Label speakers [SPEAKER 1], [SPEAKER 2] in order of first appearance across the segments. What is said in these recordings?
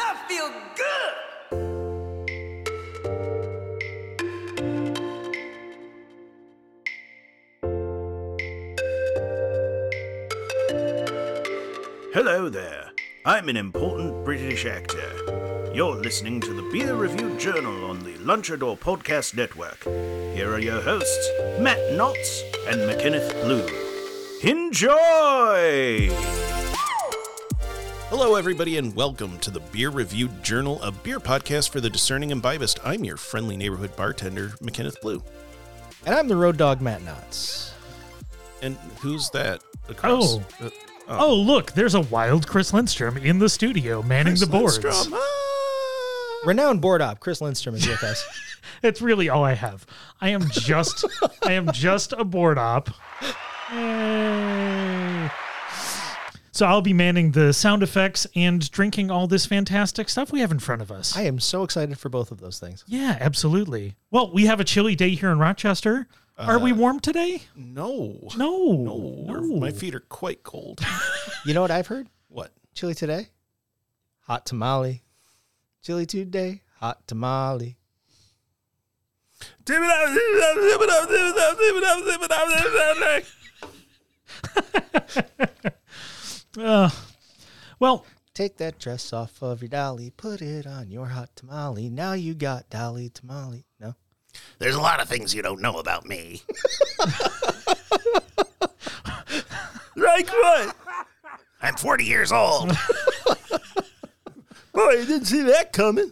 [SPEAKER 1] I feel good.
[SPEAKER 2] Hello there. I'm an important British actor. You're listening to the Beer Review Journal on the Lunchador Podcast Network. Here are your hosts, Matt Knotts and McKenneth Blue. Enjoy!
[SPEAKER 3] Hello, everybody, and welcome to the Beer Review Journal, a beer podcast for the discerning imbibist. I'm your friendly neighborhood bartender, McKenneth Blue.
[SPEAKER 4] And I'm the road dog Matt Knotts.
[SPEAKER 3] And who's that across?
[SPEAKER 5] Oh.
[SPEAKER 3] Uh,
[SPEAKER 5] Oh, look, there's a wild Chris Lindstrom in the studio manning the boards.
[SPEAKER 3] Lindstrom.
[SPEAKER 4] Renowned board op Chris Lindstrom is with us.
[SPEAKER 5] That's really all I have. I am just I am just a board op. Yay. So I'll be manning the sound effects and drinking all this fantastic stuff we have in front of us.
[SPEAKER 4] I am so excited for both of those things.
[SPEAKER 5] yeah, absolutely. Well, we have a chilly day here in Rochester. Are we warm today?
[SPEAKER 3] No.
[SPEAKER 5] No.
[SPEAKER 3] No. My feet are quite cold.
[SPEAKER 4] You know what I've heard?
[SPEAKER 3] what?
[SPEAKER 4] Chili today, hot tamale. Chili today, hot tamale.
[SPEAKER 5] Well,
[SPEAKER 4] Take that dress off of your dolly, put it on your hot tamale. Now you got dolly tamale. No?
[SPEAKER 2] There's a lot of things you don't know about me. like what? I'm 40 years old.
[SPEAKER 4] Boy, you didn't see that coming.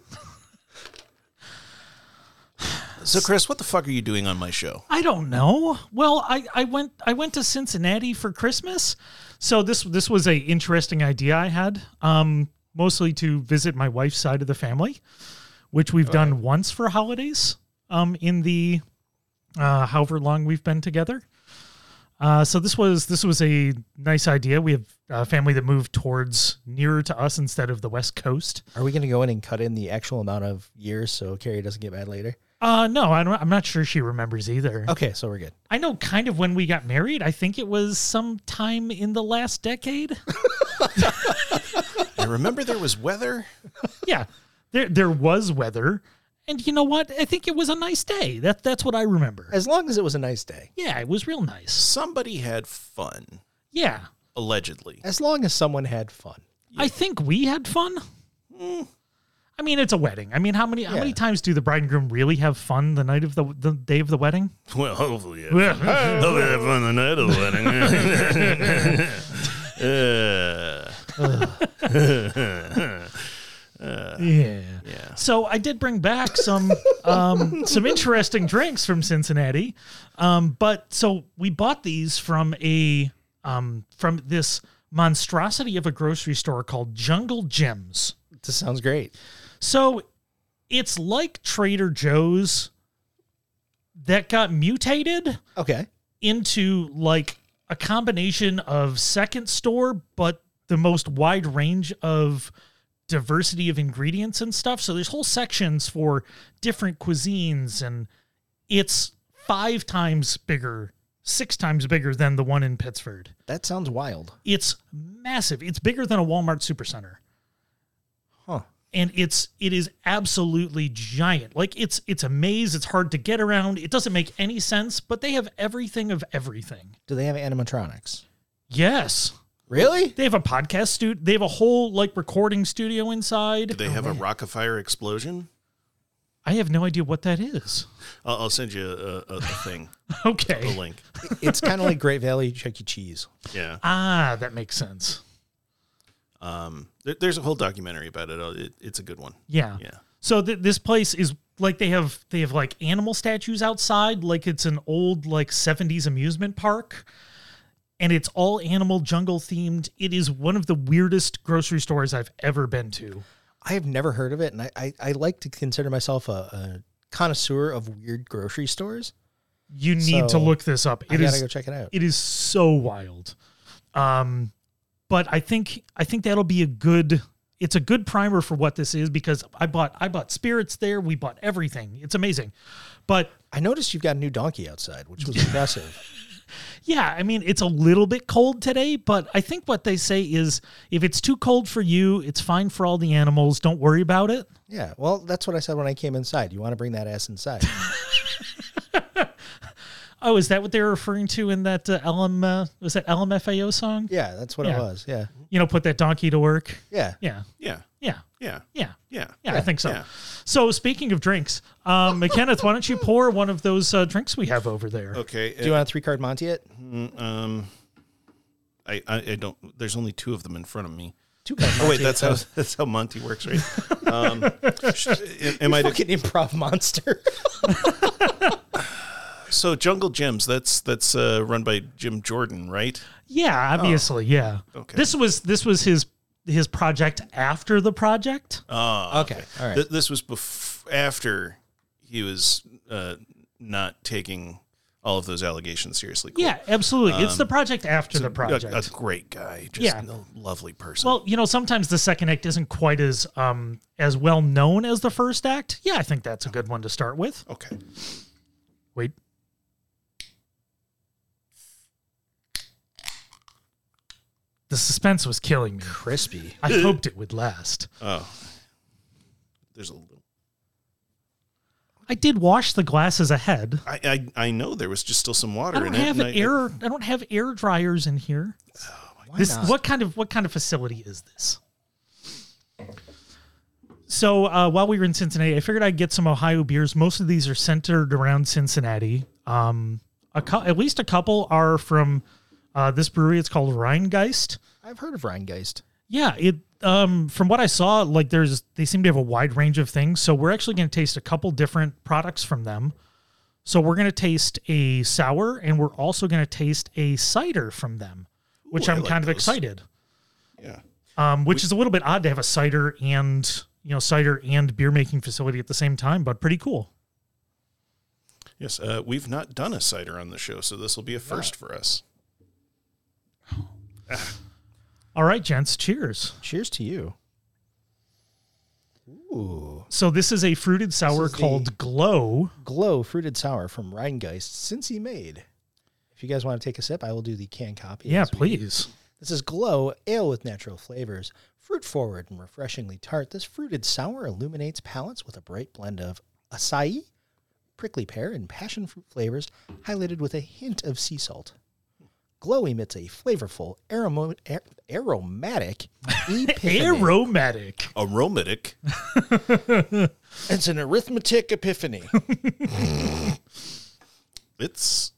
[SPEAKER 3] So, Chris, what the fuck are you doing on my show?
[SPEAKER 5] I don't know. Well, I, I went I went to Cincinnati for Christmas, so this this was a interesting idea I had. Um, mostly to visit my wife's side of the family, which we've done once for holidays. Um, in the uh, however long we've been together. Uh, so this was this was a nice idea. We have a family that moved towards nearer to us instead of the West Coast.
[SPEAKER 4] Are we going to go in and cut in the actual amount of years so Carrie doesn't get mad later?
[SPEAKER 5] Uh, no, I don't, I'm not sure she remembers either.
[SPEAKER 4] Okay, so we're good.
[SPEAKER 5] I know kind of when we got married. I think it was sometime in the last decade.
[SPEAKER 3] I remember there was weather.
[SPEAKER 5] yeah. There there was weather. And you know what? I think it was a nice day. That that's what I remember.
[SPEAKER 4] As long as it was a nice day.
[SPEAKER 5] Yeah, it was real nice.
[SPEAKER 3] Somebody had fun,
[SPEAKER 5] Yeah.
[SPEAKER 3] allegedly.
[SPEAKER 4] As long as someone had fun.
[SPEAKER 5] I think we had fun. I mean, it's a wedding. I mean, how many how
[SPEAKER 4] Mm. Yeah.
[SPEAKER 5] many times do the bride and groom really have fun the night of the the day of the wedding?
[SPEAKER 2] Well, hopefully, yeah.
[SPEAKER 5] yeah,
[SPEAKER 2] Hopefully, have fun the night of the wedding. Uh,
[SPEAKER 5] yeah. So I did bring back some um, some interesting drinks from Cincinnati, um, but so we bought these from a um, from this monstrosity of a grocery store called Jungle Gems.
[SPEAKER 4] This sounds great.
[SPEAKER 5] So it's like Trader Joe's that got mutated
[SPEAKER 4] Okay.
[SPEAKER 5] into like a combination of second store, but the most wide range of diversity of ingredients and stuff. So there's whole sections for different cuisines, and it's five times bigger, six times bigger than the one in Pittsford.
[SPEAKER 4] That sounds wild.
[SPEAKER 5] It's massive. It's bigger than a Walmart supercenter.
[SPEAKER 4] Huh.
[SPEAKER 5] And it's it is absolutely giant. Like it's it's a maze. It's hard to get around. It doesn't make any sense, but they have everything of everything.
[SPEAKER 4] Do they have animatronics?
[SPEAKER 5] Yes.
[SPEAKER 4] Really?
[SPEAKER 5] They have a podcast studio. They have a whole like recording studio
[SPEAKER 3] Did
[SPEAKER 5] inside.
[SPEAKER 3] they have a Rockafire explosion?
[SPEAKER 5] I have no idea what that is.
[SPEAKER 3] I'll, I'll send you a, a, a thing, a
[SPEAKER 5] Okay.
[SPEAKER 3] link.
[SPEAKER 4] It's kind of like Great Valley Chuck E. Cheese.
[SPEAKER 3] Yeah.
[SPEAKER 5] Ah, that makes sense.
[SPEAKER 3] Um, there, there's a whole documentary about it. Uh, it. It's a good one.
[SPEAKER 5] Yeah.
[SPEAKER 3] Yeah.
[SPEAKER 5] So th- this place is like they have they have like animal statues outside, like it's an old like 70s amusement park. And it's all animal jungle themed. It is one of the weirdest grocery stores I've ever been to.
[SPEAKER 4] I have never heard of it, and I, I, I like to consider myself a, a connoisseur of weird grocery stores.
[SPEAKER 5] You need to
[SPEAKER 4] So,
[SPEAKER 5] look this up.
[SPEAKER 4] I
[SPEAKER 5] It
[SPEAKER 4] gotta
[SPEAKER 5] is
[SPEAKER 4] go check it out.
[SPEAKER 5] it is so wild. Um, but I think I think that'll be a good. It's a good primer for what this is because I bought I bought spirits there. We bought everything. It's amazing. But
[SPEAKER 4] I noticed you've got a new donkey outside, which was impressive.
[SPEAKER 5] Yeah, I mean, it's a little bit cold today, but I think what they say is if it's too cold for you, it's fine for all the animals. Don't worry about it.
[SPEAKER 4] Yeah, well, that's what I said when I came inside. You want to bring that ass inside?
[SPEAKER 5] Oh, is that what they were referring to in that uh, LM, uh, was that LMFAO song?
[SPEAKER 4] Yeah, that's what
[SPEAKER 5] Yeah.
[SPEAKER 4] it was. Yeah,
[SPEAKER 5] You know, put that donkey to work.
[SPEAKER 4] yeah.
[SPEAKER 5] Yeah,
[SPEAKER 3] Yeah.
[SPEAKER 5] yeah,
[SPEAKER 3] Yeah.
[SPEAKER 5] yeah.
[SPEAKER 3] Yeah.
[SPEAKER 5] Yeah, I think so.
[SPEAKER 3] yeah.
[SPEAKER 5] So, speaking of drinks, um, Kenneth, why don't you pour one of those uh, drinks we have over there?
[SPEAKER 3] Okay.
[SPEAKER 4] Do you want a three card Monty? It
[SPEAKER 3] um, I, I I don't. There's only two of them in front of me.
[SPEAKER 4] two card.
[SPEAKER 3] Oh wait, that's how that's how Monty works, right? Um, sh- am I to-
[SPEAKER 4] fucking improv monster.
[SPEAKER 3] so Jungle Gems? That's that's uh, run by Jim Jordan, right?
[SPEAKER 5] Yeah, Oh, obviously, yeah.
[SPEAKER 3] Okay.
[SPEAKER 5] This was this was his his project after the project.
[SPEAKER 4] okay, all right.
[SPEAKER 3] Th- this was bef- after he was uh, not taking all of those allegations seriously. Cool.
[SPEAKER 5] yeah, absolutely. it's the project after the
[SPEAKER 3] A,
[SPEAKER 5] project.
[SPEAKER 3] a great guy, just
[SPEAKER 5] Yeah.
[SPEAKER 3] a lovely person.
[SPEAKER 5] Well, you know, sometimes the second act isn't quite as um as well known as the first act. Yeah, I think that's a good one to start with.
[SPEAKER 3] okay.
[SPEAKER 5] Wait. The suspense was killing me.
[SPEAKER 4] Crispy.
[SPEAKER 5] I hoped it would last.
[SPEAKER 3] Oh, there's a little.
[SPEAKER 5] I did wash the glasses ahead.
[SPEAKER 3] I, I I know there was just still some water
[SPEAKER 5] I don't
[SPEAKER 3] in it.
[SPEAKER 5] have
[SPEAKER 3] and I-
[SPEAKER 5] air. I don't have air dryers in here.
[SPEAKER 3] Oh,
[SPEAKER 4] Why
[SPEAKER 5] this
[SPEAKER 4] not?
[SPEAKER 5] what kind of what kind of facility is this? So uh, while we were in Cincinnati, I figured I'd get some Ohio beers. Most of these are centered around Cincinnati. Um, a cou- at least a couple are from uh, this brewery. It's called Rheingeist.
[SPEAKER 4] I've heard of Rheingeist.
[SPEAKER 5] Yeah, it. Um, from what I saw, like there's they seem to have a wide range of things. So we're actually going to taste a couple different products from them. So we're going to taste a sour, and we're also going to taste a cider from them, which
[SPEAKER 3] Ooh, I
[SPEAKER 5] I'm
[SPEAKER 3] like
[SPEAKER 5] kind of
[SPEAKER 3] those.
[SPEAKER 5] excited.
[SPEAKER 3] Yeah.
[SPEAKER 5] Um, which is a little bit odd to have a cider and you know cider and beer making facility at the same time, but pretty cool.
[SPEAKER 3] Yes, uh, we've not done a cider on the show, so this will be a first for us.
[SPEAKER 5] All right, gents, cheers.
[SPEAKER 4] Cheers to you. Ooh,
[SPEAKER 5] So this is a fruited sour
[SPEAKER 4] is the-
[SPEAKER 5] called Glow.
[SPEAKER 4] glow fruited sour from Rheingeist since he made. If you guys want to take a sip, I will do the can copy.
[SPEAKER 5] Yeah,
[SPEAKER 4] as we-
[SPEAKER 5] please.
[SPEAKER 4] This is Glow Ale with natural flavors, fruit forward and refreshingly tart. This fruited sour illuminates palates with a bright blend of acai, prickly pear, and passion fruit flavors, highlighted with a hint of sea salt. Glow emits a flavorful, aroma- ar- aromatic epiphany.
[SPEAKER 5] Aromatic.
[SPEAKER 3] Aromatic.
[SPEAKER 4] it's an arithmetic epiphany.
[SPEAKER 3] It's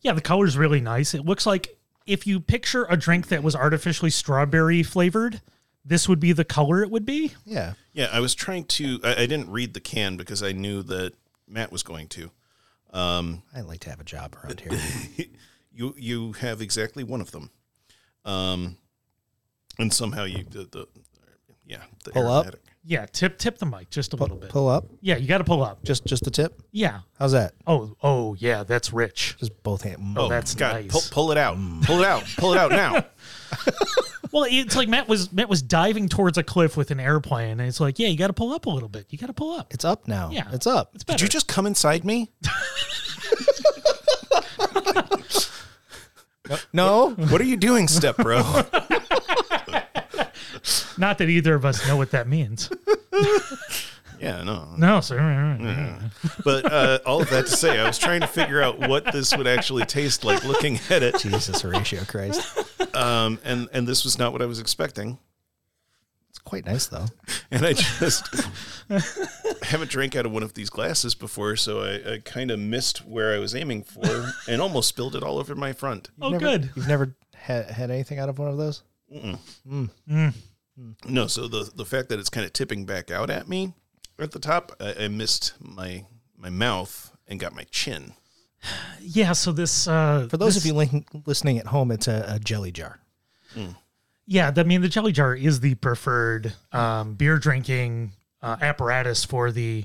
[SPEAKER 5] Yeah, the color's really nice. It looks like if you picture a drink that was artificially strawberry flavored, this would be the color it would be.
[SPEAKER 4] yeah.
[SPEAKER 3] yeah. I was trying to. I, I didn't read the can because I knew that Matt was going to.
[SPEAKER 4] I like to have a job around here.
[SPEAKER 3] You you have exactly one of them, um, and somehow you the, the yeah the
[SPEAKER 4] Pull up.
[SPEAKER 5] Yeah, tip tip the mic just a little bit.
[SPEAKER 4] Pull up.
[SPEAKER 5] Yeah, you got to pull up.
[SPEAKER 4] Just just the tip.
[SPEAKER 5] Yeah.
[SPEAKER 4] How's that?
[SPEAKER 5] Oh, oh yeah, that's rich.
[SPEAKER 4] Just both Mm. hands.
[SPEAKER 3] Oh,
[SPEAKER 5] that's
[SPEAKER 3] God,
[SPEAKER 5] nice.
[SPEAKER 3] Pull, pull it out. Pull it out. Pull it out now.
[SPEAKER 5] Well, it's like Matt was Matt was diving towards a cliff with an airplane, and it's like, yeah, you got to pull up a little bit. You got to pull up.
[SPEAKER 4] It's up now.
[SPEAKER 5] Yeah.
[SPEAKER 4] It's up.
[SPEAKER 5] It's better.
[SPEAKER 3] Did you just come inside me?
[SPEAKER 4] No.
[SPEAKER 3] What are you doing, step bro?
[SPEAKER 5] Not that either of us know what that means.
[SPEAKER 3] yeah, no.
[SPEAKER 5] no, sir.
[SPEAKER 3] Mm-hmm. But uh, all of that to say, I was trying to figure out what this would actually taste like looking at it.
[SPEAKER 4] Jesus Horatio Christ.
[SPEAKER 3] um, and and this was not what I was expecting.
[SPEAKER 4] It's quite nice though.
[SPEAKER 3] And I just haven't drank out of one of these glasses before, so I, I kind of missed where I was aiming for and almost spilled it all over my front.
[SPEAKER 5] Oh,
[SPEAKER 4] Never-
[SPEAKER 5] good.
[SPEAKER 4] You've never had, had anything out of one of those?
[SPEAKER 3] No, so the the fact that it's kind of tipping back out at me at the top, I, I missed my my mouth and got my chin.
[SPEAKER 5] Yeah. So this uh,
[SPEAKER 4] For those
[SPEAKER 5] this-
[SPEAKER 4] of you link, listening at home, it's a, a jelly jar.
[SPEAKER 5] Yeah, I mean the jelly jar is the preferred um, beer drinking uh, apparatus for the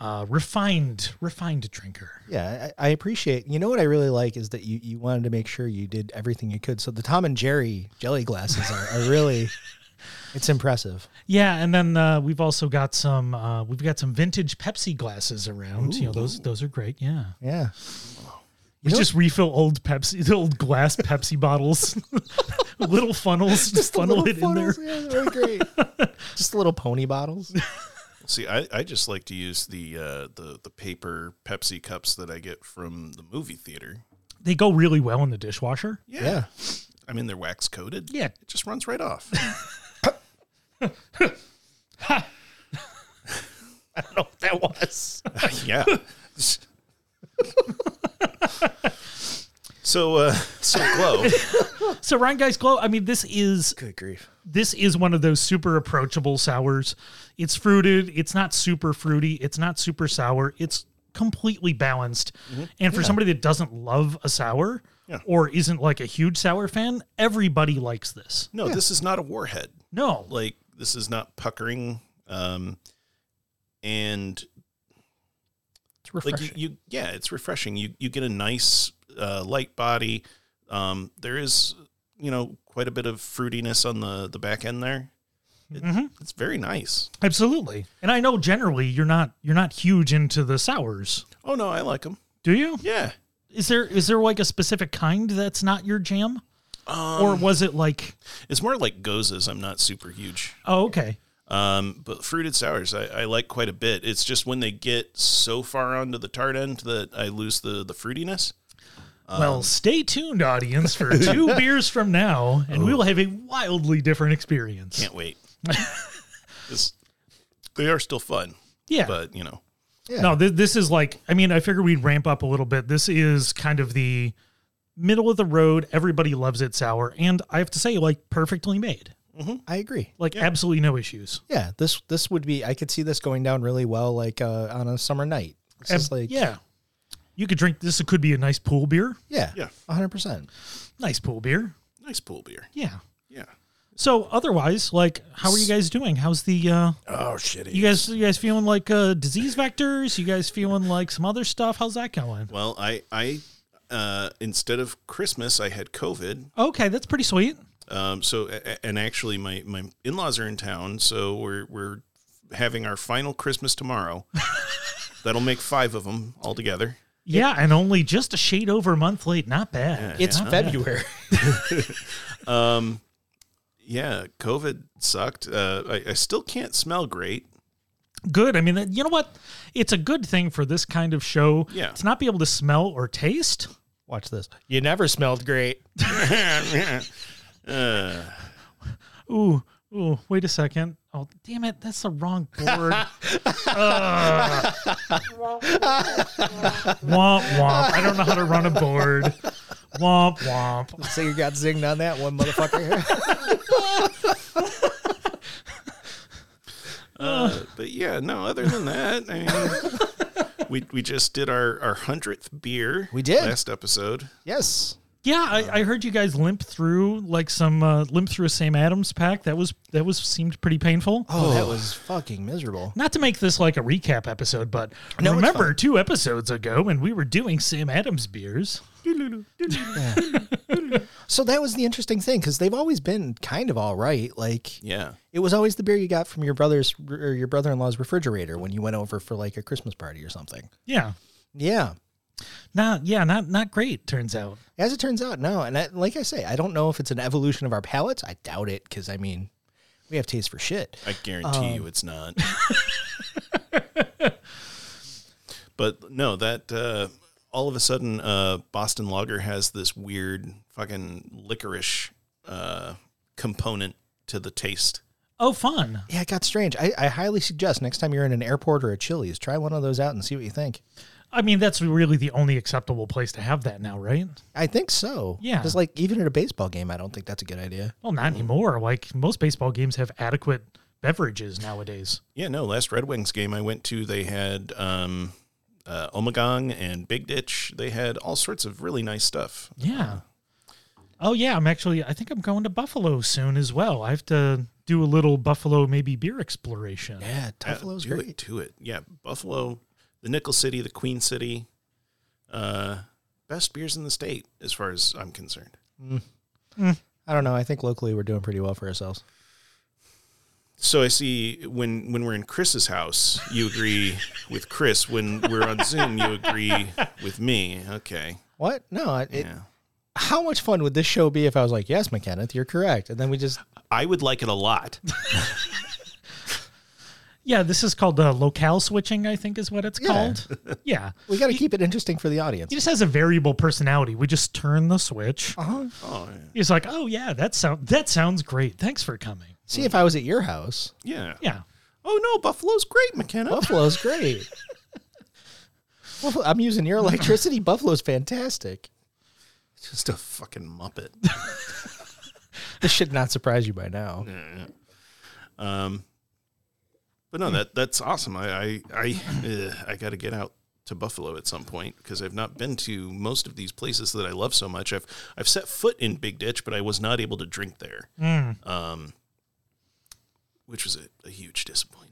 [SPEAKER 5] uh, refined refined drinker.
[SPEAKER 4] Yeah, I, I appreciate. You know what I really like is that you, you wanted to make sure you did everything you could. So the Tom and Jerry jelly glasses are, are really, it's impressive.
[SPEAKER 5] Yeah, and then uh, we've also got some uh, we've got some vintage Pepsi glasses around. You know those those are great. Yeah,
[SPEAKER 4] Yeah,
[SPEAKER 5] we just refill old Pepsi, the old glass Pepsi bottles, little funnels, just funnel
[SPEAKER 4] Little
[SPEAKER 5] it in
[SPEAKER 4] funnels,
[SPEAKER 5] there.
[SPEAKER 4] Yeah, they're great. Just little pony bottles.
[SPEAKER 3] See, I, I just like to use the uh, the the paper Pepsi cups that I get from the movie theater.
[SPEAKER 5] They go really well in the dishwasher.
[SPEAKER 4] Yeah.
[SPEAKER 3] I mean they're wax coated.
[SPEAKER 5] Yeah.
[SPEAKER 3] it just runs right off.
[SPEAKER 5] Oh, that was.
[SPEAKER 3] yeah. so uh, so glow.
[SPEAKER 5] So Ryan Guys Glow, I mean, this is
[SPEAKER 4] Good grief.
[SPEAKER 5] this is one of those super approachable sours. It's fruited, it's not super fruity, it's not super sour, it's completely balanced. And for somebody that doesn't love a sour or isn't like a huge sour fan, everybody likes this.
[SPEAKER 3] No, this is not a warhead.
[SPEAKER 5] No.
[SPEAKER 3] Like this is not puckering. Um, and
[SPEAKER 4] It's
[SPEAKER 3] like
[SPEAKER 4] refreshing.
[SPEAKER 3] you, you yeah it's refreshing you you get a nice uh, light body um there is you know quite a bit of fruitiness on the the back end there It-
[SPEAKER 4] Mm-hmm.
[SPEAKER 3] it's very nice
[SPEAKER 5] Absolutely. And I know generally you're not you're not huge into the sours.
[SPEAKER 3] oh no i like them
[SPEAKER 5] Do you?
[SPEAKER 3] yeah
[SPEAKER 5] Is there is there like a specific kind that's not your jam? or was it like
[SPEAKER 3] it's more like gozas i'm not super huge
[SPEAKER 5] oh okay.
[SPEAKER 3] um but fruited sours I, I like quite a bit it's just when they get so far onto the tart end that i lose the the fruitiness
[SPEAKER 5] Well, stay tuned, audience, for two beers from now, and we will have a wildly different experience.
[SPEAKER 3] can't wait It's- they are still fun
[SPEAKER 5] yeah.
[SPEAKER 3] but you know
[SPEAKER 5] No, this, this is like, I mean, I figured we'd ramp up a little bit. This is kind of the middle of the road. Everybody loves it sour. And I have to say, like, perfectly made.
[SPEAKER 4] I agree.
[SPEAKER 5] Like, absolutely no issues.
[SPEAKER 4] Yeah, this this would be. I could see this going down really well, like uh, on a summer night. It's
[SPEAKER 5] Ab-
[SPEAKER 4] just like
[SPEAKER 5] yeah. You could drink this. It could be a nice pool beer.
[SPEAKER 4] yeah,
[SPEAKER 3] Yeah.
[SPEAKER 4] hundred percent.
[SPEAKER 5] Nice pool beer.
[SPEAKER 3] nice pool beer
[SPEAKER 5] Yeah.
[SPEAKER 3] yeah
[SPEAKER 5] So otherwise, like, how are you guys doing? How's the uh
[SPEAKER 3] Oh shitty.
[SPEAKER 5] you guys you guys feeling like uh disease vectors? You guys feeling like some other stuff? How's that going?
[SPEAKER 3] well, I I uh, instead of Christmas, I had COVID.
[SPEAKER 5] Okay, that's pretty sweet.
[SPEAKER 3] Um, so a- a- and actually, my my in laws are in town, so we're we're having our final Christmas tomorrow. That'll make five of them all together.
[SPEAKER 5] Yeah, and only just a shade over a month late. Not bad.
[SPEAKER 4] It's February.
[SPEAKER 3] Yeah, COVID sucked. Uh, I, I still can't smell great.
[SPEAKER 5] Good. I mean, that- you know what? It's a good thing for this kind of show
[SPEAKER 3] Yeah.
[SPEAKER 5] to not be able to smell or taste.
[SPEAKER 4] Watch this. You never smelled great.
[SPEAKER 5] Ooh, ooh, wait a second. Oh, damn it. That's the wrong board. Ugh. womp, womp. I don't know how to run a board. Womp, womp.
[SPEAKER 4] So you got zinged on that one, motherfucker.
[SPEAKER 3] Uh, but yeah, no. Other than that, I mean, we we just did our our hundredth beer.
[SPEAKER 4] We did.
[SPEAKER 3] last episode.
[SPEAKER 4] yes.
[SPEAKER 5] Yeah, I, I heard you guys limp through like some uh, limp through a Sam Adams pack. That was that was seemed pretty painful.
[SPEAKER 4] Oh, that was fucking miserable.
[SPEAKER 5] not to make this like a recap episode, but
[SPEAKER 4] No, it's
[SPEAKER 5] remember two episodes ago when we were doing Sam Adams beers?
[SPEAKER 4] So that was the interesting thing because they've always been kind of all right. Like
[SPEAKER 3] Yeah.
[SPEAKER 4] it was always the beer you got from your brother's or your brother-in-law's refrigerator when you went over for like a Christmas party or something.
[SPEAKER 5] Yeah.
[SPEAKER 4] Yeah.
[SPEAKER 5] Not yeah, not not great, turns out.
[SPEAKER 4] As it turns out, no. And I, like I say, I don't know if it's an evolution of our palates. I doubt it because I mean, we have taste for shit.
[SPEAKER 3] I guarantee
[SPEAKER 4] Um.
[SPEAKER 3] you it's not. but no, that uh, all of a sudden, uh, Boston Lager has this weird fucking licorice uh, component to the taste.
[SPEAKER 5] Oh fun.
[SPEAKER 4] Yeah, it got strange. I, I highly suggest next time you're in an airport or a Chili's, try one of those out and see what you think.
[SPEAKER 5] I mean, that's really the only acceptable place to have that now, right?
[SPEAKER 4] I think so.
[SPEAKER 5] Yeah.
[SPEAKER 4] Because like even at a baseball game, I don't think that's a good idea.
[SPEAKER 5] Well, not anymore. Like most baseball games have adequate beverages nowadays.
[SPEAKER 3] Yeah, no, last Red Wings game I went to, they had um, uh, Omagong and Big Ditch. They had all sorts of really nice stuff.
[SPEAKER 5] Yeah. Oh yeah, I'm actually. I think I'm going to Buffalo soon as well. I have to do a little Buffalo maybe beer exploration.
[SPEAKER 4] Yeah,
[SPEAKER 3] Yeah,
[SPEAKER 4] Buffalo's
[SPEAKER 3] do
[SPEAKER 4] great.
[SPEAKER 3] It, do Uh, it. Yeah, Buffalo, the Nickel City, the Queen City, uh, best beers in the state, as far as I'm concerned.
[SPEAKER 4] I don't know. I think locally we're doing pretty well for ourselves.
[SPEAKER 3] So I see when when we're in Chris's house, you agree with Chris. When we're on Zoom, you agree with me. Okay.
[SPEAKER 4] What? No. I- It,
[SPEAKER 3] Yeah.
[SPEAKER 4] How much fun would this show be if I was like, yes, McKenneth, you're correct, and then we just
[SPEAKER 3] I would like it a lot.
[SPEAKER 5] Yeah, this is called uh, locale switching. I think is what it's
[SPEAKER 4] Yeah.
[SPEAKER 5] called. yeah,
[SPEAKER 4] we got to keep it interesting for the audience.
[SPEAKER 5] he just has a variable personality. We just turn the switch.
[SPEAKER 3] Oh yeah.
[SPEAKER 5] He's like, oh yeah, that sound that sounds great. Thanks for coming.
[SPEAKER 4] See if I was at your house,
[SPEAKER 3] yeah.
[SPEAKER 5] Yeah.
[SPEAKER 3] Oh no, Buffalo's great, McKenna.
[SPEAKER 4] Buffalo's great. Buffalo, I'm using your electricity. Buffalo's fantastic.
[SPEAKER 3] Just a fucking muppet.
[SPEAKER 4] This should not surprise you by now.
[SPEAKER 3] Um, but no, that that's awesome. I I I, uh, I got to get out to Buffalo at some point because I've not been to most of these places that I love so much. I've I've set foot in Big Ditch, but I was not able to drink there, um, which was a, a huge disappointment.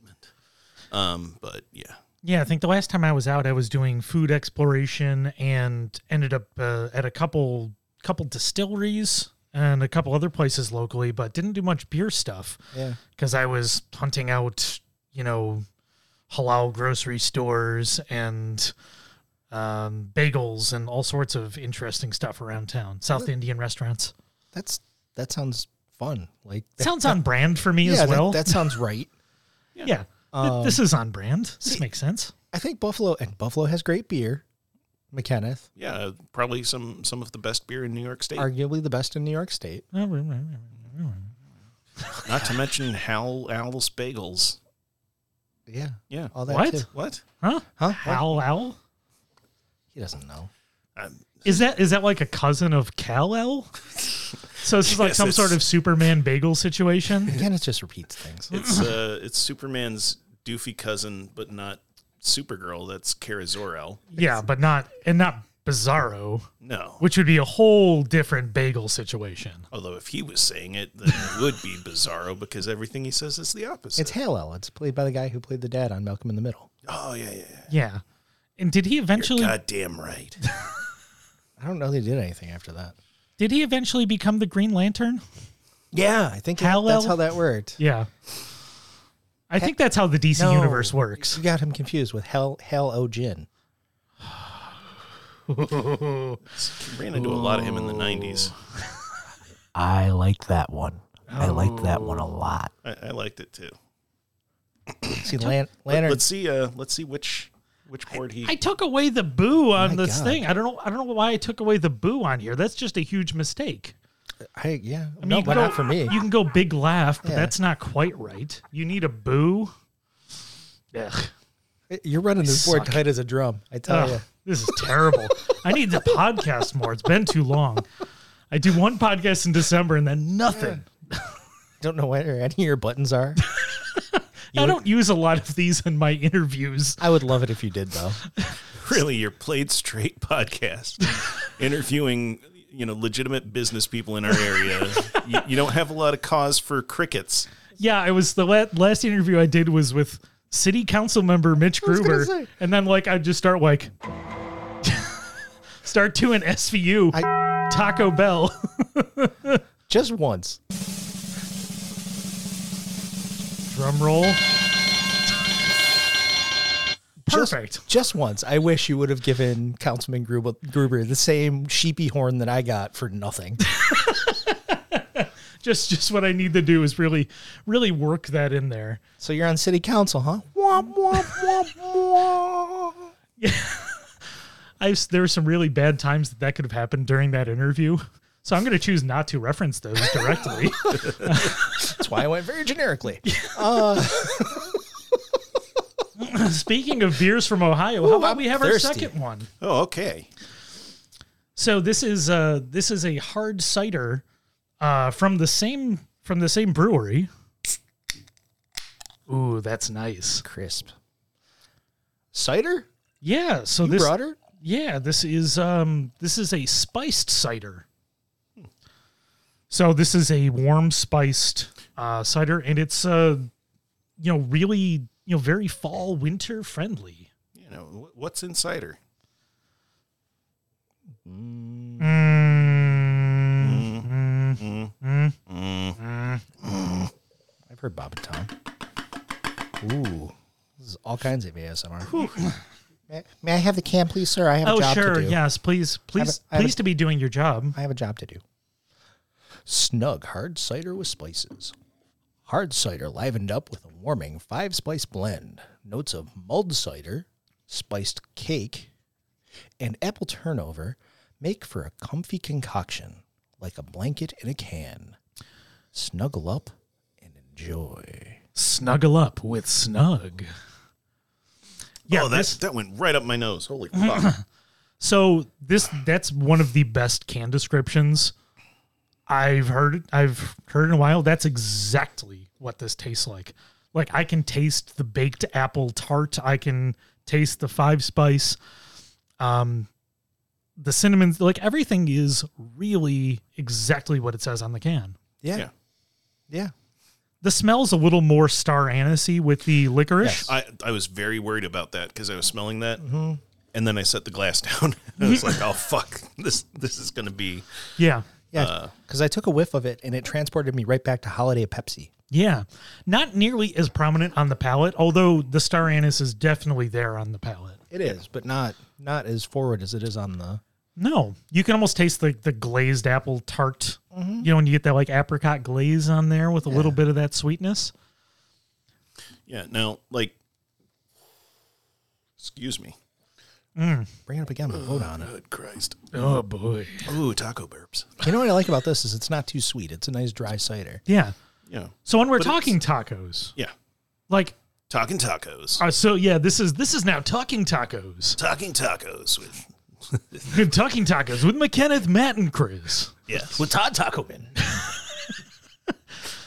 [SPEAKER 3] Um, but yeah,
[SPEAKER 5] Yeah, I think the last time I was out, I was doing food exploration and ended up uh, at a couple couple distilleries and a couple other places locally, but didn't do much beer stuff
[SPEAKER 4] Yeah.
[SPEAKER 5] because I was hunting out, you know, halal grocery stores and um, bagels and all sorts of interesting stuff around town. South Indian restaurants
[SPEAKER 4] That's that sounds fun. Like
[SPEAKER 5] sounds on brand for me
[SPEAKER 4] yeah,
[SPEAKER 5] as
[SPEAKER 4] that-
[SPEAKER 5] well.
[SPEAKER 4] that sounds right.
[SPEAKER 5] yeah, Th- this is on brand. This makes sense.
[SPEAKER 4] I think Buffalo and Buffalo has great beer. McKenneth,
[SPEAKER 3] yeah, probably some some of the best beer in New York State.
[SPEAKER 4] arguably the best in New York State.
[SPEAKER 5] Oh,
[SPEAKER 3] Not to mention Hal Al's Bagels.
[SPEAKER 4] Yeah.
[SPEAKER 3] Yeah.
[SPEAKER 4] All that
[SPEAKER 5] What?
[SPEAKER 4] too.
[SPEAKER 3] What?
[SPEAKER 5] Huh?
[SPEAKER 4] Huh?
[SPEAKER 5] Hal Al?
[SPEAKER 4] He doesn't know.
[SPEAKER 3] Um,
[SPEAKER 5] Is that is that like a cousin of Kal El? So this is like
[SPEAKER 3] Yes,
[SPEAKER 5] some
[SPEAKER 3] it's-
[SPEAKER 5] sort of Superman bagel situation.
[SPEAKER 4] McKenneth just repeats things.
[SPEAKER 3] It's uh, it's Superman's doofy cousin, but not Supergirl. That's Kara Zor-El.
[SPEAKER 5] yeah, but not and not Bizarro,
[SPEAKER 3] No,
[SPEAKER 5] which would be a whole different bagel situation.
[SPEAKER 3] although if he was saying it, then it would be Bizarro because everything he says is the opposite.
[SPEAKER 4] It's Hal-El. It's played by the guy who played the dad on Malcolm in the Middle.
[SPEAKER 3] oh yeah, yeah, yeah.
[SPEAKER 5] Yeah. And did he eventually
[SPEAKER 3] Goddamn right.
[SPEAKER 4] I don't know they did anything after that.
[SPEAKER 5] did he eventually become the Green Lantern?
[SPEAKER 4] Yeah, I think
[SPEAKER 5] Hal-El?
[SPEAKER 4] that's how that worked.
[SPEAKER 5] Yeah. I think that's how the DC
[SPEAKER 4] No.
[SPEAKER 5] universe works.
[SPEAKER 4] You got him confused with Hal Hal O'Jin.
[SPEAKER 3] Ran into a lot of him in the '90s.
[SPEAKER 4] I liked that one. I liked that one a lot.
[SPEAKER 3] I, I liked it too.
[SPEAKER 4] See, Lan-
[SPEAKER 3] But
[SPEAKER 4] Lantern.
[SPEAKER 3] let's see. Uh, let's see which which board he.
[SPEAKER 5] I took away the boo on
[SPEAKER 4] My
[SPEAKER 5] this
[SPEAKER 4] God.
[SPEAKER 5] thing. I don't know I don't know why I took away the boo on here. That's just a huge mistake.
[SPEAKER 4] I, yeah,
[SPEAKER 5] I mean,
[SPEAKER 4] no,
[SPEAKER 5] you
[SPEAKER 4] but
[SPEAKER 5] can go-
[SPEAKER 4] not for me.
[SPEAKER 5] You can go big laugh, but
[SPEAKER 4] Yeah.
[SPEAKER 5] that's not quite right. You need a boo. Ugh.
[SPEAKER 4] You're running this board tight as a drum. I tell you.
[SPEAKER 5] Ugh. This is terrible. I need the podcast more. It's been too long. I do one podcast in December and then nothing.
[SPEAKER 4] Don't know where any of your buttons are.
[SPEAKER 5] I don't use a lot of these in my interviews.
[SPEAKER 4] I would love it if you did though.
[SPEAKER 3] really, your played straight podcast, interviewing you know legitimate business people in our area. you, you don't have a lot of cause for crickets.
[SPEAKER 5] Yeah, I was the la- last interview I did was with city council member Mitch
[SPEAKER 4] was gonna
[SPEAKER 5] Gruber.
[SPEAKER 4] say.
[SPEAKER 5] And then like I'd just start like start doing SVU Taco Bell.
[SPEAKER 4] Just once.
[SPEAKER 5] Drum roll.
[SPEAKER 4] Just-
[SPEAKER 5] Perfect.
[SPEAKER 4] Just, once. I wish you would have given Councilman Gruber, Gruber the same sheepy horn that I got for nothing.
[SPEAKER 5] Just just what I need to do is really really work that in there.
[SPEAKER 4] so you're on city council, huh? Womp, womp, womp, womp.
[SPEAKER 5] I s- there were some really bad times that that could have happened during that interview. So I'm going to choose not to reference those directly.
[SPEAKER 4] That's why I went very generically.
[SPEAKER 5] Speaking of beers from Ohio, how about
[SPEAKER 4] I'm
[SPEAKER 5] we have
[SPEAKER 4] thirsty.
[SPEAKER 5] our second one?
[SPEAKER 3] Oh, okay.
[SPEAKER 5] So this is uh this is a hard cider uh from the same from the same brewery. Ooh, that's nice.
[SPEAKER 4] Crisp. Cider?
[SPEAKER 5] Yeah, so
[SPEAKER 4] You
[SPEAKER 5] this
[SPEAKER 4] brought her?
[SPEAKER 5] Yeah, this is um this is a spiced cider. So this is a warm spiced uh, cider, and it's uh, you know really you know very fall winter friendly.
[SPEAKER 3] You know wh- what's in cider?
[SPEAKER 4] I've heard Bob and Tom. Ooh, this is all kinds of ASMR.
[SPEAKER 6] May, may I have the can, please, sir? I have a
[SPEAKER 5] Oh
[SPEAKER 6] job
[SPEAKER 5] sure,
[SPEAKER 6] to do.
[SPEAKER 5] yes, please, please,
[SPEAKER 6] I have a-
[SPEAKER 5] please to be doing your job.
[SPEAKER 6] I have a job to do.
[SPEAKER 4] Snug hard cider with spices. Hard cider livened up with a warming five spice blend. Notes of mulled cider, spiced cake, and apple turnover make for a comfy concoction like a blanket in a can. Snuggle up and enjoy.
[SPEAKER 5] Snuggle up with Snug. Yeah,
[SPEAKER 3] oh, that
[SPEAKER 5] this-
[SPEAKER 3] that went right up my nose. Holy
[SPEAKER 4] Mm-hmm.
[SPEAKER 3] fuck!
[SPEAKER 5] So this that's one of the best can descriptions I've heard I've heard in a while. That's exactly what this tastes like. Like I can taste the baked apple tart, I can taste the five spice. Um the cinnamon like everything is really exactly what it says on the can.
[SPEAKER 3] yeah,
[SPEAKER 4] yeah.
[SPEAKER 5] The smell's a little more star anisey with the licorice.
[SPEAKER 3] I I was very worried about that because I was smelling that,
[SPEAKER 4] Mm-hmm.
[SPEAKER 3] and then I set the glass down. I was like, oh fuck, this this is gonna be
[SPEAKER 5] Yeah.
[SPEAKER 4] Yeah, because I took a whiff of it and it transported me right back to Holiday Pepsi.
[SPEAKER 5] Yeah. Not nearly as prominent on the palate, although the star anise is definitely there on the palate.
[SPEAKER 4] It is, but not not as forward as it is on the.
[SPEAKER 5] No, you can almost taste the, the glazed apple tart.
[SPEAKER 3] Mm-hmm.
[SPEAKER 5] You know, when you get that like apricot glaze on there with a little bit of that sweetness.
[SPEAKER 3] yeah. Now, like, excuse me.
[SPEAKER 4] Bring it up again, but vote on it.
[SPEAKER 3] Good Christ!
[SPEAKER 5] Oh boy.
[SPEAKER 3] Ooh, taco burps.
[SPEAKER 4] You know what I like about this is it's not too sweet. It's a nice dry cider.
[SPEAKER 5] Yeah.
[SPEAKER 3] Yeah,
[SPEAKER 5] So when we're
[SPEAKER 3] But it's-
[SPEAKER 5] talking tacos,
[SPEAKER 3] yeah.
[SPEAKER 5] like
[SPEAKER 3] Talking tacos.
[SPEAKER 5] uh, so yeah, this is this is now talking tacos.
[SPEAKER 3] Talking tacos with
[SPEAKER 5] talking tacos with McKenneth, Matt, and Chris.
[SPEAKER 3] yeah.
[SPEAKER 4] With Todd Taco in.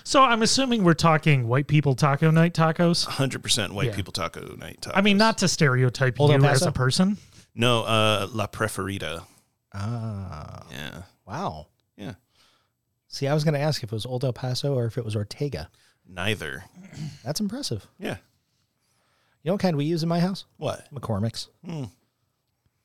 [SPEAKER 5] So I'm assuming we're talking white people taco night tacos.
[SPEAKER 3] Hundred percent white
[SPEAKER 5] Yeah.
[SPEAKER 3] people taco night. Tacos.
[SPEAKER 5] I mean, not to stereotype
[SPEAKER 4] Hold on,
[SPEAKER 5] you as
[SPEAKER 4] Paso.
[SPEAKER 5] a person.
[SPEAKER 3] no. Uh, la preferida.
[SPEAKER 4] Ah,
[SPEAKER 3] Yeah,
[SPEAKER 4] wow.
[SPEAKER 3] yeah.
[SPEAKER 4] See, I was going to ask if it was Old El Paso or if it was Ortega.
[SPEAKER 3] Neither.
[SPEAKER 4] That's impressive.
[SPEAKER 3] Yeah.
[SPEAKER 4] You know what kind we use in my house?
[SPEAKER 3] What?
[SPEAKER 4] McCormick's.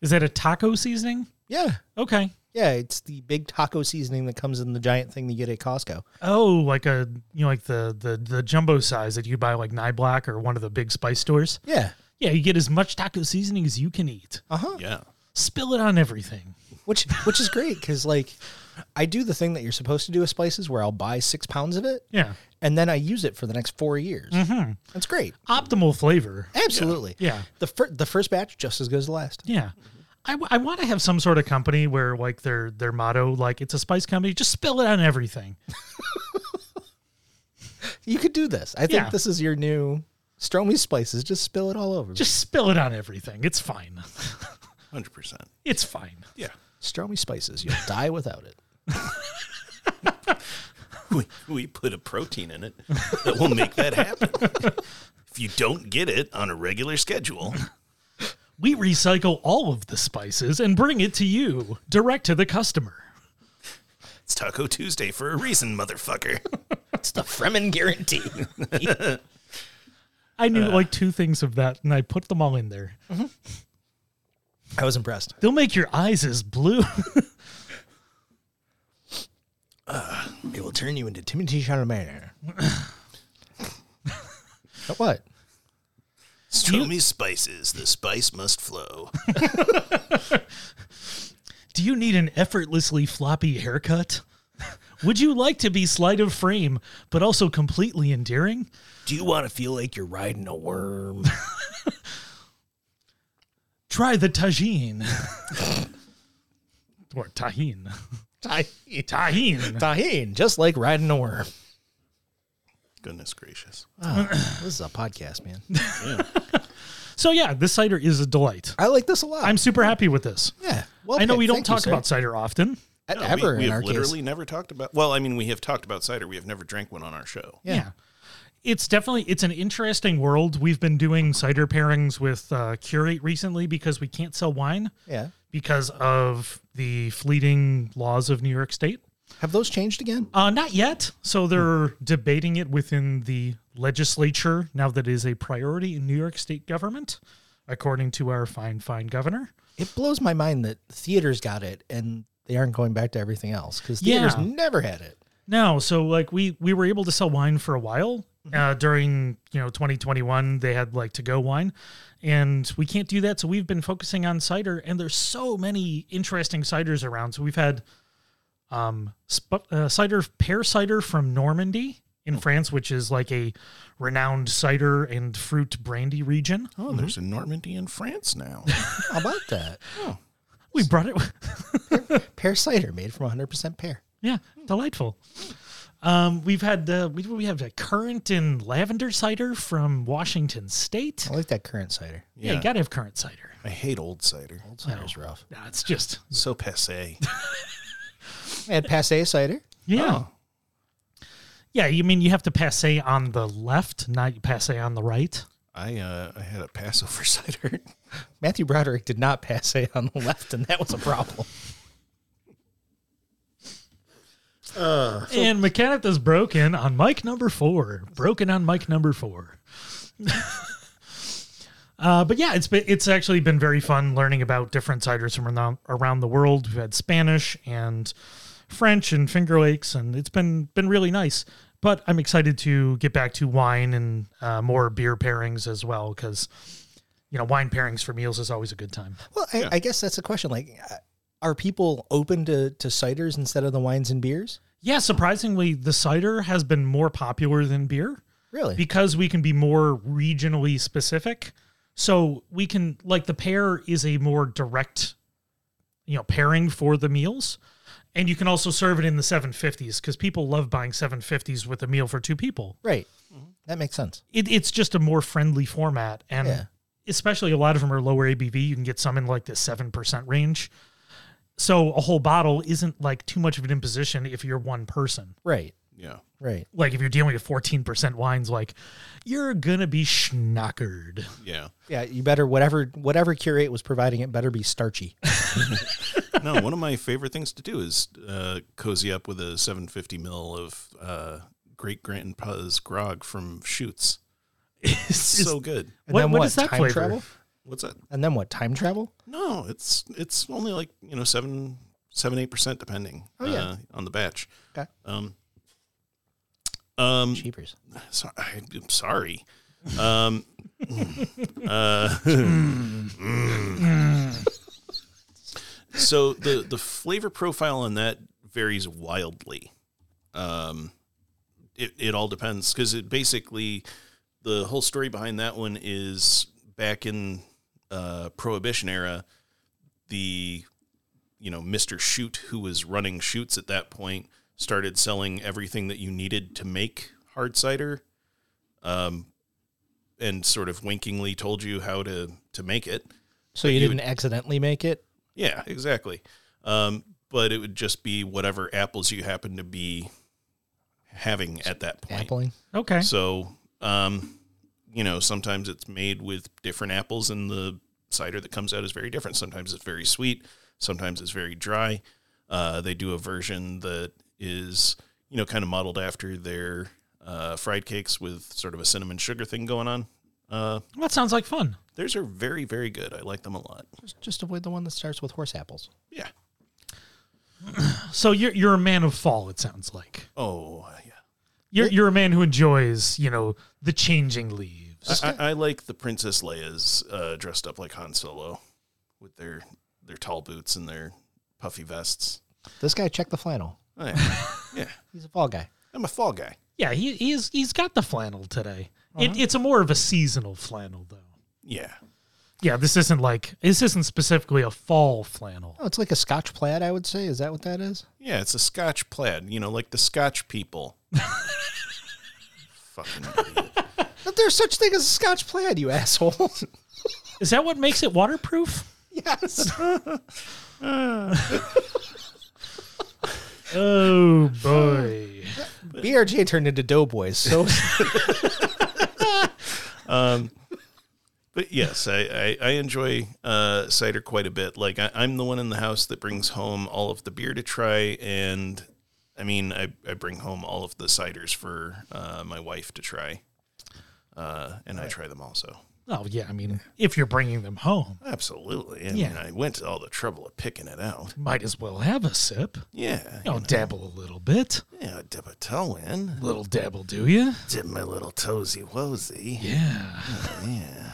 [SPEAKER 5] Is that a taco seasoning?
[SPEAKER 4] Yeah,
[SPEAKER 5] Okay.
[SPEAKER 4] yeah. It's the big taco seasoning that comes in the giant thing you get at Costco.
[SPEAKER 5] Oh, like a you know, like the the the jumbo size that you buy like Niblack or one of the big spice stores.
[SPEAKER 4] Yeah.
[SPEAKER 5] Yeah, you get as much taco seasoning as you can eat.
[SPEAKER 4] Uh huh.
[SPEAKER 3] Yeah.
[SPEAKER 5] Spill it on everything.
[SPEAKER 4] which which is great because like I do the thing that you're supposed to do with spices, where I'll buy six pounds of it
[SPEAKER 5] Yeah.
[SPEAKER 4] and then I use it for the next four years. That's great,
[SPEAKER 5] Optimal flavor.
[SPEAKER 4] absolutely.
[SPEAKER 5] Yeah.
[SPEAKER 4] the fir- the first batch just as good as the last.
[SPEAKER 5] Yeah. I, w- I want to have some sort of company where like their their motto like it's a spice company just spill it on everything.
[SPEAKER 4] You could do this. I think
[SPEAKER 5] Yeah.
[SPEAKER 4] this is your new Stromy spices. Just spill it all over.
[SPEAKER 5] Just spill it on everything. It's fine.
[SPEAKER 3] Hundred percent.
[SPEAKER 5] It's fine.
[SPEAKER 3] Yeah.
[SPEAKER 4] Stromy spices. You'll die without it.
[SPEAKER 3] We, we put a protein in it that will make that happen. if you don't get it on a regular schedule,
[SPEAKER 5] We recycle all of the spices and bring it to you direct to the customer.
[SPEAKER 3] it's Taco Tuesday for a reason, motherfucker.
[SPEAKER 4] It's the Fremen guarantee.
[SPEAKER 5] I knew like two things of that and I put them all in there.
[SPEAKER 4] I was impressed.
[SPEAKER 5] They'll make your eyes as blue.
[SPEAKER 4] It will turn you into Timothy Chalamet. But what?
[SPEAKER 3] Stromy spices, the spice must flow.
[SPEAKER 5] Do you need an effortlessly floppy haircut? Would you like to be slight of frame, but also completely endearing?
[SPEAKER 4] Do you want to feel like you're riding a worm?
[SPEAKER 5] Try the tagine. or tahine. Tahine.
[SPEAKER 4] Tahine, just like riding a worm. Ah,
[SPEAKER 3] Goodness gracious.
[SPEAKER 4] This is a podcast, man.
[SPEAKER 5] So, yeah, this cider is a delight.
[SPEAKER 4] I like this a lot.
[SPEAKER 5] I'm super happy with this.
[SPEAKER 4] yeah. Well,
[SPEAKER 5] I know
[SPEAKER 4] picked.
[SPEAKER 5] we don't
[SPEAKER 4] Thank you,
[SPEAKER 5] talk
[SPEAKER 4] sir.
[SPEAKER 5] about cider often.
[SPEAKER 4] At-
[SPEAKER 3] No, we-
[SPEAKER 4] ever
[SPEAKER 3] we,
[SPEAKER 4] in
[SPEAKER 3] have
[SPEAKER 4] our
[SPEAKER 3] literally
[SPEAKER 4] case.
[SPEAKER 3] never talked about. Well, I mean, we have talked about cider. We have never drank one on our show.
[SPEAKER 5] Yeah. It's definitely it's an interesting world. We've been doing cider pairings with uh, Curate recently because we can't sell wine.
[SPEAKER 4] Yeah.
[SPEAKER 5] because of the fleeting laws of New York State.
[SPEAKER 7] Have those changed again?
[SPEAKER 5] Uh, not yet. So they're debating it within the legislature now that it is a priority in New York state government, according to our fine, fine governor.
[SPEAKER 4] It blows my mind that theaters got it and they aren't going back to everything else because
[SPEAKER 5] Yeah.
[SPEAKER 4] theaters never had it.
[SPEAKER 5] No, so like we we were able to sell wine for a while uh, during you know 2021. They had like to go wine, and we can't do that. So we've been focusing on cider, and there's so many interesting ciders around. So we've had um sp- uh, cider pear cider from Normandy in France, which is like a renowned cider and fruit brandy region.
[SPEAKER 3] Oh, there's a Normandy in France now.
[SPEAKER 4] How about that?
[SPEAKER 5] We brought it.
[SPEAKER 4] pear cider made from 100% pear.
[SPEAKER 5] Yeah, delightful. Um, we've had uh, we we have a currant and lavender cider from Washington State.
[SPEAKER 4] I like that current cider.
[SPEAKER 5] Yeah, you gotta have current cider.
[SPEAKER 3] I hate old cider.
[SPEAKER 4] Old cider's rough.
[SPEAKER 5] Nah, it's just
[SPEAKER 3] So passe.
[SPEAKER 4] I had passe cider.
[SPEAKER 5] yeah, oh. yeah. You mean you have to passe on the left, not passe on the right?
[SPEAKER 3] I uh, I had a Passover cider.
[SPEAKER 4] Matthew Broderick did not passe on the left, and that was a problem.
[SPEAKER 5] and mechanic that's broken on mic number four. Broken on mic number four. Uh, but yeah, it's been it's actually been very fun learning about different ciders from around, around the world. We've had Spanish and French and Finger Lakes, and it's been been really nice. But I'm excited to get back to wine and uh, more beer pairings as well because you know wine pairings for meals is always a good time.
[SPEAKER 4] Well, I, I guess that's the question. Like, uh, are people open to, to ciders instead of the wines and beers?
[SPEAKER 5] Yeah, surprisingly, the cider has been more popular than beer.
[SPEAKER 4] Really?
[SPEAKER 5] because we can be more regionally specific so we can like the pair is a more direct you know pairing for the meals and you can also serve it in the 750s because people love buying 750s with a meal for two people
[SPEAKER 4] right. That makes sense.
[SPEAKER 5] it, it's just a more friendly format and
[SPEAKER 4] Yeah.
[SPEAKER 5] especially a lot of them are lower abv you can get some in like the 7% range so a whole bottle isn't like too much of an imposition if you're one person
[SPEAKER 4] Right.
[SPEAKER 3] Yeah.
[SPEAKER 4] Right.
[SPEAKER 5] like if you're dealing with 14% wines like you're gonna be schnockered
[SPEAKER 3] Yeah.
[SPEAKER 4] Yeah. You better whatever whatever curate was providing it better be starchy.
[SPEAKER 3] No, one of my favorite things to do is uh, cozy up with a 750 mil of uh, Great Grandpa's grog from Schutz. It's so good.
[SPEAKER 4] And
[SPEAKER 5] What-
[SPEAKER 4] then
[SPEAKER 5] what is that
[SPEAKER 4] time
[SPEAKER 5] flavor?
[SPEAKER 4] travel?
[SPEAKER 3] What's that?
[SPEAKER 4] And then what? Time travel?
[SPEAKER 3] No, it's it's only like you know seven seven eight percent depending
[SPEAKER 4] Oh, yeah.
[SPEAKER 3] uh, on the batch.
[SPEAKER 4] Okay.
[SPEAKER 3] Um. Um.
[SPEAKER 4] Cheapers.
[SPEAKER 3] So, I, am sorry. Um. uh, so the the flavor profile on that varies wildly. Um, it it all depends because it basically the whole story behind that one is back in uh, Prohibition era, the you know Mr. Shoot, who was running shoots at that point, started selling everything that you needed to make hard cider, um, and sort of winkingly told you how to to make it.
[SPEAKER 4] So you didn't accidentally make it?
[SPEAKER 3] Yeah, exactly. Um, but it would just be whatever apples you happen to be having at that point.
[SPEAKER 4] Appling?
[SPEAKER 5] okay
[SPEAKER 3] So, um, you know, sometimes it's made with different apples, and the cider that comes out is very different. Sometimes it's very sweet, sometimes it's very dry. Uh, they do a version that is, you know, kind of modeled after their uh, fried cakes with sort of a cinnamon sugar thing going on. Uh,
[SPEAKER 5] that sounds like fun
[SPEAKER 3] theirs are very, very good. I like them a lot.
[SPEAKER 4] Just, just avoid the one that starts with horse apples.
[SPEAKER 3] Yeah.
[SPEAKER 5] so you're, you're a man of fall it sounds like
[SPEAKER 3] Oh, yeah.
[SPEAKER 5] you're, you're a man who enjoys you know the changing leaves
[SPEAKER 3] I, I, I like the Princess Leia's uh, dressed up like Han Solo with their their tall boots and their puffy vests.
[SPEAKER 4] This guy checked the flannel.
[SPEAKER 3] Oh, yeah. yeah.
[SPEAKER 4] He's a fall guy.
[SPEAKER 3] I'm a fall guy.
[SPEAKER 5] yeah he, he's he's got the flannel today it, it's a more of a seasonal flannel though
[SPEAKER 3] Yeah.
[SPEAKER 5] yeah this isn't like this isn't specifically a fall flannel
[SPEAKER 4] Oh, it's like a Scotch plaid, I would say. Is that what that is?
[SPEAKER 3] Yeah, it's a Scotch plaid, you know, like the Scotch people. Fucking idiot.
[SPEAKER 4] But there's such thing as a Scotch plaid, you asshole.
[SPEAKER 5] is that what makes it waterproof
[SPEAKER 4] yes.
[SPEAKER 5] oh boy
[SPEAKER 4] BRJ turned into Doughboys. So
[SPEAKER 3] But yes, I, I, I enjoy uh, cider quite a bit. Like, I, I'm the one in the house that brings home all of the beer to try and I mean, I, I bring home all of the ciders for uh, my wife to try, uh, and I try them also.
[SPEAKER 5] Oh yeah, I mean, if you're bringing them home,
[SPEAKER 3] Absolutely. I mean,
[SPEAKER 5] Yeah.
[SPEAKER 3] I went to all the trouble of picking it out.
[SPEAKER 5] might as well have a sip.
[SPEAKER 3] Yeah.
[SPEAKER 5] You know, dabble a little bit.
[SPEAKER 3] Yeah, I dip a toe in.
[SPEAKER 5] Little dabble, do you?
[SPEAKER 3] Dip my little toesy woesy.
[SPEAKER 5] Yeah.
[SPEAKER 3] Oh, Yeah.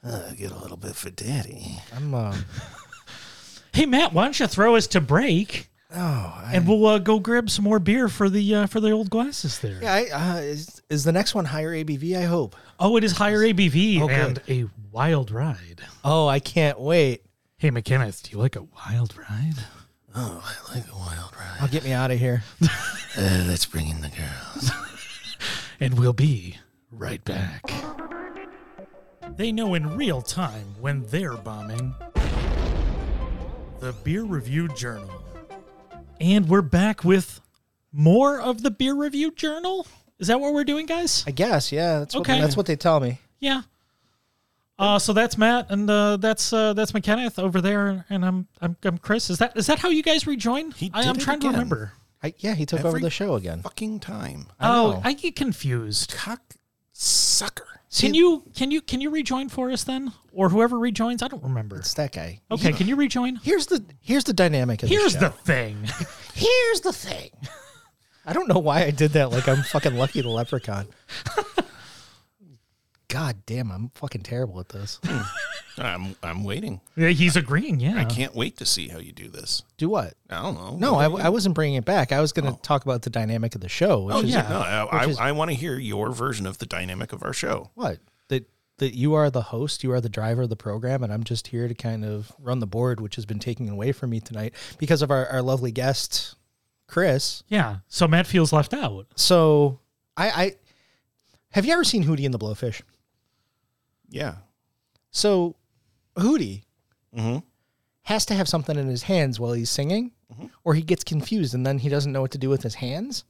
[SPEAKER 3] Uh, get a little bit for daddy.
[SPEAKER 4] I'm. Uh,
[SPEAKER 5] Hey Matt, why don't you throw us to break,
[SPEAKER 4] oh, I,
[SPEAKER 5] and we'll uh, go grab some more beer for the uh, for the old glasses there.
[SPEAKER 4] yeah. I, uh, is, is the next one higher ABV? I hope.
[SPEAKER 5] Oh, it is higher ABV
[SPEAKER 4] Oh,
[SPEAKER 5] and
[SPEAKER 4] good.
[SPEAKER 5] a wild ride.
[SPEAKER 4] Oh, I can't wait.
[SPEAKER 5] Hey McKenna, do you like a wild ride?
[SPEAKER 3] Oh, I like a wild ride.
[SPEAKER 4] I'll get me out of here.
[SPEAKER 3] Uh, let's bring in the girls.
[SPEAKER 5] And we'll be right back. They know in real time when they're bombing. The Beer Review Journal. And we're back with more of the Beer Review Journal. Is that what we're doing, guys?
[SPEAKER 4] I guess. Yeah. That's
[SPEAKER 5] Okay.
[SPEAKER 4] What, that's what they tell me.
[SPEAKER 5] Yeah. Uh, so that's Matt, and uh, that's uh, that's McKenneth over there, and I'm, I'm I'm Chris. Is that is that how you guys rejoin?
[SPEAKER 3] He
[SPEAKER 5] I, I'm
[SPEAKER 3] did it
[SPEAKER 5] trying to
[SPEAKER 3] again.
[SPEAKER 5] remember.
[SPEAKER 4] I, yeah, he took over
[SPEAKER 3] Every-
[SPEAKER 4] the show again.
[SPEAKER 3] Fucking time.
[SPEAKER 4] I
[SPEAKER 5] oh,
[SPEAKER 4] know.
[SPEAKER 5] I get confused.
[SPEAKER 3] Cock sucker.
[SPEAKER 5] Can you can you can you rejoin for us then, or whoever rejoins? I don't remember.
[SPEAKER 4] It's that guy.
[SPEAKER 5] Okay, can you rejoin?
[SPEAKER 4] Here's the here's the dynamic of
[SPEAKER 5] Here's
[SPEAKER 4] the
[SPEAKER 5] the
[SPEAKER 4] show.
[SPEAKER 5] thing.
[SPEAKER 4] here's the thing. I don't know why I did that. Like I'm fucking lucky the leprechaun. God damn, I'm fucking terrible at this.
[SPEAKER 3] I'm I'm waiting.
[SPEAKER 5] Yeah, He's agreeing. Yeah.
[SPEAKER 3] I can't wait to see how you do this.
[SPEAKER 4] Do what?
[SPEAKER 3] I don't know.
[SPEAKER 4] No, I, I wasn't bringing it back. I was going to talk about the dynamic of the show, which
[SPEAKER 3] Oh
[SPEAKER 4] is
[SPEAKER 3] yeah. No, I,
[SPEAKER 4] which is-
[SPEAKER 3] I, I want to hear your version of the dynamic of our show.
[SPEAKER 4] what that that you are the host, you are the driver of the program, and I'm just here to kind of run the board, which has been taken away from me tonight because of our, our lovely guest, Chris.
[SPEAKER 5] Yeah. So Matt feels left out.
[SPEAKER 4] So I, I have you ever seen Hootie and the Blowfish?
[SPEAKER 3] Yeah.
[SPEAKER 4] So Hootie
[SPEAKER 3] Mhm.
[SPEAKER 4] has to have something in his hands while he's singing, or he gets confused and then he doesn't know what to do with his hands.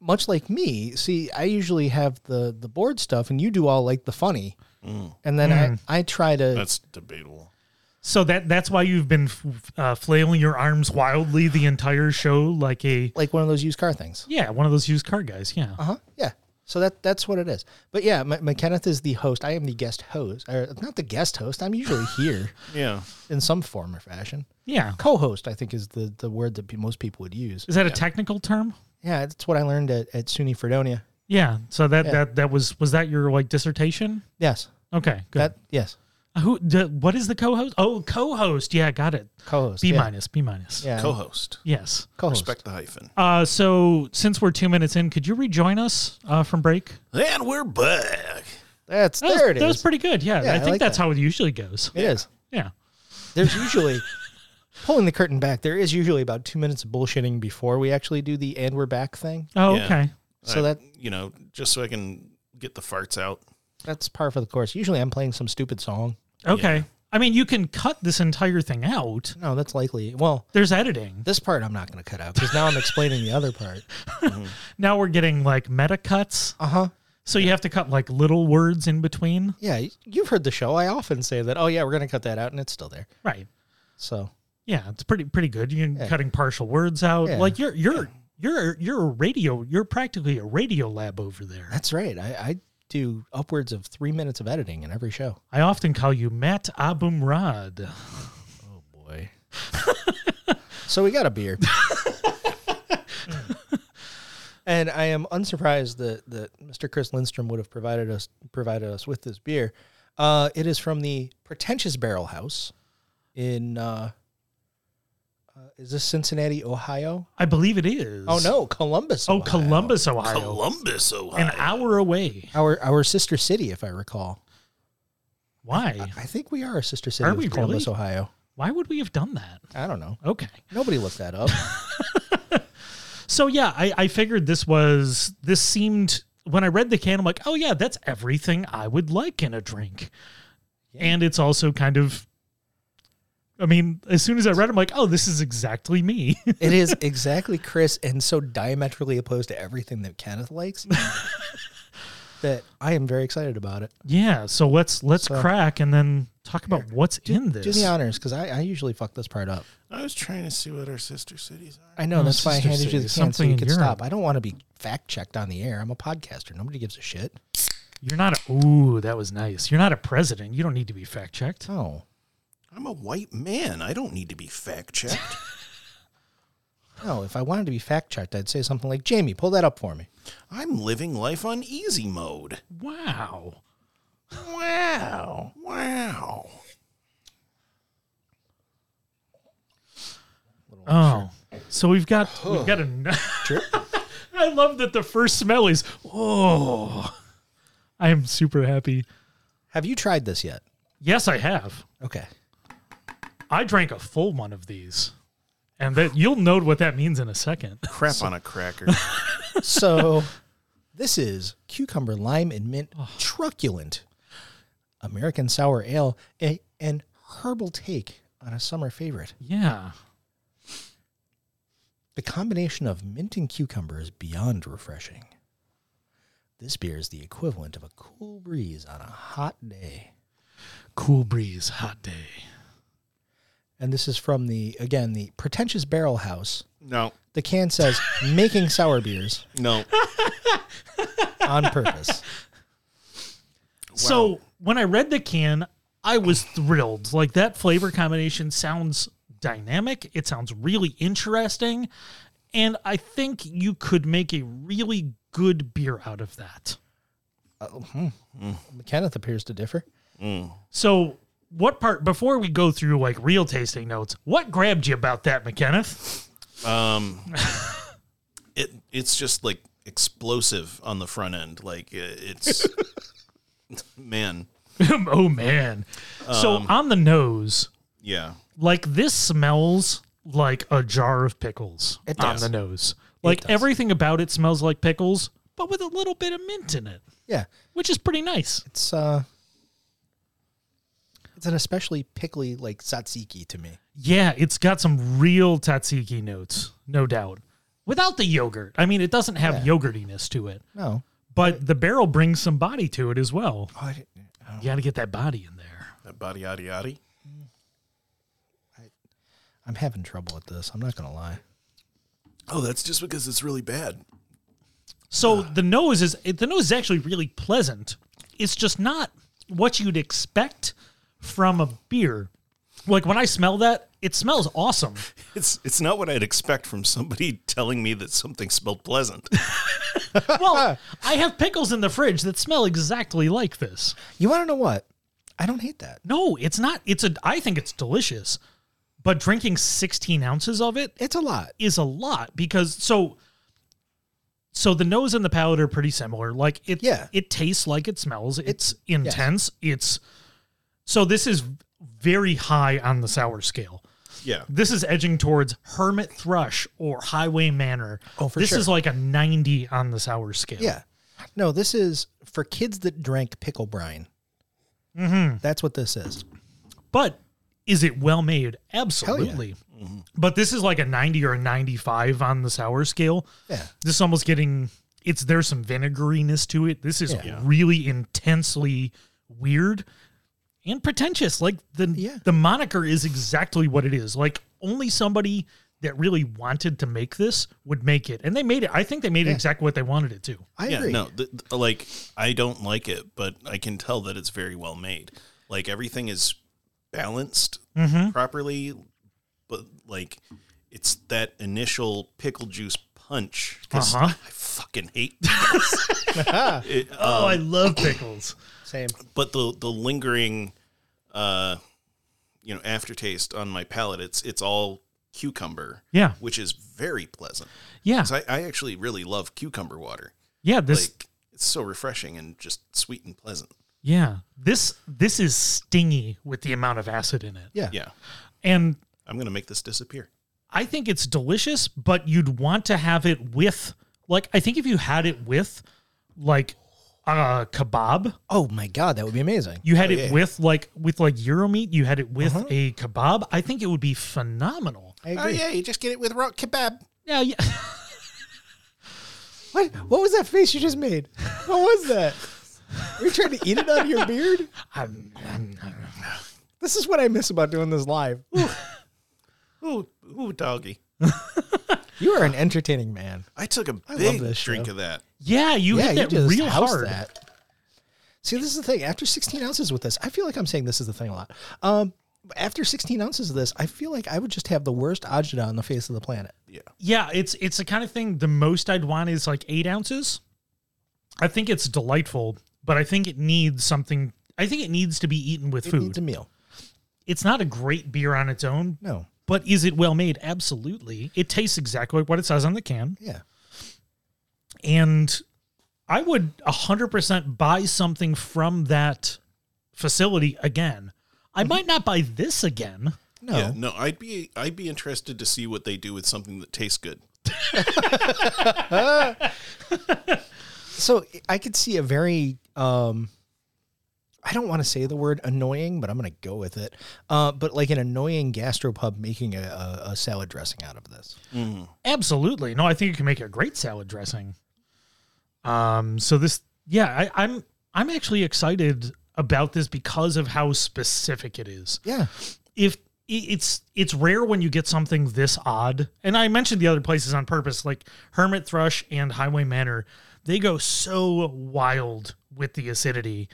[SPEAKER 4] Much like me, see, I usually have the the board stuff, and you do all like the funny, and then I I try to
[SPEAKER 3] That's debatable.
[SPEAKER 5] So that that's why you've been f- uh, flailing your arms wildly the entire show, like a
[SPEAKER 4] like one of those used car things.
[SPEAKER 5] yeah, one of those used car guys. Yeah.
[SPEAKER 4] Uh huh. Yeah. So that that's what it is. But yeah, M- McKenneth is the host. I am the guest host, or not the guest host. I'm usually here
[SPEAKER 3] Yeah.
[SPEAKER 4] in some form or fashion.
[SPEAKER 5] Yeah.
[SPEAKER 4] Co-host, I think, is the the word that pe- most people would use.
[SPEAKER 5] Is that a technical term?
[SPEAKER 4] Yeah, that's what I learned at, at SUNY Fredonia.
[SPEAKER 5] Yeah. So that that that was was that your like dissertation?
[SPEAKER 4] Yes.
[SPEAKER 5] Okay. Good.
[SPEAKER 4] That yes.
[SPEAKER 5] Who? The, what is the co-host? Oh, co-host. Yeah, got it.
[SPEAKER 4] Co-host.
[SPEAKER 5] B
[SPEAKER 4] yeah.
[SPEAKER 5] minus. B minus.
[SPEAKER 4] Yeah.
[SPEAKER 3] Co-host.
[SPEAKER 5] Yes.
[SPEAKER 4] co-host.
[SPEAKER 3] Respect the hyphen.
[SPEAKER 5] Uh, so since we're two minutes in, could you rejoin us uh, from break?
[SPEAKER 3] And we're back.
[SPEAKER 4] That's
[SPEAKER 5] That was,
[SPEAKER 4] there it
[SPEAKER 5] that was
[SPEAKER 4] is.
[SPEAKER 5] pretty good. Yeah,
[SPEAKER 4] Yeah,
[SPEAKER 5] I
[SPEAKER 4] I
[SPEAKER 5] think
[SPEAKER 4] like
[SPEAKER 5] that's
[SPEAKER 4] that.
[SPEAKER 5] how it usually goes.
[SPEAKER 4] It is.
[SPEAKER 5] Yeah.
[SPEAKER 4] There's usually pulling the curtain back. There is usually about two minutes of bullshitting before we actually do the and we're back thing.
[SPEAKER 5] Oh,
[SPEAKER 3] Yeah.
[SPEAKER 5] okay.
[SPEAKER 4] So
[SPEAKER 3] I-
[SPEAKER 4] that
[SPEAKER 3] you know, just so I can get the farts out.
[SPEAKER 4] that's par for the course. Usually I'm playing some stupid song.
[SPEAKER 5] Okay. I mean, you can cut this entire thing out.
[SPEAKER 4] No, that's likely. Well,
[SPEAKER 5] There's editing.
[SPEAKER 4] this part I'm not going to cut out because now I'm explaining the other part.
[SPEAKER 5] Now we're getting like meta cuts.
[SPEAKER 4] Uh huh.
[SPEAKER 5] So you have to cut like little words in between.
[SPEAKER 4] Yeah, y- you've heard the show. I often say that. Oh yeah, we're going to cut that out, and it's still there.
[SPEAKER 5] Right.
[SPEAKER 4] So
[SPEAKER 5] Yeah, it's pretty pretty good. You're cutting partial words out.
[SPEAKER 4] Yeah.
[SPEAKER 5] Like you're you're you're you're a radio. You're practically a radio lab over there.
[SPEAKER 4] that's right. I, I do upwards of three minutes of editing in every show.
[SPEAKER 5] I often call you Matt Abumrad.
[SPEAKER 4] boy. so we got a beer. and I am unsurprised that, that Mr. Chris Lindstrom would have provided us provided us with this beer. Uh, it is from the Pretentious Barrel House in uh, uh, is this Cincinnati, Ohio?
[SPEAKER 5] I believe it is.
[SPEAKER 4] Oh no, Columbus.
[SPEAKER 5] Oh,
[SPEAKER 4] Ohio.
[SPEAKER 5] Columbus, Ohio.
[SPEAKER 3] Columbus, Ohio.
[SPEAKER 5] An hour away.
[SPEAKER 4] Our our sister city, if I recall.
[SPEAKER 5] Why?
[SPEAKER 4] I think we are a sister city
[SPEAKER 5] Are
[SPEAKER 4] of
[SPEAKER 5] we
[SPEAKER 4] Columbus,
[SPEAKER 5] really?
[SPEAKER 4] Ohio.
[SPEAKER 5] Why would we have done that?
[SPEAKER 4] I don't know.
[SPEAKER 5] Okay.
[SPEAKER 4] Nobody looked that up.
[SPEAKER 5] So yeah, I, I figured this was this seemed when I read the can, I'm like, oh yeah, that's everything I would like in a drink. And it's also kind of I mean, as soon as I read it, I'm like, oh, this is exactly me.
[SPEAKER 4] It is exactly Chris and so diametrically opposed to everything that Kenneth likes. that I am very excited about it.
[SPEAKER 5] Yeah, so let's let's
[SPEAKER 4] So-
[SPEAKER 5] crack and then talk about what's in this.
[SPEAKER 4] Do the honors because I, I usually fuck this part up.
[SPEAKER 3] I was trying to see what our sister cities are.
[SPEAKER 4] I know that's why I
[SPEAKER 5] sister
[SPEAKER 4] handed you the
[SPEAKER 5] cities,
[SPEAKER 4] can so
[SPEAKER 5] something
[SPEAKER 4] you
[SPEAKER 5] in
[SPEAKER 4] could
[SPEAKER 5] Europe.
[SPEAKER 4] stop. I don't want to be fact checked on the air. I'm a podcaster. Nobody gives a shit.
[SPEAKER 5] You're not a ooh, that was nice. You're not a president. You don't need to be fact checked.
[SPEAKER 4] Oh,
[SPEAKER 3] I'm a white man. I don't need to be fact checked.
[SPEAKER 4] no. If I wanted to be fact checked, I'd say something like, "Jamie, pull that up for me."
[SPEAKER 3] I'm living life on easy mode.
[SPEAKER 5] Wow.
[SPEAKER 3] Wow. Wow.
[SPEAKER 5] Oh. So we've got we've got a I love that the first smell is oh. I am super happy.
[SPEAKER 4] Have you tried this yet?
[SPEAKER 5] Yes, I have.
[SPEAKER 4] Okay.
[SPEAKER 5] I drank a full one of these. And that you'll know what that means in a second.
[SPEAKER 3] Crap on a cracker.
[SPEAKER 4] So this is cucumber, lime, and mint truculent American sour ale, a, an herbal take on a summer favorite.
[SPEAKER 5] Yeah.
[SPEAKER 4] The combination of mint and cucumber is beyond refreshing. This beer is the equivalent of a cool breeze on a hot day.
[SPEAKER 5] Cool breeze, hot day.
[SPEAKER 4] And this is from the, again, the pretentious barrel house.
[SPEAKER 3] no.
[SPEAKER 4] The can says, making sour beers
[SPEAKER 3] No.
[SPEAKER 4] on purpose.
[SPEAKER 5] So when I read the can, I was thrilled. Like that flavor combination sounds dynamic. It sounds really interesting. And I think you could make a really good beer out of that.
[SPEAKER 4] Kenneth appears to differ.
[SPEAKER 5] So what part before we go through like real tasting notes, what grabbed you about that, McKenneth?
[SPEAKER 3] It it's just like explosive on the front end. Like it- it's man.
[SPEAKER 5] oh man. so on the nose,
[SPEAKER 3] Yeah.
[SPEAKER 5] like this smells like a jar of pickles
[SPEAKER 4] It
[SPEAKER 5] on
[SPEAKER 4] does.
[SPEAKER 5] the nose. Like everything about it smells like pickles, but with a little bit of mint in it,
[SPEAKER 4] Yeah.
[SPEAKER 5] which is pretty nice.
[SPEAKER 4] It's uh It's an especially pickly like tzatziki to me.
[SPEAKER 5] Yeah, it's got some real tatsiki notes, no doubt. Without the yogurt. I mean, it doesn't have yogurtiness to it,
[SPEAKER 4] No.
[SPEAKER 5] but the barrel brings some body to it as well.
[SPEAKER 4] Oh, I didn't-
[SPEAKER 5] You got to get that body in there.
[SPEAKER 3] That body yaddy yaddy.
[SPEAKER 4] I'm having trouble with this. I'm not going to lie.
[SPEAKER 3] Oh, that's just because it's really bad.
[SPEAKER 5] So the nose is it- the nose is actually really pleasant. It's just not what you'd expect from a beer. Like when I smell that, it smells awesome.
[SPEAKER 3] It's it's not what I'd expect from somebody telling me that something smelled pleasant.
[SPEAKER 5] Well, I have pickles in the fridge that smell exactly like this.
[SPEAKER 4] You want to know what? I don't hate that.
[SPEAKER 5] No, it's not. It's a. I think it's delicious, but drinking 16 ounces of it
[SPEAKER 4] It's a lot.
[SPEAKER 5] is a lot because so. So the nose and the palate are pretty similar. Like it,
[SPEAKER 4] Yeah.
[SPEAKER 5] it tastes like it smells. It's intense. It's so this is very high on the sour scale.
[SPEAKER 3] yeah.
[SPEAKER 5] This is edging towards Hermit Thrush or Highway Manor.
[SPEAKER 4] Oh, for
[SPEAKER 5] this
[SPEAKER 4] sure.
[SPEAKER 5] is like a 90 on the sour scale.
[SPEAKER 4] Yeah. No, this is for kids that drank pickle brine. That's what this is.
[SPEAKER 5] But is it well made? Absolutely. But this is like a 90 or a 95 on the sour scale.
[SPEAKER 4] Yeah.
[SPEAKER 5] This is almost getting it's there's some vinegariness to it. This is really intensely weird and pretentious. Like the
[SPEAKER 4] Yeah.
[SPEAKER 5] the moniker is exactly what it is. Like only somebody that really wanted to make this would make it. And they made it. I think they made it exactly what they wanted it to.
[SPEAKER 4] I
[SPEAKER 3] Yeah,
[SPEAKER 4] agree.
[SPEAKER 3] no, th- th- like I don't like it, but I can tell that it's very well made. Like everything is balanced properly, but like it's that initial pickle juice punch. 'cause
[SPEAKER 5] Uh-huh.
[SPEAKER 3] I fucking hate. pickles. It- uh,
[SPEAKER 5] Oh, I love pickles.
[SPEAKER 4] Same.
[SPEAKER 3] but the the lingering, uh, you know, aftertaste on my palate. It's it's all cucumber.
[SPEAKER 5] Yeah.
[SPEAKER 3] which is very pleasant.
[SPEAKER 5] Yeah.
[SPEAKER 3] 'Cause I, I actually really love cucumber water.
[SPEAKER 5] Yeah, this
[SPEAKER 3] like it's so refreshing and just sweet and pleasant.
[SPEAKER 5] Yeah. This this is stingy with the amount of acid in it.
[SPEAKER 4] Yeah.
[SPEAKER 3] Yeah.
[SPEAKER 5] And
[SPEAKER 3] I'm gonna make this disappear.
[SPEAKER 5] I think it's delicious, but you'd want to have it with like I think if you had it with like uh kebab,
[SPEAKER 4] Oh my god, that would be amazing.
[SPEAKER 5] you had it with like with like gyro meat, you had it with a kebab, I think it would be
[SPEAKER 4] Oh,
[SPEAKER 3] Oh,
[SPEAKER 5] phenomenal.
[SPEAKER 4] I agree.
[SPEAKER 3] you just get it with rock kebab.
[SPEAKER 5] Yeah, yeah.
[SPEAKER 4] What? What was that face you just made? What was that? Are you trying to eat it out of your beard? This is what I miss about doing this live.
[SPEAKER 3] Ooh, ooh, doggy.
[SPEAKER 4] You are an entertaining man.
[SPEAKER 3] I took a
[SPEAKER 4] love
[SPEAKER 3] big
[SPEAKER 4] this
[SPEAKER 3] drink
[SPEAKER 4] show.
[SPEAKER 3] of that.
[SPEAKER 5] Yeah, you hit that real
[SPEAKER 4] housed
[SPEAKER 5] hard.
[SPEAKER 4] See, this is the thing. After 16 ounces with this, I feel like I'm saying this is the thing a lot. Um, after 16 ounces of this, I feel like I would just have the worst agita on the face of the planet.
[SPEAKER 5] Yeah, it's it's the kind of thing. The most I'd want is like eight ounces. I think it's delightful, but I think it needs something. I think it needs to be eaten with
[SPEAKER 4] It
[SPEAKER 5] food.
[SPEAKER 4] needs a meal.
[SPEAKER 5] it's not a great beer on its own,
[SPEAKER 4] No.
[SPEAKER 5] but is it well made? Absolutely. It tastes exactly what it says on the can.
[SPEAKER 4] Yeah.
[SPEAKER 5] and I would 100% buy something from that facility again. I might not buy this again.
[SPEAKER 4] No.
[SPEAKER 3] Yeah, no, I'd be I'd be interested to see what they do with something that tastes good.
[SPEAKER 4] So I could see a very um I don't want to say the word annoying, but I'm going to go with it. Uh, but like an annoying gastropub making a, a, a salad dressing out of this.
[SPEAKER 5] Absolutely. No, I think you can make a great salad dressing. Um so this yeah, I I'm I'm actually excited about this because of how specific it is.
[SPEAKER 4] Yeah.
[SPEAKER 5] if i- it's it's rare when you get something this odd and i mentioned the other places on purpose like hermit thrush and highway manor they go so wild with the acidity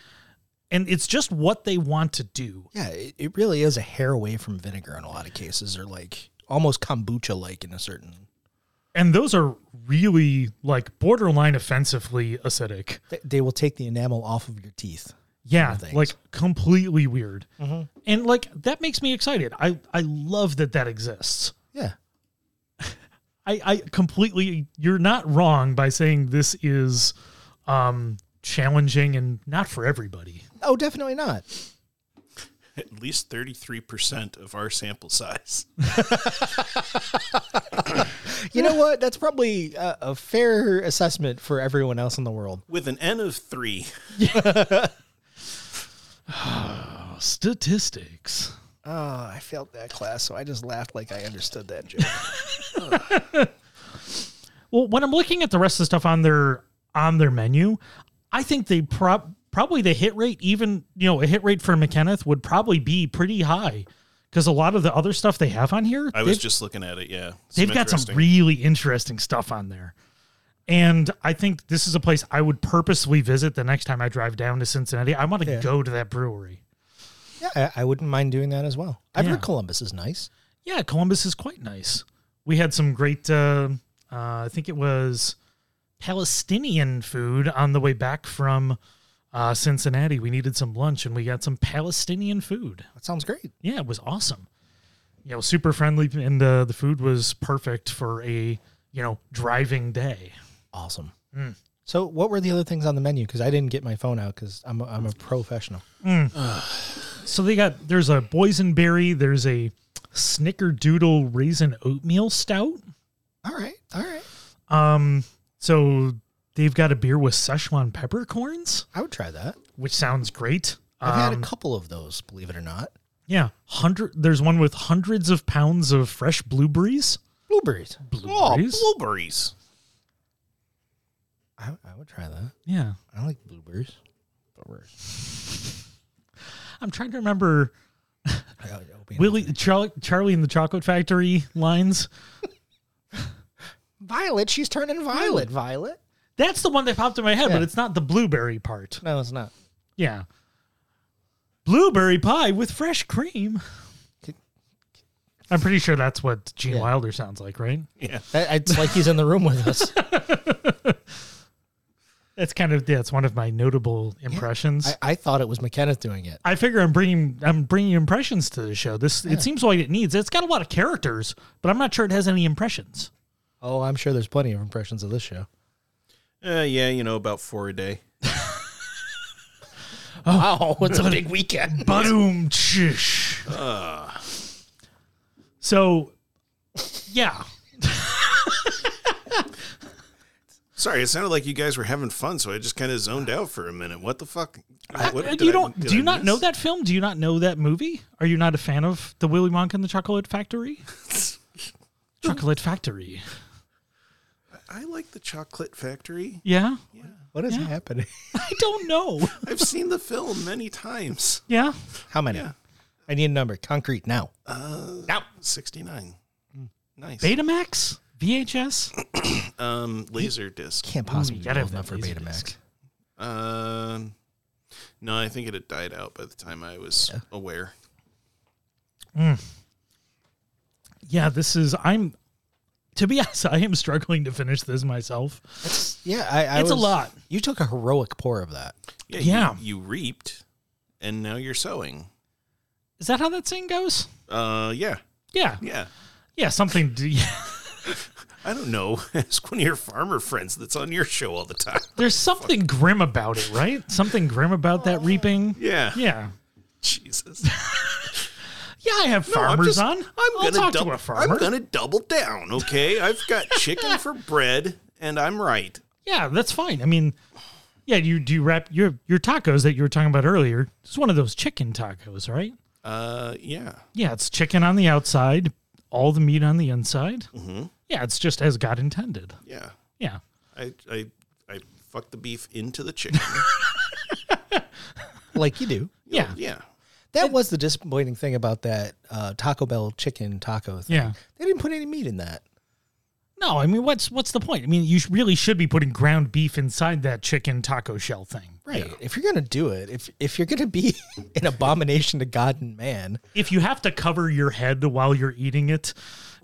[SPEAKER 5] and it's just what they want to do
[SPEAKER 4] Yeah. It, it really is a hair away from vinegar in a lot of cases, or like almost kombucha like in a certain.
[SPEAKER 5] and those are really like borderline offensively acidic
[SPEAKER 4] They, they will take the enamel off of your teeth.
[SPEAKER 5] yeah
[SPEAKER 4] things.
[SPEAKER 5] like completely weird and like that makes me excited i i love that that exists
[SPEAKER 4] Yeah.
[SPEAKER 5] I, I completely you're not wrong by saying this is um challenging and not for everybody.
[SPEAKER 4] Oh, definitely not.
[SPEAKER 3] At least thirty three percent of our sample size.
[SPEAKER 4] You know what? That's probably a, a fair assessment for everyone else in the world.
[SPEAKER 3] With an N of three.
[SPEAKER 5] Statistics.
[SPEAKER 4] Oh, I failed that class, so I just laughed like I understood that joke.
[SPEAKER 5] Well, when I'm looking at the rest of the stuff on their on their menu, I think they prob probably the hit rate even, you know, a hit rate for McKenneth would probably be pretty high cuz a lot of the other stuff they have on here,
[SPEAKER 3] I was just looking at it, yeah. Some
[SPEAKER 5] they've got some
[SPEAKER 3] interesting-
[SPEAKER 5] really interesting stuff on there. And I think this is a place I would purposely visit the next time I drive down to Cincinnati. I want to go to that brewery.
[SPEAKER 4] Yeah, I, I wouldn't mind doing that as well. I've
[SPEAKER 5] Yeah.
[SPEAKER 4] heard Columbus is nice.
[SPEAKER 5] Yeah, Columbus is quite nice. We had some great, uh, uh, I think it was Palestinian food on the way back from uh, Cincinnati. We needed some lunch and we got some Palestinian food.
[SPEAKER 4] That sounds great.
[SPEAKER 5] Yeah, it was awesome. You know, super friendly, and uh, the food was perfect for a you know driving day.
[SPEAKER 4] Awesome. So, what were the other things on the menu? Because I didn't get my phone out because I'm a, I'm a professional.
[SPEAKER 5] So they got there's a boysenberry, there's a snickerdoodle raisin oatmeal stout.
[SPEAKER 4] All right, all right.
[SPEAKER 5] Um, so they've got a beer with Szechuan peppercorns,
[SPEAKER 4] I would try that.
[SPEAKER 5] which sounds great.
[SPEAKER 4] I've
[SPEAKER 5] Um,
[SPEAKER 4] had a couple of those, believe it or not.
[SPEAKER 5] yeah, hundred. There's one with hundreds of pounds of fresh blueberries.
[SPEAKER 4] Blueberries.
[SPEAKER 3] Oh,
[SPEAKER 5] Blueberries.
[SPEAKER 3] blueberries.
[SPEAKER 4] I, I would try that.
[SPEAKER 5] yeah,
[SPEAKER 4] I like blueberries.
[SPEAKER 5] I'm trying to remember
[SPEAKER 4] I like oatmeal.
[SPEAKER 5] Willie Charlie, Charlie and the Chocolate Factory lines.
[SPEAKER 4] Violet, she's turning violet. Violet?
[SPEAKER 5] That's the one that popped in my head,
[SPEAKER 4] Yeah.
[SPEAKER 5] but it's not the blueberry part.
[SPEAKER 4] No, it's not.
[SPEAKER 5] Yeah, blueberry pie with fresh cream. I'm pretty sure that's what Gene
[SPEAKER 4] Yeah.
[SPEAKER 5] Wilder sounds like, right?
[SPEAKER 4] I- It's like he's in the room with us.
[SPEAKER 5] That's kind of yeah, it's one of my notable impressions.
[SPEAKER 4] I, I thought it was McKenna doing it.
[SPEAKER 5] I figure I'm bringing I'm bringing impressions to the show. This it seems like it needs. It's got a lot of characters, but I'm not sure it has any impressions.
[SPEAKER 4] Oh, I'm sure there's plenty of impressions of this show.
[SPEAKER 3] Uh, yeah, you know, about four a day.
[SPEAKER 4] Oh. Wow, it's a big weekend.
[SPEAKER 5] Boom, chish. So, yeah,
[SPEAKER 3] Sorry, it sounded like you guys were having fun, so I just kind of zoned out for a minute. What the fuck? What-
[SPEAKER 5] Uh,
[SPEAKER 3] did
[SPEAKER 5] you
[SPEAKER 3] I-
[SPEAKER 5] don't.
[SPEAKER 3] did
[SPEAKER 5] do you
[SPEAKER 3] I
[SPEAKER 5] not
[SPEAKER 3] miss?
[SPEAKER 5] know that film? Do you not know that movie? Are you not a fan of the Willy Wonka and the Chocolate Factory? Chocolate Factory.
[SPEAKER 3] I like the Chocolate Factory.
[SPEAKER 5] Yeah.
[SPEAKER 4] What is
[SPEAKER 5] Yeah.
[SPEAKER 4] happening?
[SPEAKER 5] I don't know.
[SPEAKER 3] I've seen the film many times.
[SPEAKER 5] Yeah.
[SPEAKER 4] How many? I need a number. Concrete now.
[SPEAKER 3] Uh, now sixty nine. Nice.
[SPEAKER 5] Betamax, VHS.
[SPEAKER 3] Um, laser disc.
[SPEAKER 4] Can't possibly
[SPEAKER 5] gotta
[SPEAKER 4] be old enough
[SPEAKER 5] have that
[SPEAKER 4] for
[SPEAKER 5] Laserdisc.
[SPEAKER 4] Betamax.
[SPEAKER 3] Um, no, I think it had died out by the time I was aware.
[SPEAKER 5] Yeah, this is I'm to be honest, I am struggling to finish this myself.
[SPEAKER 4] Yeah, I, I
[SPEAKER 5] It's a
[SPEAKER 4] was-
[SPEAKER 5] lot.
[SPEAKER 4] You took a heroic pour of that.
[SPEAKER 3] Yeah.
[SPEAKER 5] Yeah.
[SPEAKER 3] You, you reaped, and now you're sowing.
[SPEAKER 5] Is that how that saying goes?
[SPEAKER 3] Uh, yeah,
[SPEAKER 5] Yeah.
[SPEAKER 3] yeah.
[SPEAKER 5] Yeah, something to- yeah.
[SPEAKER 3] I don't know. Ask one of your farmer friends that's on your show all the time.
[SPEAKER 5] There's something grim about it, right? Something grim about that reaping.
[SPEAKER 3] Uh, Yeah.
[SPEAKER 5] Yeah.
[SPEAKER 3] Jesus.
[SPEAKER 5] Yeah, I have
[SPEAKER 3] No, I'm
[SPEAKER 5] farmers
[SPEAKER 3] just-
[SPEAKER 5] on.
[SPEAKER 3] I'm
[SPEAKER 5] I'll
[SPEAKER 3] gonna
[SPEAKER 5] talk
[SPEAKER 3] double,
[SPEAKER 5] to a farmer.
[SPEAKER 3] I'm gonna double down. Okay, I've got chicken for bread, and I'm right.
[SPEAKER 5] Yeah, that's fine. I mean, yeah, you do wrap your your tacos that you were talking about earlier. It's one of those chicken tacos, right?
[SPEAKER 3] Uh, yeah.
[SPEAKER 5] Yeah, it's chicken on the outside, all the meat on the inside. Mm-hmm. Yeah, it's just as God intended.
[SPEAKER 3] Yeah.
[SPEAKER 5] Yeah.
[SPEAKER 3] I I I fucked the beef into the chicken.
[SPEAKER 4] Like you do.
[SPEAKER 5] Yeah.
[SPEAKER 3] yeah.
[SPEAKER 4] That was the disappointing thing about that uh, Taco Bell chicken taco thing.
[SPEAKER 5] Yeah.
[SPEAKER 4] They didn't put any meat in that.
[SPEAKER 5] No, I mean, what's what's the point? I mean, you sh- really should be putting ground beef inside that chicken taco shell thing.
[SPEAKER 4] Right. If you're gonna do it, if if you're gonna be an abomination to God and man,
[SPEAKER 5] If you have to cover your head while you're eating it,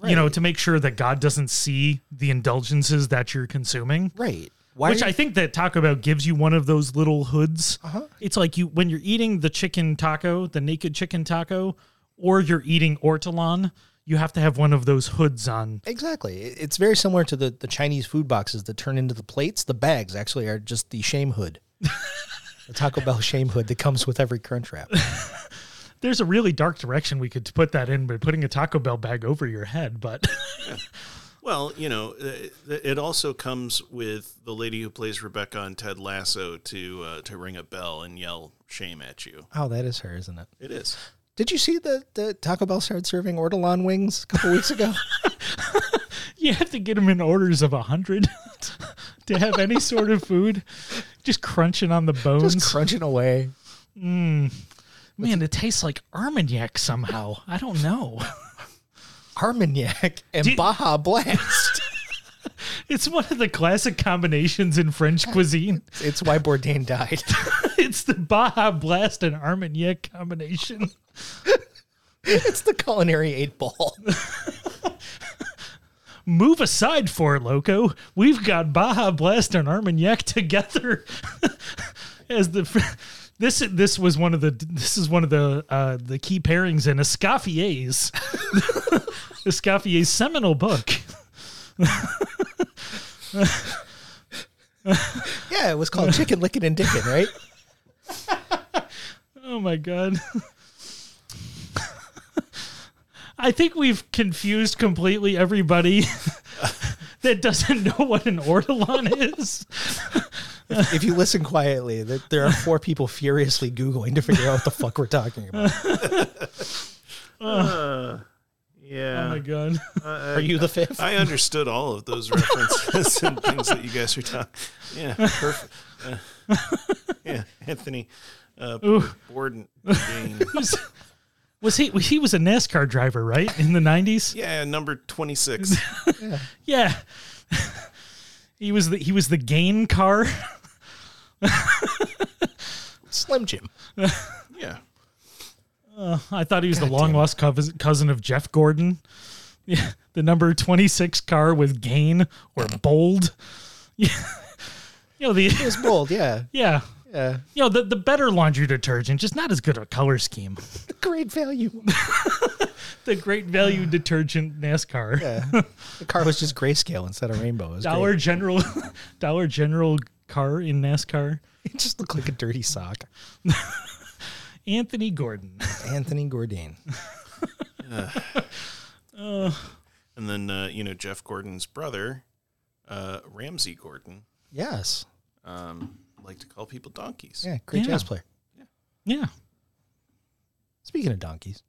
[SPEAKER 5] you know, to make sure that God doesn't see the indulgences that you're consuming.
[SPEAKER 4] right? Why?
[SPEAKER 5] Which
[SPEAKER 4] are you- Uh-huh.
[SPEAKER 5] I think that Taco Bell gives you one of those little hoods. It's like you when you're eating the chicken taco, the naked chicken taco, or you're eating ortolan, you have to have one of those hoods on.
[SPEAKER 4] exactly. It- It's very similar to the the Chinese food boxes that turn into the plates. The bags actually are just the shame hood. The Taco Bell shame hood that comes with every crunch wrap.
[SPEAKER 5] There's a really dark direction we could put that in by putting a Taco Bell bag over your head, but
[SPEAKER 3] Well, you know, it, it also comes with the lady who plays Rebecca on Ted Lasso to uh, to ring a bell and yell shame at you.
[SPEAKER 4] Oh, that is her, isn't it?
[SPEAKER 3] It is.
[SPEAKER 4] Did you see the, the Taco Bell started serving Ortolan wings a couple weeks ago?
[SPEAKER 5] you have to get them in orders of a hundred to have any sort of food. Just crunching on the bones.
[SPEAKER 4] Just crunching away.
[SPEAKER 5] Man, it tastes like Armagnac somehow. I don't know.
[SPEAKER 4] Armagnac and
[SPEAKER 5] Do-
[SPEAKER 4] Baja Blast.
[SPEAKER 5] It's one of the classic combinations in French cuisine.
[SPEAKER 4] it's why Bourdain died.
[SPEAKER 5] it's the Baja Blast and Armagnac combination.
[SPEAKER 4] it's the culinary eight ball.
[SPEAKER 5] Move aside for it, Loco. We've got Baja Blast and Armagnac together as the. fr- This, this was one of the this is one of the uh, the key pairings in Escoffier's Escoffier's seminal book.
[SPEAKER 4] Yeah, it was called Chicken Lickin' and Dickin', right?
[SPEAKER 5] Oh my god. I think we've confused completely everybody that doesn't know what an ortolan is.
[SPEAKER 4] If you listen quietly, th- there are four people furiously Googling to figure out what the fuck we're talking about.
[SPEAKER 5] Oh
[SPEAKER 2] Yeah.
[SPEAKER 5] my god.
[SPEAKER 4] Are you the fifth?
[SPEAKER 3] I understood all of those references and things that you guys are talking. Yeah, perfect. Uh, yeah, Anthony uh, Borden. Dane.
[SPEAKER 5] was, was he he was a NASCAR driver, right? In the 90s?
[SPEAKER 3] Yeah, number twenty six.
[SPEAKER 5] Yeah. He was the he was the gain car.
[SPEAKER 4] Slim Jim.
[SPEAKER 3] Yeah.
[SPEAKER 5] I thought he was the long lost cousin, cousin of Jeff Gordon. Yeah, the number 26 car with gain or bold. Yeah. You know, the
[SPEAKER 4] It was bold, yeah.
[SPEAKER 5] Yeah.
[SPEAKER 4] Yeah.
[SPEAKER 5] You know, the, the better laundry detergent, just not as good a color scheme.
[SPEAKER 4] The great value.
[SPEAKER 5] The great value detergent NASCAR.
[SPEAKER 4] Yeah. The car was just grayscale instead of rainbow. It, was great.
[SPEAKER 5] Dollar General Dollar General car in NASCAR.
[SPEAKER 4] it just looked like a dirty sock.
[SPEAKER 5] Anthony Gordon.
[SPEAKER 4] Anthony Gourdain.
[SPEAKER 3] And then uh, you know Jeff Gordon's brother, uh, Ramsey Gordon,
[SPEAKER 4] Yes.
[SPEAKER 3] um, liked to call people donkeys.
[SPEAKER 4] Yeah, great
[SPEAKER 5] Yeah.
[SPEAKER 4] jazz player.
[SPEAKER 5] Yeah.
[SPEAKER 4] Speaking of donkeys.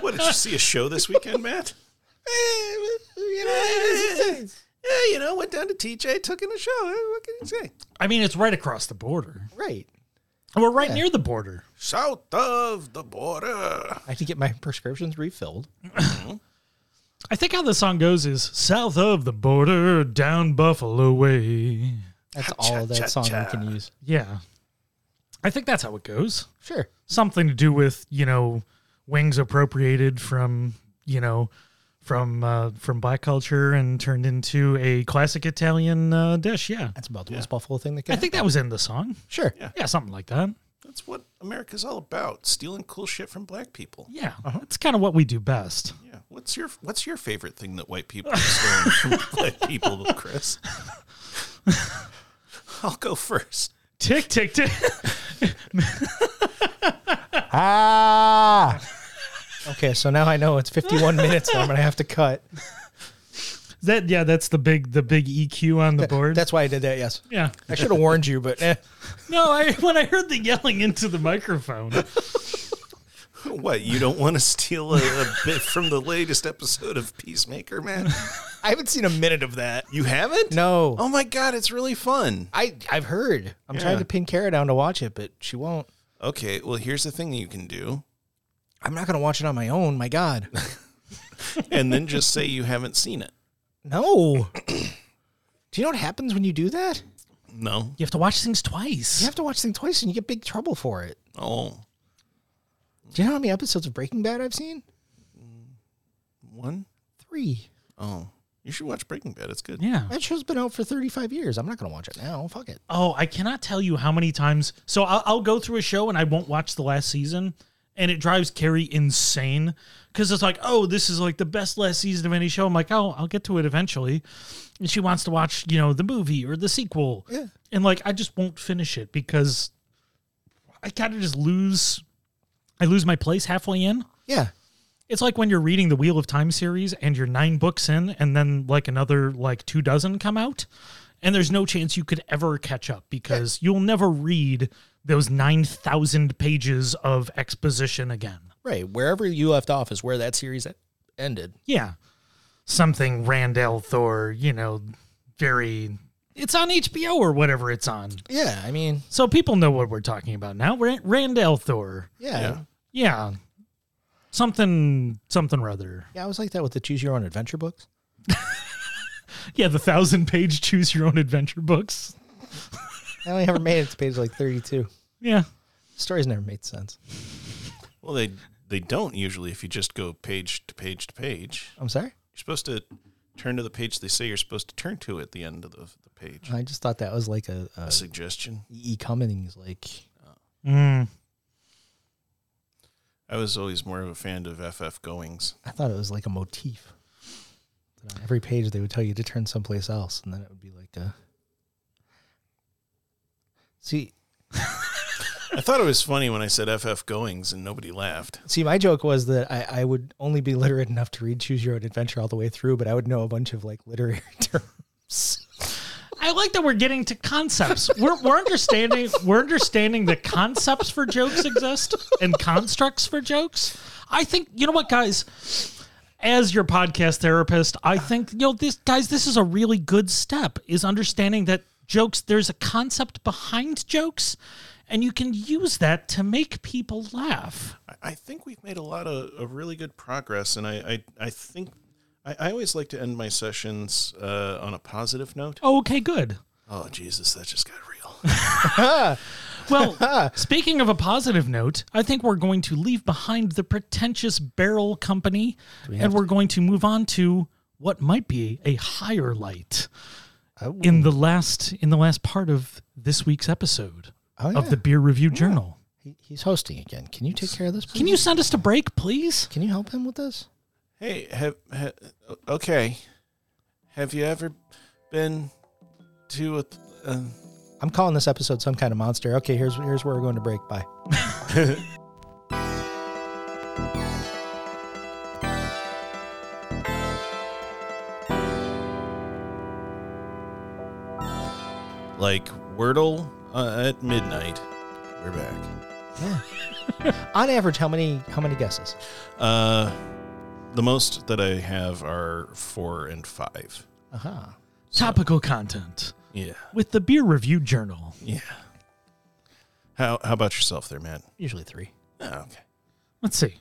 [SPEAKER 3] What did you see a show this weekend, Matt?
[SPEAKER 4] you know,
[SPEAKER 3] Yeah, eh, you know, went down to TJ, took in a show. Eh, What can you say?
[SPEAKER 5] I mean, it's right across the border.
[SPEAKER 4] right.
[SPEAKER 5] We're right near the border.
[SPEAKER 3] South of the border.
[SPEAKER 4] I can get my prescriptions refilled.
[SPEAKER 5] I think how the song goes is south of the border, down Buffalo way.
[SPEAKER 4] That's all of that song we can use.
[SPEAKER 5] Yeah. I think that's how it goes.
[SPEAKER 4] Sure.
[SPEAKER 5] Something to do with, you know, wings appropriated from, you know, from uh, from black culture and turned into a classic Italian uh, dish. Yeah.
[SPEAKER 4] That's about the most Buffalo thing that can.
[SPEAKER 5] I think that was in the song.
[SPEAKER 4] Sure.
[SPEAKER 5] Yeah, something like that.
[SPEAKER 3] That's what America's all about: stealing cool shit from black people.
[SPEAKER 5] Yeah. Uh-huh. That's kind of what we do best.
[SPEAKER 3] Yeah. What's your What's your favorite thing that white people have stolen from black people, Chris? I'll go first.
[SPEAKER 5] Tick, tick, tick.
[SPEAKER 4] Ah. okay, so now I know it's 51 minutes and I'm going to have to cut.
[SPEAKER 5] that yeah, that's the big the big EQ on the board.
[SPEAKER 4] That's why I did that, yes.
[SPEAKER 5] yeah.
[SPEAKER 4] I should have warned you, but eh.
[SPEAKER 5] No, I when I heard the yelling into the microphone.
[SPEAKER 3] What you don't want to steal a, a bit from the latest episode of Peacemaker, man?
[SPEAKER 4] I haven't seen a minute of that.
[SPEAKER 3] You haven't?
[SPEAKER 4] No.
[SPEAKER 3] Oh my god, it's really fun.
[SPEAKER 4] I, I've heard. I'm trying to pin Kara down to watch it, but she won't.
[SPEAKER 3] Okay, well here's the thing you can do,
[SPEAKER 4] I'm not going to watch it on my own. My God.
[SPEAKER 3] and then just say you haven't seen it.
[SPEAKER 4] No. do you know what happens when you do that?
[SPEAKER 3] No.
[SPEAKER 5] You have to watch things
[SPEAKER 4] You
[SPEAKER 5] twice.
[SPEAKER 4] have to watch things twice and you get big trouble for it.
[SPEAKER 3] Oh,
[SPEAKER 4] Do you know how many episodes of Breaking Bad I've seen?
[SPEAKER 3] one.
[SPEAKER 4] Three.
[SPEAKER 3] Oh, you should watch Breaking Bad. It's good.
[SPEAKER 5] Yeah.
[SPEAKER 4] That show's been out for 35 years. I'm not going to watch it now. Fuck it.
[SPEAKER 5] Oh, I cannot tell you how many times. So I'll, I'll go through a show and I won't watch the last season, and it drives Carrie insane because it's like, oh, this is like the best last season of any show. I'm like, oh, I'll get to it eventually, and she wants to watch, you know, the movie or the sequel, yeah. and like I just won't finish it because I kind of just lose, I lose my place halfway in.
[SPEAKER 4] Yeah.
[SPEAKER 5] It's like when you're reading the Wheel of Time series and you're nine books in, and then like another like two dozen come out, and there's no chance you could ever catch up because you'll never read those nine thousand pages of exposition again.
[SPEAKER 4] Right. Wherever you left off is where that series e- ended.
[SPEAKER 5] Yeah, something Randall Thor, you know, very. It's on HBO or whatever it's on,
[SPEAKER 4] Yeah. I mean,
[SPEAKER 5] so people know what we're talking about now. Ra- Randall Thor,
[SPEAKER 4] yeah.
[SPEAKER 3] Yeah.
[SPEAKER 4] yeah.
[SPEAKER 5] yeah, something something or other.
[SPEAKER 4] I was like that with the Choose Your Own Adventure books.
[SPEAKER 5] Yeah, the thousand page choose your own adventure books.
[SPEAKER 4] I only ever made it to page like 32.
[SPEAKER 5] Yeah.
[SPEAKER 4] Stories never made sense.
[SPEAKER 3] Well, they they don't usually if you just go page to page to page.
[SPEAKER 4] I'm sorry.
[SPEAKER 3] You're supposed to turn to the page they say you're supposed to turn to at the end of the, the page.
[SPEAKER 4] I just thought that was like a, a
[SPEAKER 3] A suggestion.
[SPEAKER 4] E. Cummings, like,
[SPEAKER 5] Mm.
[SPEAKER 3] I was always more of a fan of FF Goings.
[SPEAKER 4] I thought it was like a motif. That on every page they would tell you to turn someplace else, and then it would be like a. See,
[SPEAKER 3] I thought it was funny when I said FF Goings and nobody laughed.
[SPEAKER 4] See, my joke was that I, I would only be literate enough to read Choose Your Own Adventure all the way through, but I would know a bunch of like literary terms.
[SPEAKER 5] I like that we're getting to concepts. We're, we're understanding we're understanding that concepts for jokes exist and constructs for jokes. I think you know what, guys. As your podcast therapist, I think you know this, guys. This is a really good step is understanding that jokes. There's a concept behind jokes, and you can use that to make people laugh.
[SPEAKER 3] I- I think we've made a lot of, of really good progress, and I, I, I think I, I always like to end my sessions uh, on a positive note.
[SPEAKER 5] Oh, okay, good.
[SPEAKER 3] Oh, Jesus, that just got real.
[SPEAKER 4] Ah.
[SPEAKER 5] Well, speaking of a positive note, I think we're going to leave behind the pretentious barrel company and we're going to move on to what might be a higher light
[SPEAKER 4] Oh.
[SPEAKER 5] in the last in the last part of this week's episode
[SPEAKER 4] Oh,
[SPEAKER 5] of the Beer Review Journal.
[SPEAKER 4] He- He's hosting again. Can you take care of this?
[SPEAKER 5] Can
[SPEAKER 4] Please?
[SPEAKER 5] you send us to break, please?
[SPEAKER 4] Can you help him with this?
[SPEAKER 3] hey, have, ha okay. Have you ever been to a? Uh,
[SPEAKER 4] I'm calling this episode some kind of monster. Okay, here's here's where we're going to break. Bye.
[SPEAKER 3] like Wordle uh, at midnight? We're back.
[SPEAKER 4] On average, how many how many guesses?
[SPEAKER 3] Uh, the most that I have are four and five.
[SPEAKER 4] Aha.
[SPEAKER 5] Topical content
[SPEAKER 3] Yeah,
[SPEAKER 5] with the Beer Review Journal.
[SPEAKER 3] yeah. How how about yourself, there, man?
[SPEAKER 4] Usually three.
[SPEAKER 3] Oh, okay.
[SPEAKER 5] Let's see.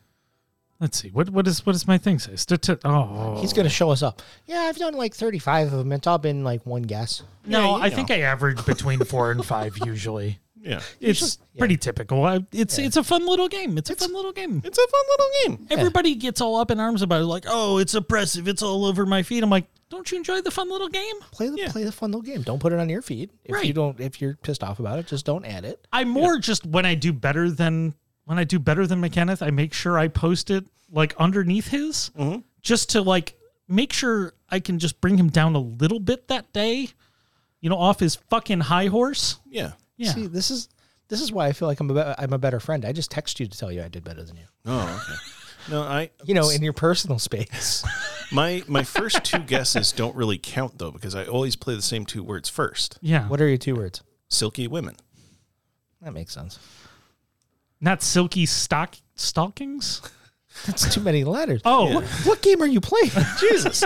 [SPEAKER 5] Let's see. What what is what does my thing say? Stati- oh,
[SPEAKER 4] He's going to show us up. Yeah, I've done like 35 of them. It's all been like one guess.
[SPEAKER 5] no.
[SPEAKER 3] you
[SPEAKER 5] I think I average between four and five usually.
[SPEAKER 3] Yeah,
[SPEAKER 5] It's pretty typical. I, it's it's a fun little game. It's a fun little game.
[SPEAKER 3] it's a fun little game.
[SPEAKER 5] Everybody gets all up in arms about it, like, oh, it's oppressive. It's all over my feet. I'm like, don't you enjoy the fun little game?
[SPEAKER 4] Play the play the fun little game. Don't put it on your feed. If you
[SPEAKER 5] Right.
[SPEAKER 4] don't if you're pissed off about it, just don't add it.
[SPEAKER 5] I more just when I do better than when I do better than McKenneth, I make sure I post it like underneath his, just to like make sure I can just bring him down a little bit that day, you know, off his fucking high horse.
[SPEAKER 3] Yeah.
[SPEAKER 5] Yeah,
[SPEAKER 4] See, this is this is why I feel like I'm a be- I'm a better friend. I just text you to tell you I did better than you.
[SPEAKER 3] Oh, okay. No, I
[SPEAKER 4] You know, in your personal space.
[SPEAKER 3] my my first two guesses don't really count though because I always play the same two words first.
[SPEAKER 5] yeah.
[SPEAKER 4] what are your two words?
[SPEAKER 3] Silky women.
[SPEAKER 4] That makes sense.
[SPEAKER 5] Not silky stock stockings.
[SPEAKER 4] That's too many letters.
[SPEAKER 5] Oh,
[SPEAKER 3] Yeah.
[SPEAKER 4] What game are you playing?
[SPEAKER 3] Jesus,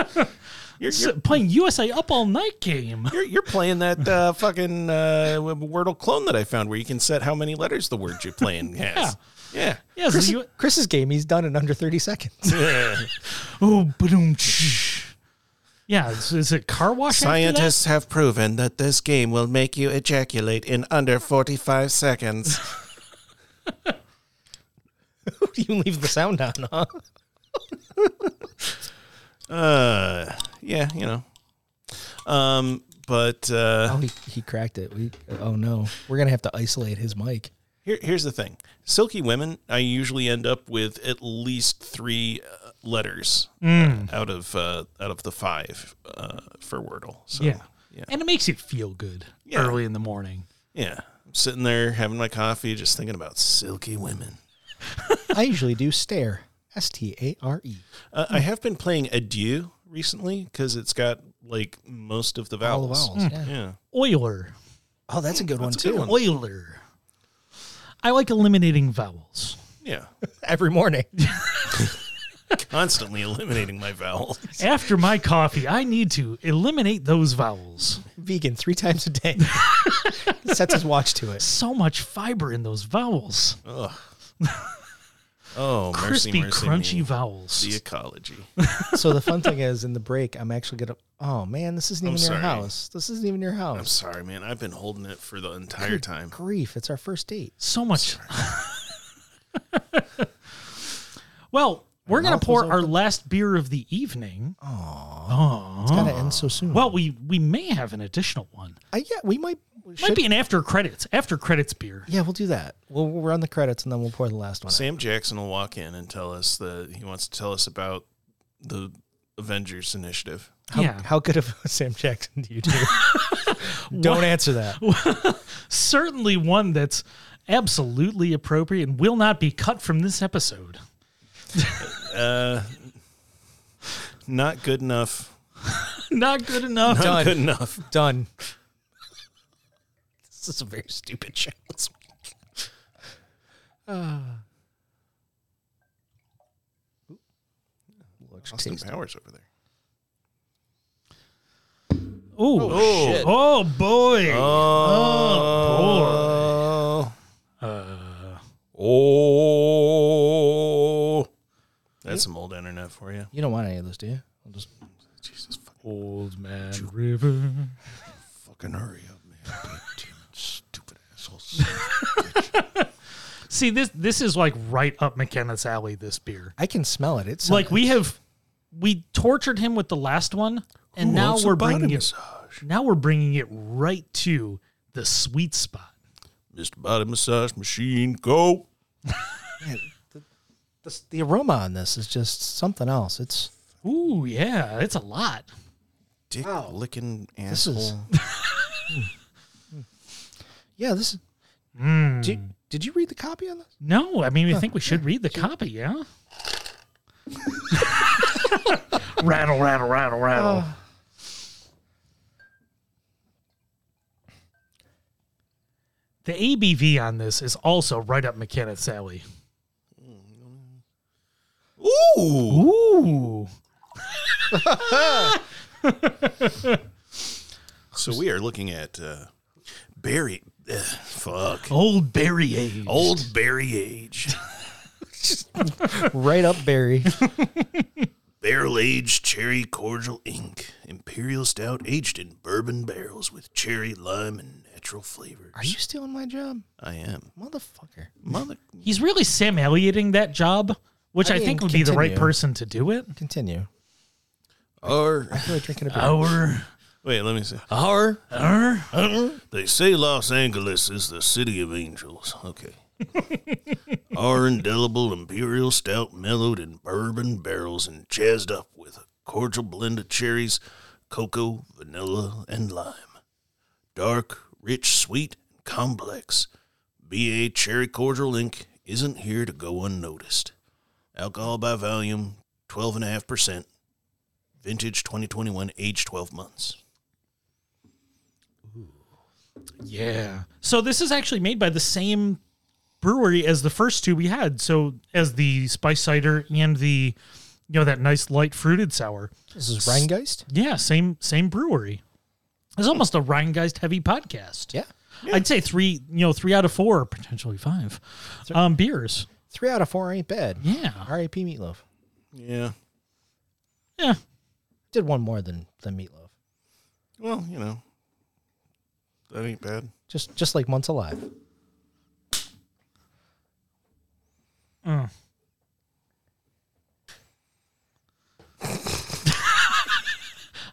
[SPEAKER 3] you're
[SPEAKER 5] s-
[SPEAKER 3] you're,
[SPEAKER 5] playing USA Up All Night game.
[SPEAKER 3] you're, you're playing that uh, fucking uh, Wordle clone that I found where you can set how many letters the word you're playing has. Yeah.
[SPEAKER 5] Yeah, so
[SPEAKER 4] Chris,
[SPEAKER 5] you-
[SPEAKER 4] Chris's game, he's done in under 30 seconds.
[SPEAKER 5] Oh, boom. Yeah, is, is it car wash? after that?
[SPEAKER 3] Scientists have proven that this game will make you ejaculate in under 45 seconds.
[SPEAKER 4] you leave the sound on, huh?
[SPEAKER 3] uh, yeah, you know. Um, but uh,
[SPEAKER 4] Oh, he, he cracked it. We, oh, no. We're going to have to isolate his mic.
[SPEAKER 3] here, here's the thing Silky Women, I usually end up with at least three uh, letters uh, out of uh, out of the five uh, for Wordle. So,
[SPEAKER 5] Yeah.
[SPEAKER 3] Yeah.
[SPEAKER 5] And it makes you feel good
[SPEAKER 3] Yeah.
[SPEAKER 5] early in the morning.
[SPEAKER 3] Yeah. I'm sitting there having my coffee, just thinking about Silky Women.
[SPEAKER 4] I usually do stare. S T A R E.
[SPEAKER 3] Uh, I have been playing Adieu recently because it's got like most of the
[SPEAKER 4] All the
[SPEAKER 3] vowels.
[SPEAKER 4] vowels. Yeah.
[SPEAKER 3] Yeah.
[SPEAKER 5] Euler.
[SPEAKER 4] Oh, that's a good one,
[SPEAKER 3] a good
[SPEAKER 4] too.
[SPEAKER 3] one.
[SPEAKER 5] Euler. I like eliminating vowels.
[SPEAKER 3] Yeah.
[SPEAKER 4] Every morning.
[SPEAKER 3] Constantly eliminating my vowels.
[SPEAKER 5] After my coffee, I need to eliminate those vowels.
[SPEAKER 4] Vegan three times a day. Sets his watch to it.
[SPEAKER 5] So much fiber in those vowels.
[SPEAKER 3] Oh, mercy,
[SPEAKER 5] Crispy,
[SPEAKER 3] mercy.
[SPEAKER 5] crunchy
[SPEAKER 3] me.
[SPEAKER 5] vowels.
[SPEAKER 3] The ecology.
[SPEAKER 4] So the fun thing is, in the break, I'm actually going to. Oh, man, this isn't
[SPEAKER 3] I'm
[SPEAKER 4] even your
[SPEAKER 3] sorry.
[SPEAKER 4] house. This isn't even your
[SPEAKER 3] I'm
[SPEAKER 4] house.
[SPEAKER 3] sorry, man. I've been holding it for the entire time.
[SPEAKER 4] Grief. It's our first date.
[SPEAKER 5] so much. well, we're going
[SPEAKER 4] mouth
[SPEAKER 5] to pour
[SPEAKER 4] was
[SPEAKER 5] our last beer of the evening.
[SPEAKER 4] It's got to end so soon.
[SPEAKER 5] Well, we, we may have an additional one.
[SPEAKER 4] I, yeah, we might.
[SPEAKER 5] Might be an after credits, after credits beer.
[SPEAKER 4] Yeah, we'll do that. We'll, we'll run the credits and then we'll pour the last one. out.
[SPEAKER 3] Sam Jackson will walk in and tell us that he wants to tell us about the Avengers initiative.
[SPEAKER 4] How,
[SPEAKER 5] yeah.
[SPEAKER 4] how good of a Sam Jackson do you do? Don't answer that.
[SPEAKER 5] certainly one that's absolutely appropriate and will not be cut from this episode.
[SPEAKER 3] Uh, Not good enough.
[SPEAKER 5] Not good enough.
[SPEAKER 3] Not good enough.
[SPEAKER 4] Done. this is a very stupid show. This week. Uh, looks
[SPEAKER 3] Austin
[SPEAKER 4] tasty.
[SPEAKER 3] Powers over there.
[SPEAKER 5] Oh, Uh. oh, boy.
[SPEAKER 3] Oh. oh. That's some old internet for you.
[SPEAKER 4] You don't want any of this, do you? I'll just
[SPEAKER 3] Jesus, fucking,
[SPEAKER 5] Old man river.
[SPEAKER 3] fucking hurry up, man. Stupid assholes.
[SPEAKER 5] See this this is like right up McKenna's alley this beer.
[SPEAKER 4] I can smell it. It's uh,
[SPEAKER 5] Like we have we tortured him with the last one and
[SPEAKER 3] Who
[SPEAKER 5] now
[SPEAKER 3] wants a
[SPEAKER 5] we're
[SPEAKER 3] body
[SPEAKER 5] bringing it
[SPEAKER 3] massage.
[SPEAKER 5] now we're bringing it right to the sweet spot.
[SPEAKER 3] Mr. Body Massage Machine, go.
[SPEAKER 4] the, the aroma on this is just something else. It's
[SPEAKER 5] Ooh, yeah, it's a lot.
[SPEAKER 3] Dick licking
[SPEAKER 4] this
[SPEAKER 3] asshole.
[SPEAKER 4] is. Hmm. yeah, this is. Did, did you read the copy on this?
[SPEAKER 5] No, I mean, I think we should read the copy, yeah? rattle, rattle, rattle, rattle. The ABV on this is also right up McKenna's alley.
[SPEAKER 3] Ooh.
[SPEAKER 5] Ooh.
[SPEAKER 3] So we are looking at uh, berry. Uh, fuck.
[SPEAKER 5] Old Barry age.
[SPEAKER 3] Old berry age.
[SPEAKER 4] Right up Barry.
[SPEAKER 3] Barrel aged cherry cordial ink. Imperial stout aged in bourbon barrels with cherry, lime, and natural flavors.
[SPEAKER 4] Are you stealing my job?
[SPEAKER 3] I am.
[SPEAKER 4] Motherfucker.
[SPEAKER 3] Mother.
[SPEAKER 5] He's really Sam Ellioting that job, which
[SPEAKER 4] I
[SPEAKER 5] I, think
[SPEAKER 4] mean,
[SPEAKER 5] would be the right
[SPEAKER 4] continue.
[SPEAKER 5] person to do it.
[SPEAKER 4] Continue.
[SPEAKER 3] Or.
[SPEAKER 4] I feel like drinking a beer.
[SPEAKER 5] Our,
[SPEAKER 3] Wait, let me see.
[SPEAKER 4] Our
[SPEAKER 5] our.
[SPEAKER 3] They say Los Angeles is the city of angels. Okay. Our indelible imperial stout mellowed in bourbon barrels and jazzed up with a cordial blend of cherries, cocoa, vanilla, and lime. Dark, rich, sweet, and complex. BA Cherry Cordial Inc. isn't here to go unnoticed. Alcohol by volume, 12.5%. Vintage 2021, age 12 months.
[SPEAKER 5] Yeah. So this is actually made by the same brewery as the first two we had. So as the spice cider and the, you know, that nice light fruited sour.
[SPEAKER 4] This is Rheingeist?
[SPEAKER 5] Yeah, same same brewery. It's almost a Rheingeist heavy podcast.
[SPEAKER 4] Yeah.
[SPEAKER 5] I'd say three, you know, three out of four, potentially five, um, beers.
[SPEAKER 4] Three out of four ain't bad.
[SPEAKER 5] Yeah.
[SPEAKER 4] RIP Meatloaf.
[SPEAKER 3] Yeah.
[SPEAKER 5] Yeah.
[SPEAKER 4] Did one more than than Meatloaf.
[SPEAKER 3] Well, you know, that ain't bad.
[SPEAKER 4] Just just like Months Alive.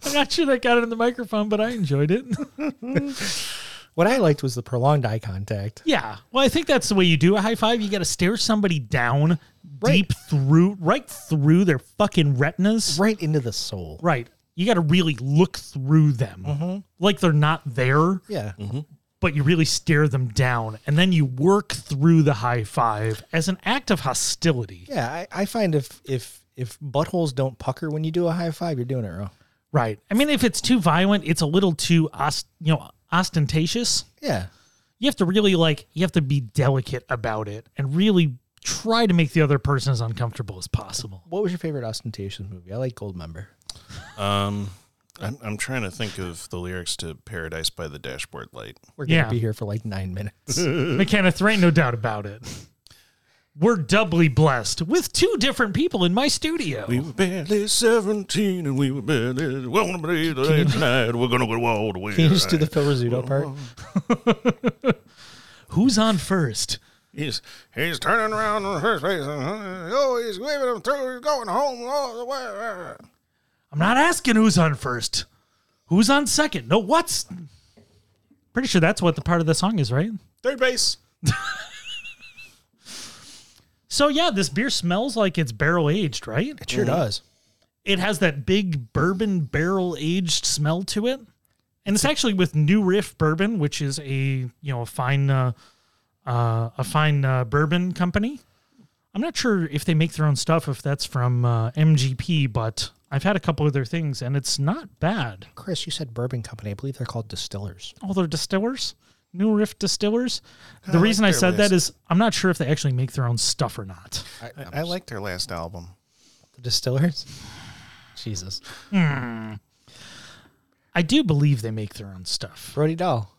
[SPEAKER 5] I'm not sure that got it in the microphone, but I enjoyed it.
[SPEAKER 4] What I liked was the prolonged eye contact.
[SPEAKER 5] yeah. Well, I think that's the way you do a high five. You got to stare somebody down
[SPEAKER 4] Right.
[SPEAKER 5] deep through, right through their fucking retinas.
[SPEAKER 4] Right into the soul.
[SPEAKER 5] Right. You got to really look through them. Like they're not there,
[SPEAKER 4] Yeah.
[SPEAKER 5] but you really stare them down. And then you work through the high five as an act of hostility.
[SPEAKER 4] Yeah. I, I find if if if buttholes don't pucker when you do a high five, you're doing it wrong.
[SPEAKER 5] Right. I mean, if it's too violent, it's a little too, ost- you know, ostentatious.
[SPEAKER 4] Yeah.
[SPEAKER 5] you have to really like you have to be delicate about it and really try to make the other person as uncomfortable as possible.
[SPEAKER 4] What was your favorite ostentatious movie? I like Goldmember.
[SPEAKER 3] Um, I'm, I'm trying to think of the lyrics to Paradise by the Dashboard Light.
[SPEAKER 4] We're gonna
[SPEAKER 5] Yeah.
[SPEAKER 4] be here for like nine minutes.
[SPEAKER 5] McKenna, there ain't no doubt about it. We're doubly blessed with two different people in my studio.
[SPEAKER 3] We were barely 17 and we were barely going to be there tonight. We're going to go all the way.
[SPEAKER 4] Can you just do the Phil Rizzuto part?
[SPEAKER 5] Who's on first?
[SPEAKER 3] He's, he's turning around on her face. uh, Oh, he's waving him through. He's going home all the way.
[SPEAKER 5] I'm not asking who's on first. Who's on second? No, what's pretty sure that's what the part of the song is, right?
[SPEAKER 3] Third base.
[SPEAKER 5] So yeah, this beer smells like it's barrel aged, right?
[SPEAKER 4] It sure does.
[SPEAKER 5] it has that big bourbon barrel aged smell to it and it's actually with new riff bourbon which is a you know a fine uh, uh, a fine uh, bourbon company i'm not sure if they make their own stuff if that's from uh, mgp but i've had a couple of their things and it's not bad
[SPEAKER 4] Chris, you said bourbon company. I believe they're called distillers.
[SPEAKER 5] all their distillers new riff distillers
[SPEAKER 4] Uh,
[SPEAKER 5] the reason i
[SPEAKER 3] their
[SPEAKER 5] said that
[SPEAKER 3] list.
[SPEAKER 5] is i'm not sure if they actually make their own stuff or not
[SPEAKER 3] I, I liked their last album.
[SPEAKER 4] The distillers? Jesus.
[SPEAKER 5] i do believe they make their own stuff
[SPEAKER 4] Brody Doll.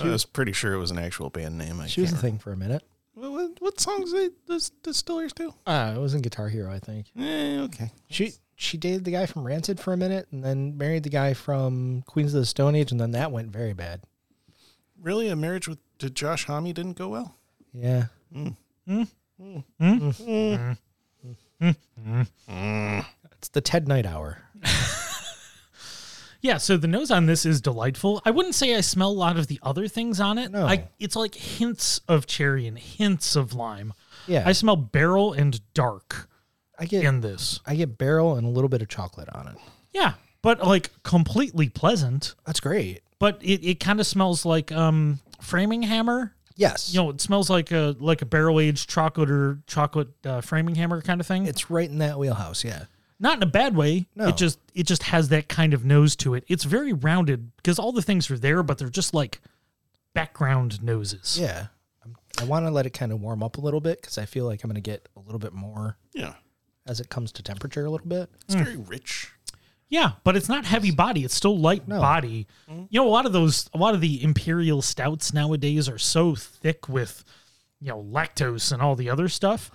[SPEAKER 3] I was pretty sure it was an actual band name. I
[SPEAKER 4] She was a
[SPEAKER 3] can't
[SPEAKER 4] thing for a minute.
[SPEAKER 3] remember. What, what, what songs did the Distillers do?
[SPEAKER 4] Uh, it was in Guitar Hero, I think.
[SPEAKER 3] Eh, okay.
[SPEAKER 4] She she dated the guy from Rancid for a minute and then married the guy from Queens of the Stone Age and then that went very bad.
[SPEAKER 3] Really, a marriage with to Josh Homme didn't go well.
[SPEAKER 4] Yeah.
[SPEAKER 5] Hmm?
[SPEAKER 4] Mm. It's the Ted Knight hour.
[SPEAKER 5] Yeah, so the nose on this is delightful. I wouldn't say I smell a lot of the other things on it.
[SPEAKER 4] No.
[SPEAKER 5] I, it's like hints of cherry and hints of lime.
[SPEAKER 4] Yeah.
[SPEAKER 5] I smell barrel and dark
[SPEAKER 4] I get
[SPEAKER 5] in this.
[SPEAKER 4] I get barrel and a little bit of chocolate on it.
[SPEAKER 5] Yeah, but like completely pleasant.
[SPEAKER 4] That's great.
[SPEAKER 5] But it, it kind of smells like um framing hammer.
[SPEAKER 4] Yes.
[SPEAKER 5] You know, it smells like a like a barrel aged chocolate or chocolate uh, framing hammer kind of thing.
[SPEAKER 4] it's right in that wheelhouse, yeah.
[SPEAKER 5] not in a bad way.
[SPEAKER 4] No.
[SPEAKER 5] It just it just has that kind of nose to it. It's very rounded because all the things are there, but they're just like background noses.
[SPEAKER 4] Yeah. I'm, I want to let it kind of warm up a little bit because I feel like I'm going to get a little bit more
[SPEAKER 3] Yeah. Hmm.
[SPEAKER 4] as it comes to temperature a little bit.
[SPEAKER 3] It's very rich.
[SPEAKER 5] Yeah, but it's not heavy body. It's still light body.
[SPEAKER 4] Mm-hmm.
[SPEAKER 5] You know, a lot of those, a lot of the imperial stouts nowadays are so thick with, you know, lactose and all the other stuff.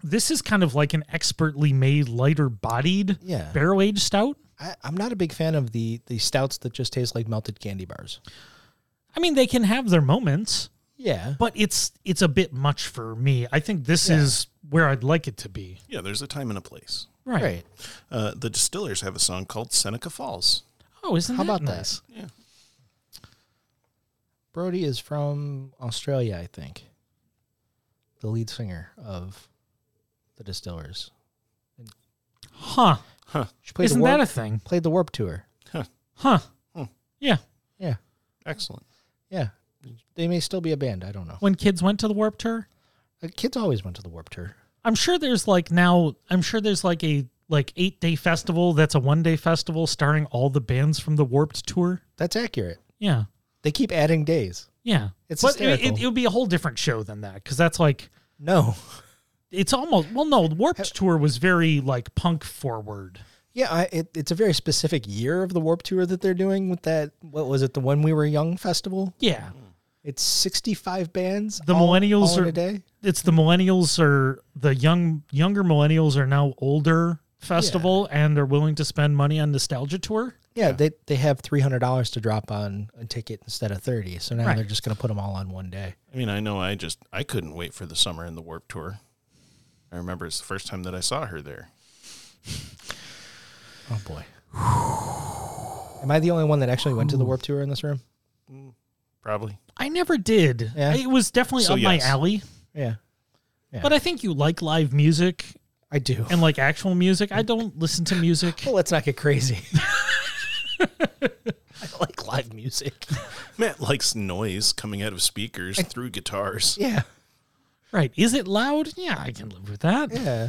[SPEAKER 5] This is kind of like an expertly made, lighter bodied
[SPEAKER 4] Yeah.
[SPEAKER 5] barrel aged stout.
[SPEAKER 4] I, I'm not a big fan of the the stouts that just taste like melted candy bars.
[SPEAKER 5] I mean, they can have their moments,
[SPEAKER 4] Yeah.
[SPEAKER 5] but it's it's a bit much for me. I think this is where I'd like it to be.
[SPEAKER 3] Yeah, there's a time and a place.
[SPEAKER 5] Right.
[SPEAKER 4] Right.
[SPEAKER 3] Uh, the distillers have a song called Seneca Falls.
[SPEAKER 5] Oh, isn't
[SPEAKER 4] How
[SPEAKER 5] that
[SPEAKER 4] about that?
[SPEAKER 5] nice?
[SPEAKER 4] Brody is from Australia, I think. The lead singer of the Distillers.
[SPEAKER 5] Huh.
[SPEAKER 4] She played
[SPEAKER 5] isn't
[SPEAKER 4] the warp, Hmm.
[SPEAKER 5] that a thing?
[SPEAKER 4] played the Warp Tour.
[SPEAKER 5] Huh. Yeah.
[SPEAKER 4] Yeah.
[SPEAKER 3] Excellent.
[SPEAKER 4] Yeah. They may still be a band. I don't know.
[SPEAKER 5] When kids went to the Warp Tour,
[SPEAKER 4] Uh, Kids always went to the Warp Tour.
[SPEAKER 5] I'm sure there's like now I'm sure there's like a like eight day festival that's a one day festival starring all the bands from the warped tour.
[SPEAKER 4] That's accurate.
[SPEAKER 5] Yeah.
[SPEAKER 4] They keep adding days.
[SPEAKER 5] Yeah.
[SPEAKER 4] It's
[SPEAKER 5] but it, it,
[SPEAKER 4] hysterical.
[SPEAKER 5] it would be a whole different show than that because that's like
[SPEAKER 4] No.
[SPEAKER 5] it's almost well no the warped tour was very like punk forward
[SPEAKER 4] Yeah, I, it, it's a very specific year of the Warp Tour that they're doing with that. What was it? The When We Were Young festival.
[SPEAKER 5] yeah
[SPEAKER 4] It's sixty-five bands.
[SPEAKER 5] The
[SPEAKER 4] all-
[SPEAKER 5] millennials
[SPEAKER 4] all in
[SPEAKER 5] are-
[SPEAKER 4] a day.
[SPEAKER 5] it's the millennials are the young younger millennials are now older festival and they're willing to spend money on nostalgia tour
[SPEAKER 4] Yeah, they they have three hundred dollars to drop on a ticket instead of thirty. So now
[SPEAKER 5] Right.
[SPEAKER 4] they're just going to put them all on one day.
[SPEAKER 3] I mean, I know I just I couldn't wait for the summer in the Warp Tour. I remember it's the first time that I saw her there.
[SPEAKER 4] Oh boy. Am I the only one that actually went to the Warp Tour in this room?
[SPEAKER 3] Probably.
[SPEAKER 5] i never did
[SPEAKER 4] Yeah.
[SPEAKER 5] it was definitely
[SPEAKER 3] So
[SPEAKER 5] up my
[SPEAKER 3] yes.
[SPEAKER 5] alley
[SPEAKER 4] Yeah,
[SPEAKER 5] but i think you like live music
[SPEAKER 4] I do.
[SPEAKER 5] and like actual music. I don't listen to music.
[SPEAKER 4] well, let's not get crazy. I like live music.
[SPEAKER 3] Matt likes noise coming out of speakers through guitars.
[SPEAKER 4] Yeah,
[SPEAKER 5] Right. Is it loud? Yeah, I can live with that.
[SPEAKER 4] yeah,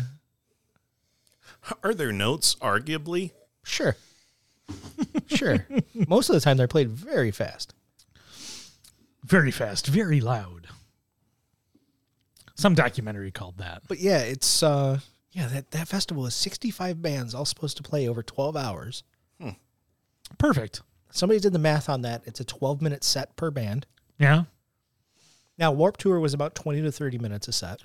[SPEAKER 3] Are there notes? Arguably.
[SPEAKER 4] sure, sure. Most of the time, they're played very fast.
[SPEAKER 5] Very fast, very loud. Some documentary called that.
[SPEAKER 4] But yeah, it's uh yeah, that, that festival is 65 bands all supposed to play over 12 hours.
[SPEAKER 5] Perfect.
[SPEAKER 4] Somebody did the math on that. It's a 12 minute set per band.
[SPEAKER 5] Yeah.
[SPEAKER 4] Now Warp Tour was about 20 to 30 minutes a set.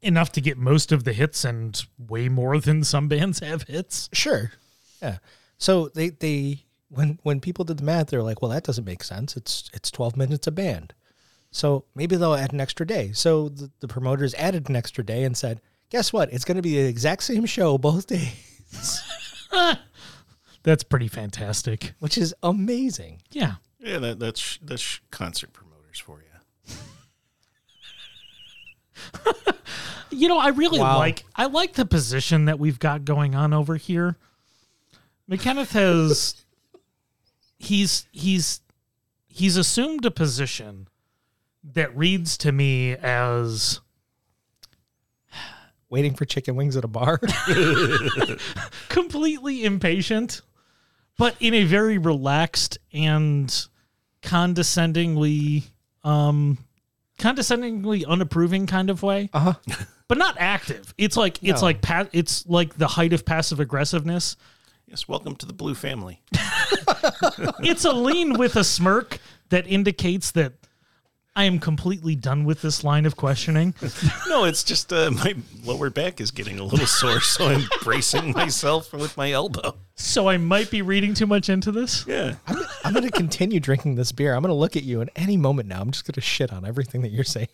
[SPEAKER 5] Enough to get most of the hits and way more than some bands have hits.
[SPEAKER 4] Sure. Yeah. So they they when when people did the math, they're like, "Well, that doesn't make sense. It's it's 12 minutes a band." So maybe they'll add an extra day. So the, the promoters added an extra day and said, "Guess what? It's going to be the exact same show both days,"
[SPEAKER 5] That's pretty fantastic.
[SPEAKER 4] which is amazing.
[SPEAKER 5] Yeah.
[SPEAKER 3] Yeah, that, that's that's concert promoters for you.
[SPEAKER 5] You know, I really
[SPEAKER 4] Wow.
[SPEAKER 5] like I like the position that we've got going on over here. McKenneth has he's he's he's assumed a position that reads to me as
[SPEAKER 4] Waiting for chicken wings at a bar.
[SPEAKER 5] completely impatient, but in a very relaxed and condescendingly um condescendingly unapproving kind of way.
[SPEAKER 4] Uh-huh.
[SPEAKER 5] But not active. It's like it's
[SPEAKER 4] No.
[SPEAKER 5] like pa- it's like the height of passive aggressiveness.
[SPEAKER 3] Yes, welcome to the Blue Family.
[SPEAKER 5] it's a lean with a smirk that indicates that I am completely done with this line of questioning.
[SPEAKER 3] no, it's just uh, my lower back is getting a little sore, so I'm bracing myself with my elbow.
[SPEAKER 5] So I might be reading too much into this.
[SPEAKER 3] Yeah.
[SPEAKER 4] I'm, I'm going to continue drinking this beer. I'm going to look at you in any moment now. I'm just going to shit on everything that you're saying.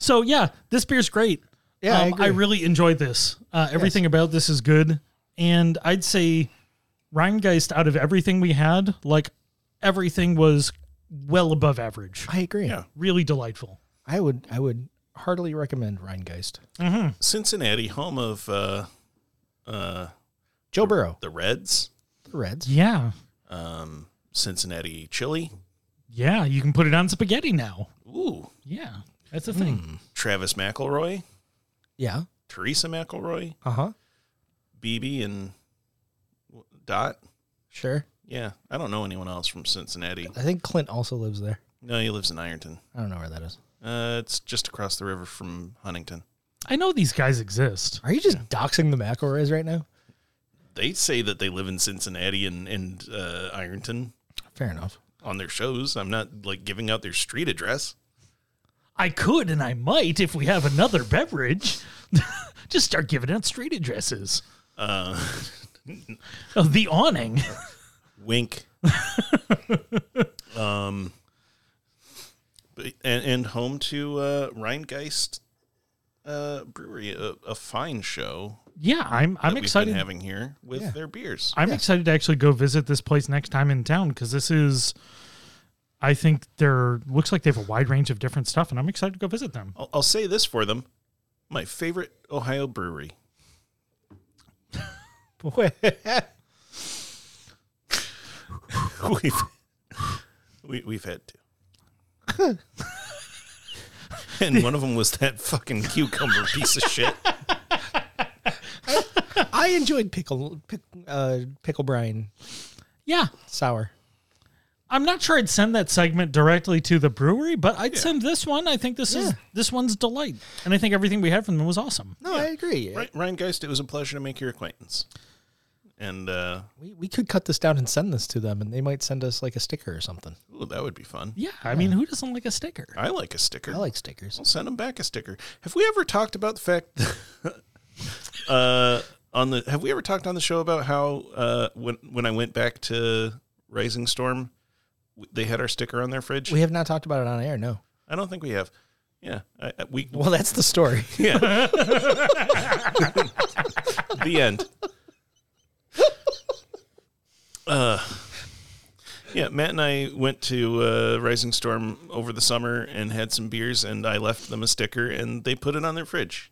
[SPEAKER 5] So yeah, this beer's great. Um,
[SPEAKER 4] Yeah, I
[SPEAKER 5] I
[SPEAKER 4] agree.
[SPEAKER 5] really enjoyed this. Uh, everything about this is good, and I'd say Rheingeist out of everything we had, like everything was well above average.
[SPEAKER 4] I agree.
[SPEAKER 3] Yeah.
[SPEAKER 5] Really delightful.
[SPEAKER 4] I would I would heartily recommend Rheingeist.
[SPEAKER 3] Cincinnati, home of uh, uh,
[SPEAKER 4] Joe Burrow,
[SPEAKER 3] the Reds,
[SPEAKER 4] the Reds.
[SPEAKER 5] Yeah,
[SPEAKER 3] um, Cincinnati chili.
[SPEAKER 5] yeah. You can put it on spaghetti now. Hmm.
[SPEAKER 3] Ooh,
[SPEAKER 5] Yeah, that's the thing.
[SPEAKER 3] Travis McElroy,
[SPEAKER 4] Yeah.
[SPEAKER 3] Teresa
[SPEAKER 4] Uh-huh.
[SPEAKER 3] McElroy,
[SPEAKER 4] Uh huh.
[SPEAKER 3] BB and Dot.
[SPEAKER 4] Sure.
[SPEAKER 3] Yeah, I don't know anyone else from Cincinnati.
[SPEAKER 4] I think Clint also lives there.
[SPEAKER 3] No, he lives in Ironton.
[SPEAKER 4] I don't know where that is.
[SPEAKER 3] Uh, it's just across the river from Huntington.
[SPEAKER 5] I know these guys exist.
[SPEAKER 4] Are you just doxing the McElroys right now?
[SPEAKER 3] They say that they live in Cincinnati and and uh, Ironton
[SPEAKER 4] Fair enough.
[SPEAKER 3] on their shows. I'm not like giving out their street address.
[SPEAKER 5] I could and I might if we have another beverage. Just start giving out street addresses.
[SPEAKER 3] Uh,
[SPEAKER 5] Oh, the awning.
[SPEAKER 3] wink. um, but, and, and home to uh, Rheingeist uh, Brewery, a, a fine show
[SPEAKER 5] yeah, I'm I'm
[SPEAKER 3] that
[SPEAKER 5] excited.
[SPEAKER 3] we've been having here with their beers.
[SPEAKER 5] I'm excited to actually go visit this place next time in town because this is, I think they're looks like they have a wide range of different stuff, and I'm excited to go visit them.
[SPEAKER 3] I'll, I'll say this for them: my favorite Ohio brewery.
[SPEAKER 4] Boy,
[SPEAKER 3] we've, we, we've had two. and one of them was that fucking cucumber piece of shit.
[SPEAKER 4] I enjoyed pickle pick, uh, pickle brine
[SPEAKER 5] Yeah,
[SPEAKER 4] sour.
[SPEAKER 5] I'm not sure I'd send that segment directly to the brewery, but I'd send this one. I think this is
[SPEAKER 4] Yeah.
[SPEAKER 5] this one's delight, and I think everything we had from them was awesome.
[SPEAKER 4] No, I agree.
[SPEAKER 3] Right, Ryan Geist, it was a pleasure to make your acquaintance. And uh,
[SPEAKER 4] We, we could cut this down and send this to them, and they might send us like a sticker or something.
[SPEAKER 3] ooh, that would be fun.
[SPEAKER 5] Yeah, I mean, who doesn't like a sticker?
[SPEAKER 3] I like a sticker.
[SPEAKER 4] I like stickers.
[SPEAKER 3] I'll send them back a sticker. Have we ever talked about the fact? uh, on the have we ever talked on the show about how uh, when when I went back to Rising Storm, w- they had our sticker on their fridge.
[SPEAKER 4] We have not talked about it on air. No.
[SPEAKER 3] I don't think we have. Yeah, I, I- we
[SPEAKER 4] Well, that's the story.
[SPEAKER 3] Yeah. the end. Uh, yeah, Matt and I went to uh, Rising Storm over the summer and had some beers, and I left them a sticker, and they put it on their fridge.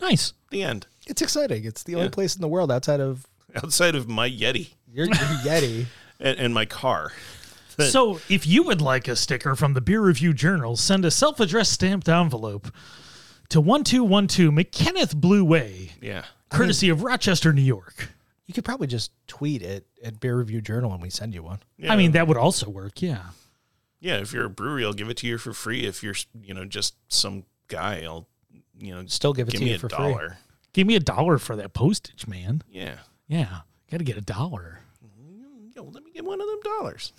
[SPEAKER 5] Nice.
[SPEAKER 3] The end.
[SPEAKER 4] It's exciting. It's the
[SPEAKER 3] Yeah.
[SPEAKER 4] only place in the world outside of
[SPEAKER 3] Outside of my Yeti
[SPEAKER 4] your, your Yeti.
[SPEAKER 3] and, and my car. But-
[SPEAKER 5] So, if you would like a sticker from the Beer Review Journal, send a self-addressed stamped envelope to 1212 McKenneth Blue Way,
[SPEAKER 3] Yeah.
[SPEAKER 5] courtesy of Rochester, New York.
[SPEAKER 4] You could probably just tweet it at Beer Review Journal, and we send you one.
[SPEAKER 3] yeah.
[SPEAKER 5] I mean, that would also work. Yeah.
[SPEAKER 3] yeah, if you're a brewery, I'll give it to you for free. If you're, you know, just some guy, I'll, you know,
[SPEAKER 4] Still give it to
[SPEAKER 3] me
[SPEAKER 4] you
[SPEAKER 3] a
[SPEAKER 4] for free.
[SPEAKER 3] dollar.
[SPEAKER 5] Give me a dollar for that postage, man.
[SPEAKER 3] Yeah.
[SPEAKER 5] Yeah. Got to get a dollar.
[SPEAKER 3] Yo, let me get one of them dollars.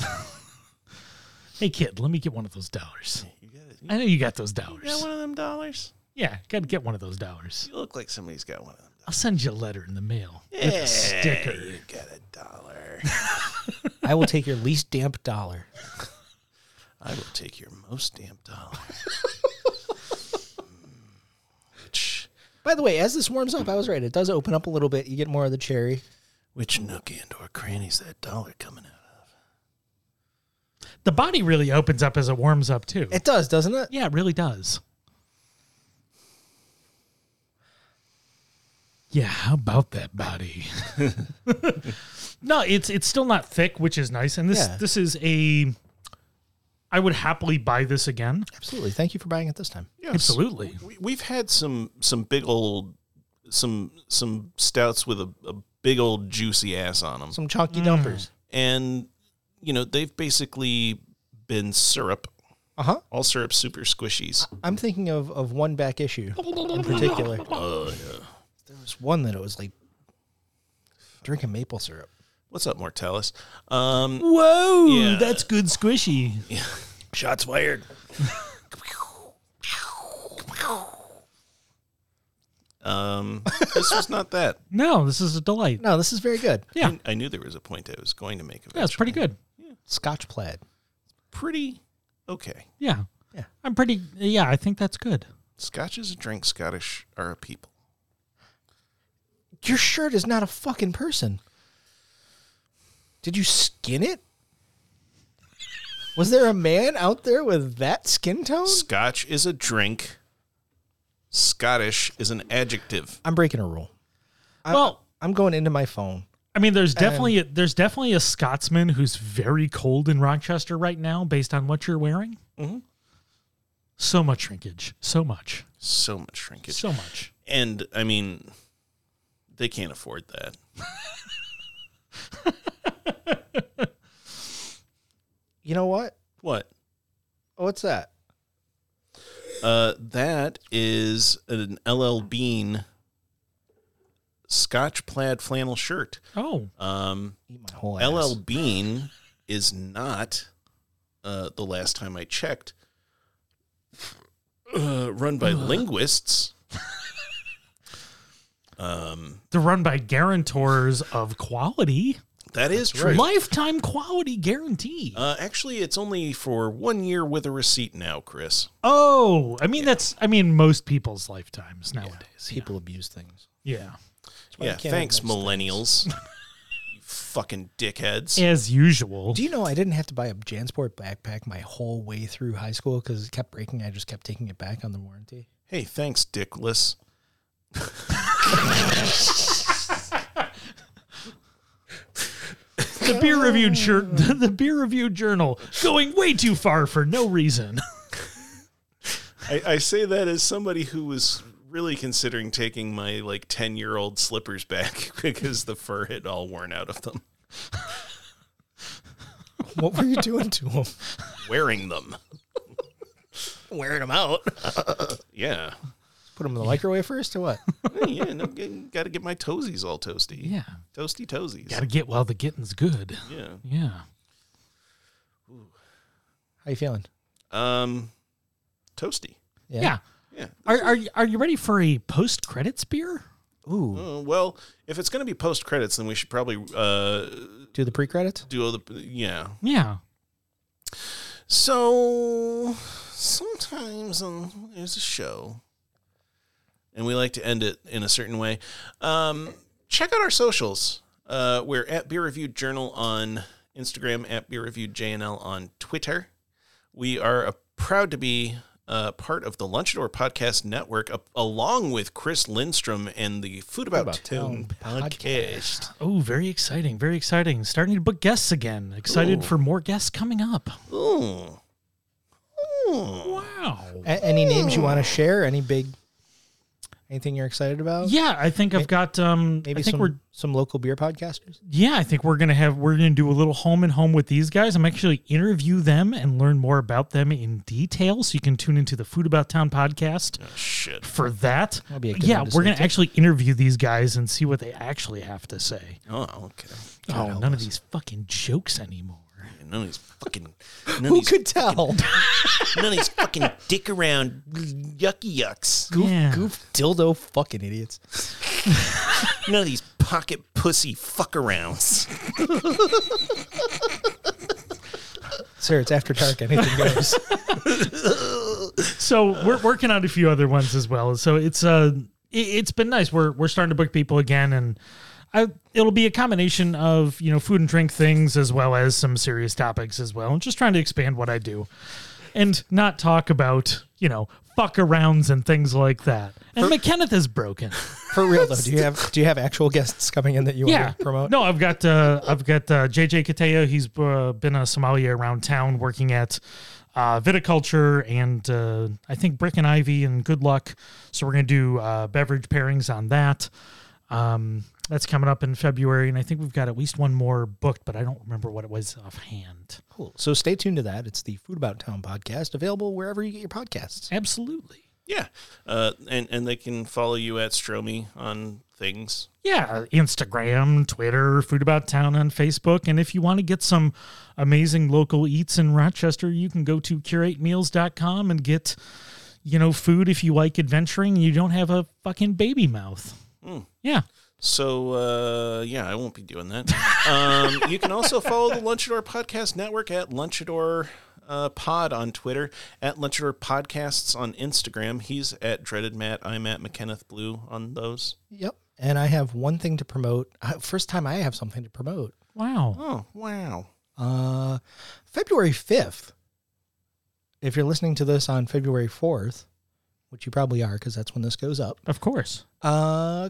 [SPEAKER 5] Hey, kid, let me get one of those dollars.
[SPEAKER 3] You got it.
[SPEAKER 5] I know you got those
[SPEAKER 3] You got
[SPEAKER 5] dollars.
[SPEAKER 3] one of them dollars?
[SPEAKER 5] Yeah, got to get one of those dollars.
[SPEAKER 3] You look like somebody's got one of them.
[SPEAKER 5] I'll send you a letter in the mail with a sticker.
[SPEAKER 3] You got a dollar.
[SPEAKER 4] I will take your least damp dollar.
[SPEAKER 3] I will take your most damn dollar. Hmm. which,
[SPEAKER 4] By the way, as this warms up, I was right. It does open up a little bit. You get more of the cherry.
[SPEAKER 3] which nook and or cranny's that dollar coming out of?
[SPEAKER 5] The body really opens up as it warms up too.
[SPEAKER 4] It does, doesn't it?
[SPEAKER 5] yeah, it really does. Yeah, how about that body? no, it's it's still not thick, which is nice. And this
[SPEAKER 4] Yeah.
[SPEAKER 5] this is a I would happily buy this again.
[SPEAKER 4] Absolutely. Thank you for buying it this time.
[SPEAKER 3] Yes.
[SPEAKER 5] Absolutely.
[SPEAKER 3] We, we've had some some big old some some stouts with a, a big old juicy ass on them,
[SPEAKER 4] Some chunky dumpers.
[SPEAKER 3] Mm. and you know they've basically been syrup,
[SPEAKER 4] Uh huh.
[SPEAKER 3] all syrup, super squishies.
[SPEAKER 4] I'm thinking of, of one back issue in particular.
[SPEAKER 3] Oh yeah.
[SPEAKER 4] There was one that it was like drinking maple syrup.
[SPEAKER 3] What's up, Mortalis? Um,
[SPEAKER 5] Whoa,
[SPEAKER 3] Yeah.
[SPEAKER 5] that's good squishy.
[SPEAKER 3] Shots fired. um, this was not that.
[SPEAKER 5] No, this is a delight.
[SPEAKER 4] No, this is very good.
[SPEAKER 5] Yeah, yeah,
[SPEAKER 3] I knew there was a point I was going to make.
[SPEAKER 5] it's pretty good.
[SPEAKER 4] Scotch plaid.
[SPEAKER 3] Pretty okay.
[SPEAKER 5] Yeah.
[SPEAKER 4] Yeah.
[SPEAKER 5] I'm pretty. Yeah, I think that's good.
[SPEAKER 3] Scotch is a drink. Scottish are a people.
[SPEAKER 4] Your shirt is not a fucking person. Did you skin it? Was there a man out there with that skin tone?
[SPEAKER 3] Scotch is a drink. Scottish is an adjective.
[SPEAKER 4] I'm breaking a rule. I-
[SPEAKER 5] well,
[SPEAKER 4] I'm going into my phone.
[SPEAKER 5] I mean, there's definitely a, there's definitely a Scotsman who's very cold in Rochester right now, based on what you're wearing.
[SPEAKER 4] Mm-hmm.
[SPEAKER 5] So much shrinkage, so much,
[SPEAKER 3] So much shrinkage.
[SPEAKER 5] so much.
[SPEAKER 3] and I mean, they can't afford that.
[SPEAKER 4] You know what?
[SPEAKER 3] What?
[SPEAKER 4] What's that?
[SPEAKER 3] Uh, that is an LL Bean Scotch plaid flannel shirt.
[SPEAKER 5] Oh,
[SPEAKER 3] Um,
[SPEAKER 4] Eat my whole ass.
[SPEAKER 3] LL Bean is not uh, the last time I checked. Uh, run by linguists. um,
[SPEAKER 5] they're run by guarantors of quality,
[SPEAKER 3] that is true.
[SPEAKER 5] lifetime quality guarantee.
[SPEAKER 3] Uh, actually, it's only for one year with a receipt now, Chris.
[SPEAKER 5] oh, I mean that's I mean most people's lifetimes nowadays.
[SPEAKER 4] People abuse things.
[SPEAKER 5] Yeah,
[SPEAKER 4] why
[SPEAKER 3] yeah,
[SPEAKER 4] I can't
[SPEAKER 3] thanks,
[SPEAKER 4] have nice
[SPEAKER 3] millennials. you fucking dickheads.
[SPEAKER 5] as usual.
[SPEAKER 4] Do you know I didn't have to buy a JanSport backpack my whole way through high school because it kept breaking. I just kept taking it back on the warranty.
[SPEAKER 3] Hey, thanks, dickless.
[SPEAKER 5] the beer reviewed shirt, the beer reviewed journal, going way too far for no reason.
[SPEAKER 3] I, I say that as somebody who was really considering taking my like 10 year old slippers back because the fur had all worn out of them.
[SPEAKER 4] What were you doing to them?
[SPEAKER 3] Wearing them.
[SPEAKER 4] Wearing them out.
[SPEAKER 3] Yeah.
[SPEAKER 4] Put them in the microwave first or what?
[SPEAKER 3] Yeah, no, got to get my toesies all toasty.
[SPEAKER 5] yeah,
[SPEAKER 3] Toasty toesies.
[SPEAKER 5] gotta get while the getting's good.
[SPEAKER 3] Yeah.
[SPEAKER 5] Yeah.
[SPEAKER 4] How you feeling?
[SPEAKER 3] Um, toasty.
[SPEAKER 5] Yeah.
[SPEAKER 3] Yeah.
[SPEAKER 5] Are, are you- are you ready for a post credits beer?
[SPEAKER 4] Ooh.
[SPEAKER 3] Uh, well, if it's going to be post credits, then we should probably uh,
[SPEAKER 4] Do the pre credits?
[SPEAKER 3] do all the. Yeah.
[SPEAKER 5] Yeah.
[SPEAKER 3] So sometimes um, there's a show, and we like to end it in a certain way. Um, check out our socials. Uh, we're at Beer Review Journal on Instagram, at Beer Review JNL on Twitter. We are uh, proud to be uh, part of the Lunchador Podcast Network, a- along with Chris Lindstrom and the Food About, Town podcast.
[SPEAKER 5] Oh, very exciting. Very exciting. Starting to book guests again. Excited for more guests coming up.
[SPEAKER 3] Ooh. Ooh.
[SPEAKER 5] Wow.
[SPEAKER 4] A- any names you want to share? Any big, anything you're excited about?
[SPEAKER 5] Yeah, I think I've got um
[SPEAKER 4] Maybe
[SPEAKER 5] I think
[SPEAKER 4] some,
[SPEAKER 5] we're
[SPEAKER 4] some local beer podcasters?
[SPEAKER 5] yeah, I think we're gonna have we're gonna do a little home and home with these guys. I'm actually interview them and learn more about them in detail. So you can tune into the Food About Town podcast
[SPEAKER 3] Shit.
[SPEAKER 5] for that.
[SPEAKER 4] That'll be a good
[SPEAKER 5] yeah,
[SPEAKER 4] one to sneak
[SPEAKER 5] we're gonna
[SPEAKER 4] in.
[SPEAKER 5] actually interview these guys and see what they actually have to say.
[SPEAKER 3] Oh, okay.
[SPEAKER 5] oh, none of these fucking jokes anymore.
[SPEAKER 3] And none of these fucking none,
[SPEAKER 4] Who
[SPEAKER 3] of, these,
[SPEAKER 4] could tell?
[SPEAKER 3] none of these fucking dick around yucky yucks.
[SPEAKER 4] goof,
[SPEAKER 5] Yeah.
[SPEAKER 4] goof, dildo, fucking idiots.
[SPEAKER 3] None of these pocket pussy fuck arounds.
[SPEAKER 4] Sir, it's after dark. Anything goes.
[SPEAKER 5] so we're working on a few other ones as well. So it's uh it, it's been nice. We're we're starting to book people again, and I, it'll be a combination of you know food and drink things as well as some serious topics as well, and just trying to expand what I do, and not talk about you know fuck arounds and things like that. And McKenneth is broken.
[SPEAKER 4] For real though, do you have do you have actual guests coming in that you
[SPEAKER 5] yeah
[SPEAKER 4] want to promote?
[SPEAKER 5] no i've got uh i've got uh jj kateo he's uh, been a sommelier around town working at uh viticulture and uh i think brick and ivy and good luck so we're gonna do uh beverage pairings on that um that's coming up in february and i think we've got at least one more booked but i don't remember what it was offhand
[SPEAKER 4] Cool. So stay tuned to that. It's the Food About Town podcast, available wherever you get your podcasts.
[SPEAKER 5] absolutely
[SPEAKER 3] Yeah. Uh, and and they can follow you at Stromy on things.
[SPEAKER 5] yeah, Instagram, Twitter, Food About Town on Facebook. And if you want to get some amazing local eats in Rochester, you can go to curatemeals.com and get, you know, food if you like adventuring. You don't have a fucking baby mouth. Yeah.
[SPEAKER 3] So uh, yeah, I won't be doing that. um, you can also follow the Lunchador Podcast Network at Lunchador uh, Pod on Twitter, at Lunchador Podcasts on Instagram. He's at Dreaded Matt. I'm at McKenneth Blue on those.
[SPEAKER 4] Yep. And I have one thing to promote. Uh, First time I have something to promote.
[SPEAKER 5] Wow.
[SPEAKER 3] Oh wow.
[SPEAKER 4] Uh, February fifth. If you're listening to this on February fourth, which you probably are, because that's when this goes up.
[SPEAKER 5] Of course.
[SPEAKER 4] Uh,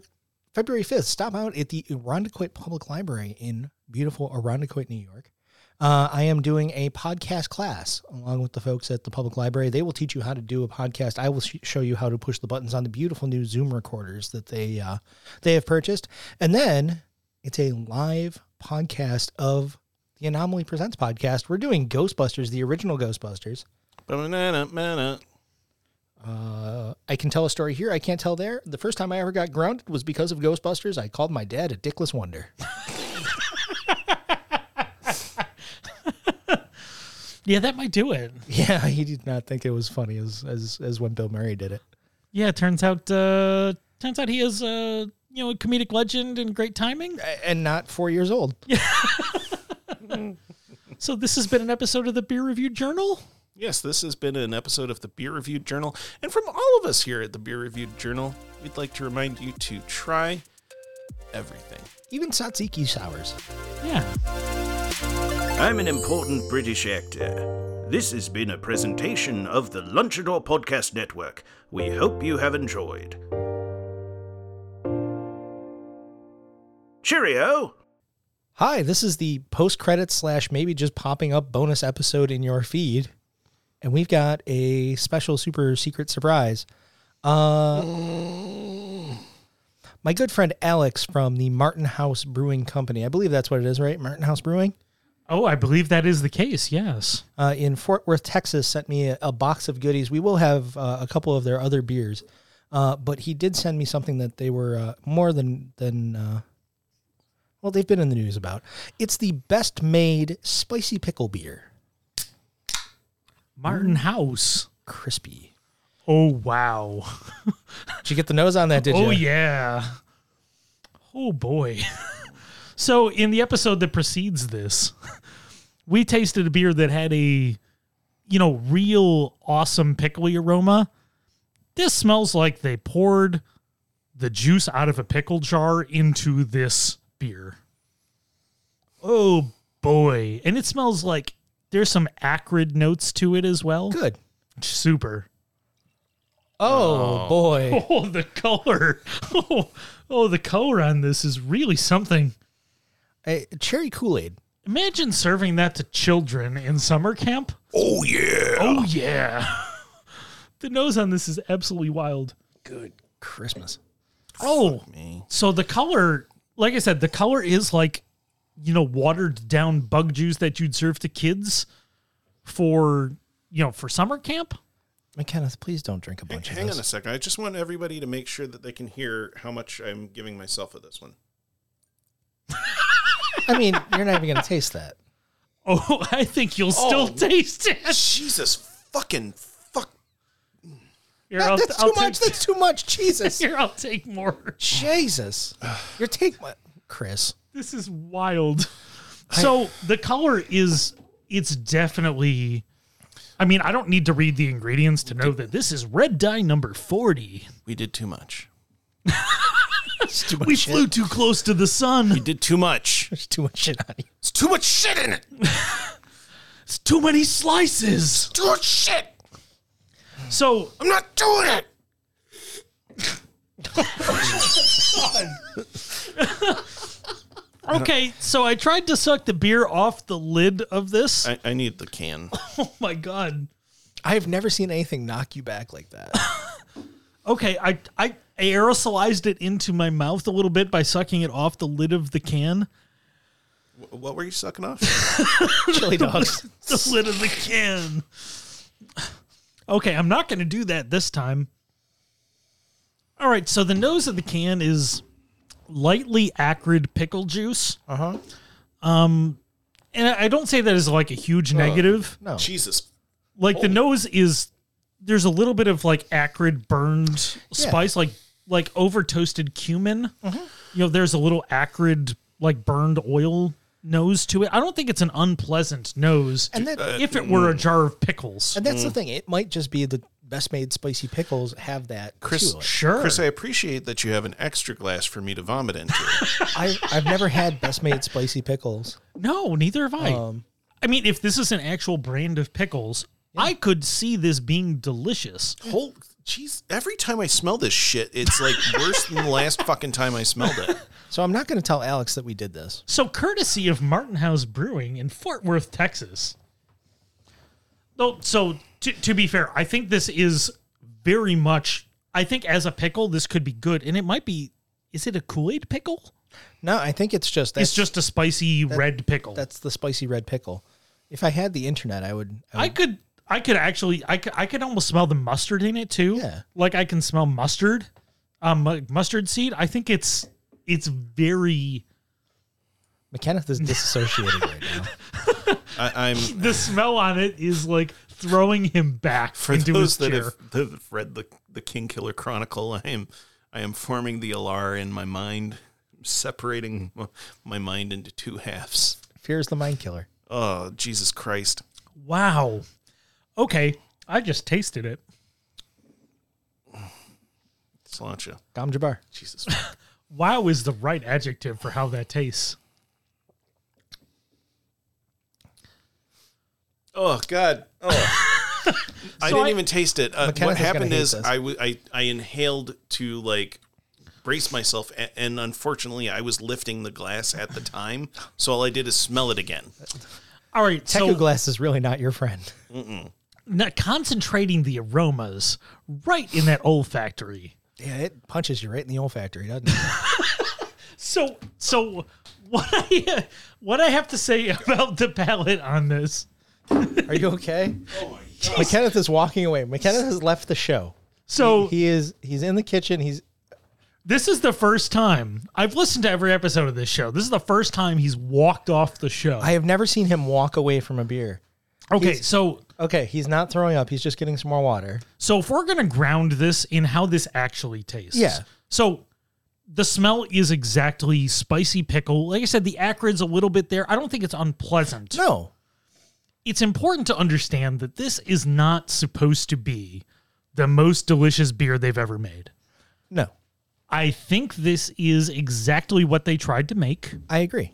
[SPEAKER 4] February 5th, stop out at the Irondequoit Public Library in beautiful Irondequoit, New York. Uh, I am doing a podcast class along with the folks at the public library. They will teach you how to do a podcast. I will sh- show you how to push the buttons on the beautiful new Zoom recorders that they uh, they have purchased, and then it's a live podcast of the Anomaly Presents podcast. We're doing Ghostbusters, the original Ghostbusters.
[SPEAKER 3] Banana, banana.
[SPEAKER 4] Uh, I can tell a story here, I can't tell there. The first time I ever got grounded was because of Ghostbusters. I called my dad a dickless wonder.
[SPEAKER 5] Yeah, that might do it.
[SPEAKER 4] yeah, he did not think it was funny as as as when Bill Murray did it.
[SPEAKER 5] Yeah, it turns out uh turns out he is uh you know a comedic legend and great timing.
[SPEAKER 4] A- And not four years old.
[SPEAKER 5] So this has been an episode of the Beer Review Journal.
[SPEAKER 3] Yes, this has been an episode of the Beer Review Journal. And from all of us here at the Beer Review Journal, we'd like to remind you to try everything.
[SPEAKER 4] Even tzatziki sours.
[SPEAKER 5] Yeah.
[SPEAKER 2] I'm an important British actor. This has been a presentation of the Lunchador Podcast Network. We hope you have enjoyed. Cheerio!
[SPEAKER 4] Hi, this is the post credit slash maybe just popping up bonus episode in your feed, and we've got a special super secret surprise. Uh, my good friend Alex from the Martin House Brewing Company, I believe that's what it is, right? Martin House Brewing
[SPEAKER 5] Oh, I believe that is the case. Yes.
[SPEAKER 4] uh, in Fort Worth, Texas, sent me a, a box of goodies. We will have uh, a couple of their other beers, uh, but he did send me something that they were uh, more than than. Uh, well, they've been in the news about. It's the best made spicy pickle beer,
[SPEAKER 5] Martin House.
[SPEAKER 4] crispy.
[SPEAKER 5] Oh wow.
[SPEAKER 4] Did you get the nose on that? Did you?
[SPEAKER 5] oh yeah. Oh boy. so in the episode that precedes this, we tasted a beer that had a you know, real awesome pickly aroma. This smells like they poured the juice out of a pickle jar into this beer. Oh boy. And it smells like there's some acrid notes to it as well.
[SPEAKER 4] Good.
[SPEAKER 5] Super.
[SPEAKER 4] Oh, boy.
[SPEAKER 5] Oh, the color. Oh, oh, the color on this is really something.
[SPEAKER 4] Uh, cherry Kool Aid.
[SPEAKER 5] Imagine serving that to children in summer camp.
[SPEAKER 2] Oh, yeah!
[SPEAKER 5] Oh, yeah. the nose on this is absolutely wild.
[SPEAKER 4] Christmas.
[SPEAKER 5] Oh, so the color, like I said, the color is like, you know, watered down bug juice that you'd serve to kids for, you know, for summer camp.
[SPEAKER 4] McKenna, please don't drink a
[SPEAKER 3] Hang,
[SPEAKER 4] bunch
[SPEAKER 3] hang
[SPEAKER 4] of
[SPEAKER 3] on a
[SPEAKER 4] this.
[SPEAKER 3] second. I just want everybody to make sure that they can hear how much I'm giving myself with this one.
[SPEAKER 4] I mean, you're not even going to taste that.
[SPEAKER 5] Oh, I think you'll still
[SPEAKER 3] Oh.
[SPEAKER 5] taste it.
[SPEAKER 3] Jesus fucking fuck.
[SPEAKER 5] Here,
[SPEAKER 4] That-
[SPEAKER 5] I'll-
[SPEAKER 4] that's
[SPEAKER 5] I'll
[SPEAKER 4] too much.
[SPEAKER 5] take-
[SPEAKER 4] That's too much. Jesus.
[SPEAKER 5] here, I'll take more.
[SPEAKER 4] Jesus. You're taking what? Chris.
[SPEAKER 5] this is wild. So the color is it's definitely I mean, I don't need to read the ingredients to know that this is red dye number 40.
[SPEAKER 3] We did too much.
[SPEAKER 5] We flew too close to the sun.
[SPEAKER 3] We did too much.
[SPEAKER 4] There's too much shit on you.
[SPEAKER 3] It's too much shit in it.
[SPEAKER 5] It's too many slices.
[SPEAKER 3] Too much shit.
[SPEAKER 5] So
[SPEAKER 3] I'm not doing it.
[SPEAKER 5] okay, so I tried to suck the beer off the lid of this.
[SPEAKER 3] I, I need the can.
[SPEAKER 5] oh my god.
[SPEAKER 4] I've never seen anything knock you back like that.
[SPEAKER 5] Okay, I I aerosolized it into my mouth a little bit by sucking it off the lid of the can.
[SPEAKER 3] Wh- What were you sucking off?
[SPEAKER 4] Chili dogs.
[SPEAKER 5] the lid of the can. Okay, I'm not going to do that this time. All right, so the nose of the can is lightly acrid pickle juice. Uh
[SPEAKER 4] Uh-huh.
[SPEAKER 5] huh. Um, and I I don't say that as like a huge negative.
[SPEAKER 4] Uh, No. Oh.
[SPEAKER 3] Jesus.
[SPEAKER 5] Like the nose is there's a little bit of like acrid burned spice, like like over toasted cumin.
[SPEAKER 4] Mm-hmm.
[SPEAKER 5] You know, there's a little acrid like burned oil nose to it. I don't think it's an unpleasant nose
[SPEAKER 4] And, that,
[SPEAKER 5] if it were a jar of pickles.
[SPEAKER 4] and that's the thing. It might just be the best made spicy pickles have that.
[SPEAKER 3] Chris,
[SPEAKER 4] to it.
[SPEAKER 5] Sure.
[SPEAKER 3] Chris, I appreciate that you have an extra glass for me to vomit into.
[SPEAKER 4] I, I've never had best made spicy pickles.
[SPEAKER 5] no, neither have I.
[SPEAKER 4] Um,
[SPEAKER 5] I mean, if this is an actual brand of pickles, I could see this being delicious.
[SPEAKER 3] Whole, jeez, every time I smell this shit, it's like worse than the last fucking time I smelled it.
[SPEAKER 4] so I'm not going to tell Alex that we did this.
[SPEAKER 5] So, courtesy of Martin House Brewing in Fort Worth, Texas. No, so to, to be fair, I think this is very much. I think as a pickle, this could be good, and it might be. Is it a Kool Aid pickle?
[SPEAKER 4] No, I think it's just that's,
[SPEAKER 5] it's just a spicy red pickle.
[SPEAKER 4] that's the spicy red pickle. If I had the internet, I would. I
[SPEAKER 5] I
[SPEAKER 4] would
[SPEAKER 5] could I could actually I could, I could almost smell the mustard in it too.
[SPEAKER 4] Yeah.
[SPEAKER 5] Like I can smell mustard. Um mu- mustard seed. I think it's it's very
[SPEAKER 4] McKenneth is disassociating right now.
[SPEAKER 3] I, I'm
[SPEAKER 5] the smell on it is like throwing him back
[SPEAKER 3] for
[SPEAKER 5] into
[SPEAKER 3] those
[SPEAKER 5] his
[SPEAKER 3] that
[SPEAKER 5] chair.
[SPEAKER 3] have, that have read the the King Killer Chronicle. I am I am forming the alar in my mind, separating m- my mind into two halves.
[SPEAKER 4] Fear is the mind killer.
[SPEAKER 3] Oh Jesus Christ!
[SPEAKER 5] Wow. Okay, I just tasted it.
[SPEAKER 3] Slancha.
[SPEAKER 4] Dom Jabbar.
[SPEAKER 3] Jesus.
[SPEAKER 5] Wow is the right adjective for how that tastes.
[SPEAKER 3] Oh God! Oh, I
[SPEAKER 5] So
[SPEAKER 3] didn't
[SPEAKER 5] I-
[SPEAKER 3] even taste it. Uh,
[SPEAKER 4] McKenna's is
[SPEAKER 3] what
[SPEAKER 4] gonna
[SPEAKER 3] happened
[SPEAKER 4] hate
[SPEAKER 3] is
[SPEAKER 4] this.
[SPEAKER 3] I, w- I I inhaled to like brace myself, and, and unfortunately, I was lifting the glass at the time, so all I did is smell it again.
[SPEAKER 5] All right,
[SPEAKER 4] Teku
[SPEAKER 5] so
[SPEAKER 4] Glass is really not your friend.
[SPEAKER 5] now concentrating the aromas right in that olfactory.
[SPEAKER 4] Yeah, it punches you right in the olfactory, doesn't it?
[SPEAKER 5] So so what I what I have to say about the palate on this
[SPEAKER 4] Are you okay? Oh my God. McKenneth is walking away. McKenneth has left the show.
[SPEAKER 5] So
[SPEAKER 4] He is. He's in the kitchen. He's
[SPEAKER 5] this is the first time I've listened to every episode of this show. This is the first time he's walked off the show.
[SPEAKER 4] I have never seen him walk away from a beer.
[SPEAKER 5] okay,
[SPEAKER 4] he's-
[SPEAKER 5] so
[SPEAKER 4] Okay, he's not throwing up. He's just getting some more water.
[SPEAKER 5] so if we're gonna ground this in how this actually tastes,
[SPEAKER 4] Yeah.
[SPEAKER 5] So the smell is exactly spicy pickle. Like I said, the acrid's a little bit there. I don't think it's unpleasant.
[SPEAKER 4] No,
[SPEAKER 5] It's important to understand that this is not supposed to be the most delicious beer they've ever made.
[SPEAKER 4] no,
[SPEAKER 5] I think this is exactly what they tried to make.
[SPEAKER 4] I agree.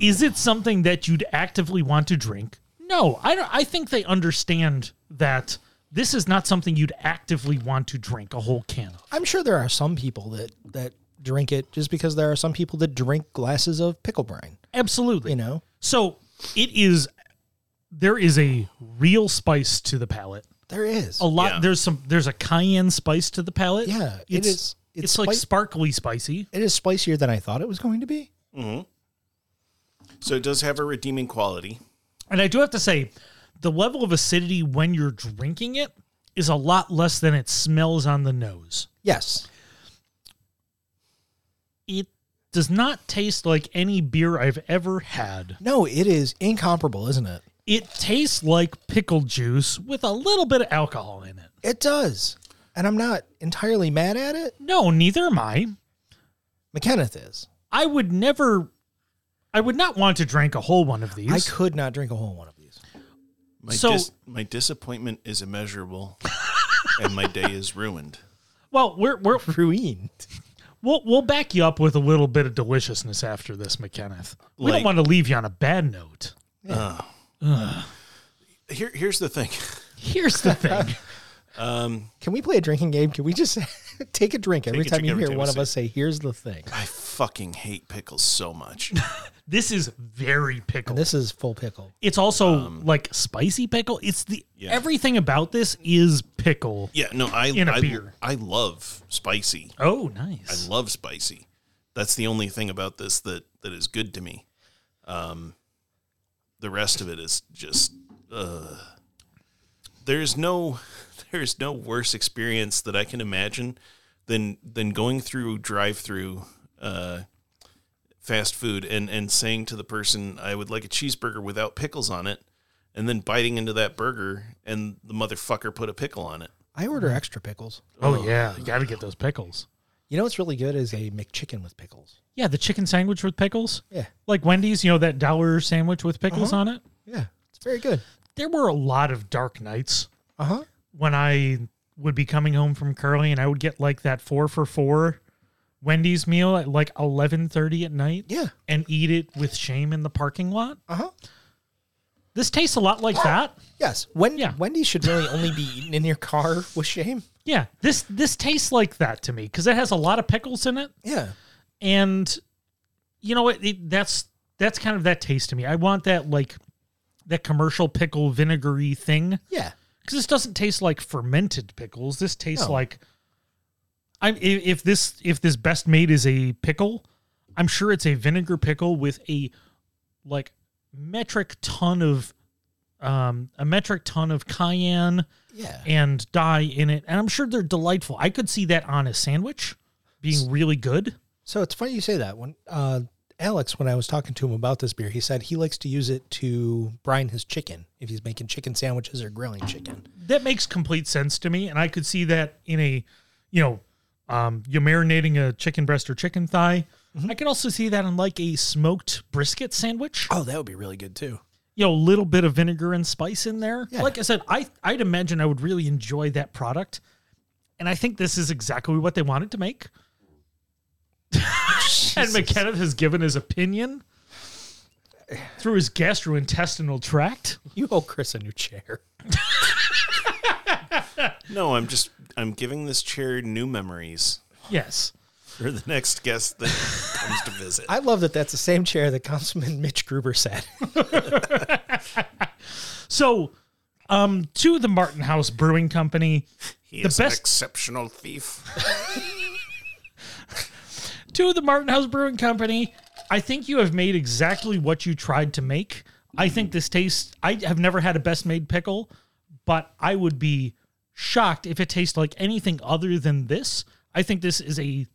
[SPEAKER 5] is it something that you'd actively want to drink? No, I don't. I think they understand that this is not something you'd actively want to drink a whole can of.
[SPEAKER 4] I'm sure there are some people that that drink it just because there are some people that drink glasses of pickle brine.
[SPEAKER 5] Absolutely.
[SPEAKER 4] You know,
[SPEAKER 5] So it is. There is a real spice to the palate.
[SPEAKER 4] there is.
[SPEAKER 5] A lot.
[SPEAKER 3] Yeah.
[SPEAKER 5] There's some. There's a cayenne spice to the palate.
[SPEAKER 4] Yeah, it
[SPEAKER 5] it's,
[SPEAKER 4] is-
[SPEAKER 5] It's,
[SPEAKER 4] it's
[SPEAKER 5] like
[SPEAKER 4] spi-
[SPEAKER 5] sparkly spicy.
[SPEAKER 4] It is spicier than I thought it was going to be.
[SPEAKER 3] So it does have a redeeming quality.
[SPEAKER 5] And I do have to say, the level of acidity when you're drinking it is a lot less than it smells on the nose.
[SPEAKER 4] Yes,
[SPEAKER 5] it does not taste like any beer I've ever had.
[SPEAKER 4] no, it is incomparable, isn't it?
[SPEAKER 5] It tastes like pickle juice with a little bit of alcohol in it.
[SPEAKER 4] It does, and I'm not entirely mad at it.
[SPEAKER 5] No, neither am I.
[SPEAKER 4] McKenneth is.
[SPEAKER 5] I would never I would not want to drink a whole one of these.
[SPEAKER 4] I could not drink a whole one of these.
[SPEAKER 3] My
[SPEAKER 5] So-
[SPEAKER 3] dis- my disappointment is immeasurable, and my day is ruined.
[SPEAKER 5] well, we're we're
[SPEAKER 4] Ruined.
[SPEAKER 5] we'll we'll back you up with a little bit of deliciousness after this, McKenneth. We don't
[SPEAKER 3] Like-
[SPEAKER 5] want to leave you on a bad note.
[SPEAKER 3] Here, here's the thing.
[SPEAKER 5] Here's the thing.
[SPEAKER 4] Can we play a drinking game? Can we just take a drink every
[SPEAKER 3] Take a
[SPEAKER 4] time
[SPEAKER 3] drink
[SPEAKER 4] you
[SPEAKER 3] every
[SPEAKER 4] hear
[SPEAKER 3] time
[SPEAKER 4] one
[SPEAKER 3] we
[SPEAKER 4] of
[SPEAKER 3] say
[SPEAKER 4] us say, "Here's the thing."
[SPEAKER 3] I fucking hate pickles so much.
[SPEAKER 5] this is very pickle.
[SPEAKER 4] This is full pickle.
[SPEAKER 5] it's also like spicy pickle. It's the everything about this is pickle.
[SPEAKER 3] Yeah, no, I
[SPEAKER 5] In a
[SPEAKER 3] I-
[SPEAKER 5] beer.
[SPEAKER 3] I love spicy.
[SPEAKER 5] Oh, nice.
[SPEAKER 3] I love spicy. That's the only thing about this that that is good to me. Um, the rest of it is just uh, there's no there's no worse experience that I can imagine than than going through drive through uh, fast food and and saying to the person I would like a cheeseburger without pickles on it, and then biting into that burger and the motherfucker put a pickle on it.
[SPEAKER 4] I order extra pickles.
[SPEAKER 5] Oh yeah, you got to get those pickles.
[SPEAKER 4] You know what's really good is a McChicken with pickles.
[SPEAKER 5] Yeah, the chicken sandwich with pickles.
[SPEAKER 4] Yeah,
[SPEAKER 5] Like Wendy's, you know that dollar sandwich with pickles on it.
[SPEAKER 4] yeah, it's very good.
[SPEAKER 5] There were a lot of dark nights
[SPEAKER 4] Uh huh.
[SPEAKER 5] when I would be coming home from curly and I would get like that 4 for 4 Wendy's meal at like 11:30 at night
[SPEAKER 4] Yeah.
[SPEAKER 5] and eat it with shame in the parking lot.
[SPEAKER 4] Uh huh.
[SPEAKER 5] This tastes a lot like that.
[SPEAKER 4] Yes. When
[SPEAKER 5] Yeah.
[SPEAKER 4] Wendy should really only be eaten in your car with shame.
[SPEAKER 5] Yeah, this this tastes like that to me cuz it has a lot of pickles in it.
[SPEAKER 4] Yeah.
[SPEAKER 5] and you know what it, that's that's kind of that taste to me i want that like that commercial pickle vinegary thing
[SPEAKER 4] Yeah.
[SPEAKER 5] because this doesn't taste like fermented pickles this tastes
[SPEAKER 4] No.
[SPEAKER 5] like I'm i- if this if this best made is a pickle, I'm sure it's a vinegar pickle with a like metric ton of um a metric ton of cayenne
[SPEAKER 4] Yeah.
[SPEAKER 5] and dye in it, and I'm sure they're delightful. I could see that on a sandwich being really good.
[SPEAKER 4] So it's funny you say that. When uh, Alex, when I was talking to him about this beer, he said he likes to use it to brine his chicken if he's making chicken sandwiches or grilling chicken.
[SPEAKER 5] That makes complete sense to me, and I could see that in a you know um you're marinating a chicken breast or chicken thigh. I could also see that in like a smoked brisket sandwich.
[SPEAKER 4] Oh, that would be really good too.
[SPEAKER 5] you know, a little bit of vinegar and spice in there.
[SPEAKER 4] Yeah.
[SPEAKER 5] Like I said, I I'd imagine I would really enjoy that product. And I think this is exactly what they wanted to make. and McKenneth has given his opinion through his gastrointestinal tract.
[SPEAKER 4] You owe Chris a new chair.
[SPEAKER 3] No, I'm just I'm giving this chair new memories
[SPEAKER 5] Yes.
[SPEAKER 3] for the next guest that comes to visit.
[SPEAKER 4] I love that that's the same chair that Councilman Mitch Gruber sat. in.
[SPEAKER 5] So, um, to the Martin House Brewing Company,
[SPEAKER 3] He
[SPEAKER 5] the
[SPEAKER 3] is an
[SPEAKER 5] best-
[SPEAKER 3] exceptional thief.
[SPEAKER 5] to the Martin House Brewing Company. I think you have made exactly what you tried to make. I think this tastes. I have never had a best made pickle, but I would be shocked if it tastes like anything other than this. I think this is a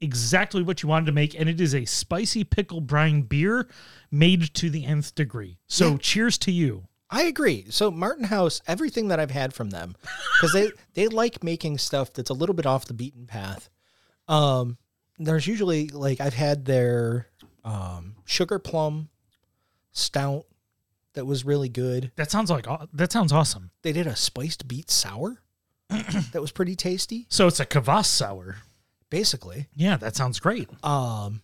[SPEAKER 5] exactly what you wanted to make, and it is a spicy pickle brine beer made to the nth degree. So, cheers to you.
[SPEAKER 4] I agree. So Martin House, everything that I've had from them, because they they like making stuff that's a little bit off the beaten path. Um, there's usually like I've had their um, sugar plum stout that was really good.
[SPEAKER 5] That sounds like aw- that sounds awesome.
[SPEAKER 4] They did a spiced beet sour that was pretty tasty,
[SPEAKER 5] So it's a kvass sour. Uh,
[SPEAKER 4] basically.
[SPEAKER 5] Yeah, that sounds great.
[SPEAKER 4] Um,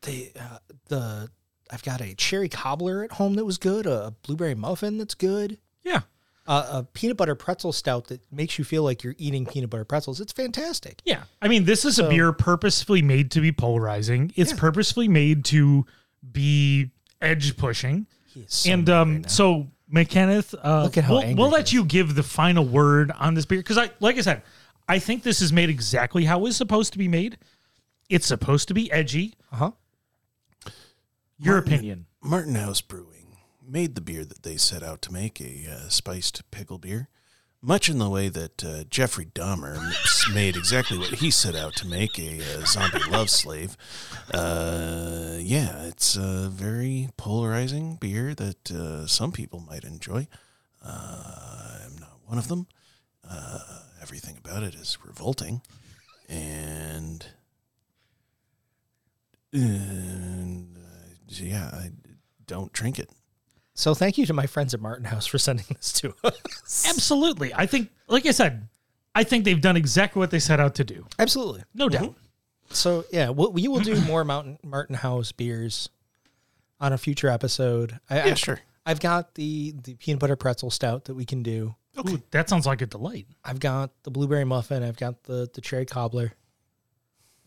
[SPEAKER 4] they uh, the I've got a cherry cobbler at home that was good, a blueberry muffin that's good.
[SPEAKER 5] Yeah.
[SPEAKER 4] uh, a peanut butter pretzel stout that makes you feel like you're eating peanut butter pretzels. It's fantastic.
[SPEAKER 5] Yeah. I mean, this is a
[SPEAKER 4] So-
[SPEAKER 5] beer purposefully made to be polarizing. It's
[SPEAKER 4] Yeah.
[SPEAKER 5] purposefully made to be edge pushing.
[SPEAKER 4] He is so
[SPEAKER 5] and
[SPEAKER 4] mad
[SPEAKER 5] um,
[SPEAKER 4] right now.
[SPEAKER 5] so, McKenneth, uh,
[SPEAKER 4] Look at how
[SPEAKER 5] we'll,
[SPEAKER 4] angry
[SPEAKER 5] we'll
[SPEAKER 4] he
[SPEAKER 5] let
[SPEAKER 4] is.
[SPEAKER 5] you give the final word on this beer because I, like I said, I think this is made exactly how it's supposed to be made. It's supposed to be edgy.
[SPEAKER 4] Uh-huh.
[SPEAKER 5] Your opinion.
[SPEAKER 3] Martin House Brewing made the beer that they set out to make, a uh, spiced pickle beer, much in the way that uh, Jeffrey Dahmer s- made exactly what he set out to make, a uh, zombie love slave. Uh, yeah, it's a very polarizing beer that uh, some people might enjoy. Uh, I'm not one of them. Uh, everything about it is revolting. And. And uh, yeah, I don't drink it.
[SPEAKER 4] so thank you to my friends at Martin House for sending this to us.
[SPEAKER 5] Absolutely. I think, like I said, I think they've done exactly what they set out to do.
[SPEAKER 4] Absolutely.
[SPEAKER 5] No doubt.
[SPEAKER 4] So yeah, we'll, we will do more Mountain Martin House beers on a future episode. I, yeah,
[SPEAKER 3] sure.
[SPEAKER 4] I've got the the peanut butter pretzel stout that we can do.
[SPEAKER 5] Ooh, that sounds like a delight.
[SPEAKER 4] I've got the blueberry muffin. I've got the the cherry cobbler.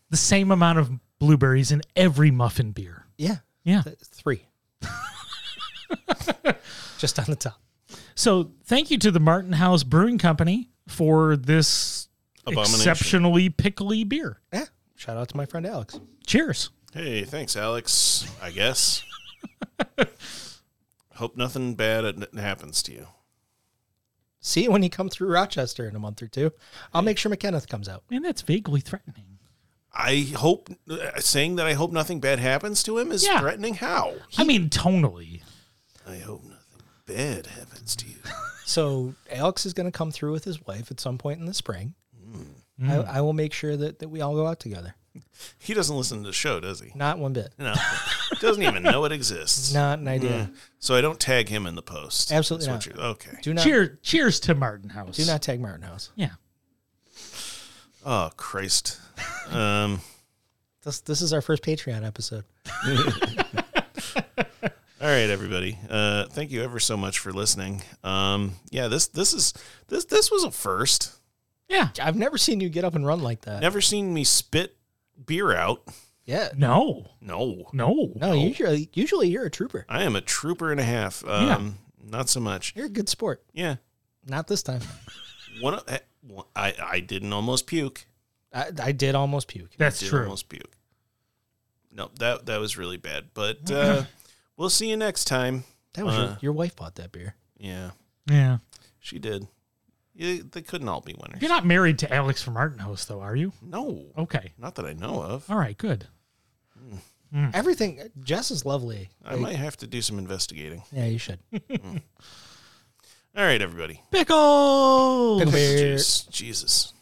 [SPEAKER 5] The same amount of blueberries in every muffin beer.
[SPEAKER 4] Yeah,
[SPEAKER 5] Yeah.
[SPEAKER 4] th- three. Just on the top.
[SPEAKER 5] So thank you to the Martin House Brewing Company for this
[SPEAKER 3] Abomination.
[SPEAKER 5] exceptionally pickly beer.
[SPEAKER 4] Yeah. Shout out to my friend Alex.
[SPEAKER 5] Cheers.
[SPEAKER 3] Hey, thanks, Alex. I guess. Hope nothing bad n- happens to you.
[SPEAKER 4] See you when you come through Rochester in a month or two. I'll make sure McKenneth comes out.
[SPEAKER 5] Man, that's vaguely threatening.
[SPEAKER 3] I hope uh, saying that I hope nothing bad happens to him is
[SPEAKER 5] Yeah.
[SPEAKER 3] threatening. How?
[SPEAKER 5] I mean, tonally.
[SPEAKER 3] I hope nothing bad happens to you.
[SPEAKER 4] So Alex is going to come through with his wife at some point in the spring. Mm. I, I will make sure that, that we all go out together.
[SPEAKER 3] He doesn't listen to the show, does he?
[SPEAKER 4] Not one bit.
[SPEAKER 3] No, doesn't even know it exists.
[SPEAKER 4] Not an idea.
[SPEAKER 3] So I don't tag him in the post.
[SPEAKER 4] Absolutely
[SPEAKER 3] That's
[SPEAKER 4] not.
[SPEAKER 3] what you're- okay.
[SPEAKER 4] Do not
[SPEAKER 5] Cheer, cheers to Martin House.
[SPEAKER 4] do not tag Martin House.
[SPEAKER 5] Yeah.
[SPEAKER 3] Oh Christ. Um.
[SPEAKER 4] This this is our first Patreon episode.
[SPEAKER 3] All right, everybody. Uh, thank you ever so much for listening. Um, yeah, this this is this this was a first.
[SPEAKER 5] Yeah.
[SPEAKER 4] I've never seen you get up and run like that.
[SPEAKER 3] Never seen me spit beer out.
[SPEAKER 4] Yeah.
[SPEAKER 5] No.
[SPEAKER 3] No,
[SPEAKER 5] No.
[SPEAKER 4] No, usually usually you're a trooper.
[SPEAKER 3] I am a trooper and a half. Um, Not so much.
[SPEAKER 4] You're a good sport.
[SPEAKER 3] Yeah,
[SPEAKER 4] Not this time.
[SPEAKER 3] one. of- eh, one- I I didn't almost puke.
[SPEAKER 4] I, I did almost puke.
[SPEAKER 5] That's
[SPEAKER 3] did
[SPEAKER 5] true.
[SPEAKER 3] Almost puke. No, that that was really bad. But uh, we'll see you next time.
[SPEAKER 4] That was
[SPEAKER 3] Uh.
[SPEAKER 4] your, your wife bought that beer.
[SPEAKER 3] Yeah,
[SPEAKER 5] Yeah.
[SPEAKER 3] she did. Yeah, they couldn't all be winners.
[SPEAKER 5] You're not married to Alex from Artenhouse, though, are you?
[SPEAKER 3] no,
[SPEAKER 5] Okay.
[SPEAKER 3] not that I know of.
[SPEAKER 5] All right. Good.
[SPEAKER 4] Everything. Jess is lovely.
[SPEAKER 3] I might have to do some investigating.
[SPEAKER 4] Yeah, you should.
[SPEAKER 3] All right, everybody.
[SPEAKER 5] Pickles.
[SPEAKER 4] Pickle beer.
[SPEAKER 3] Juice. Jesus.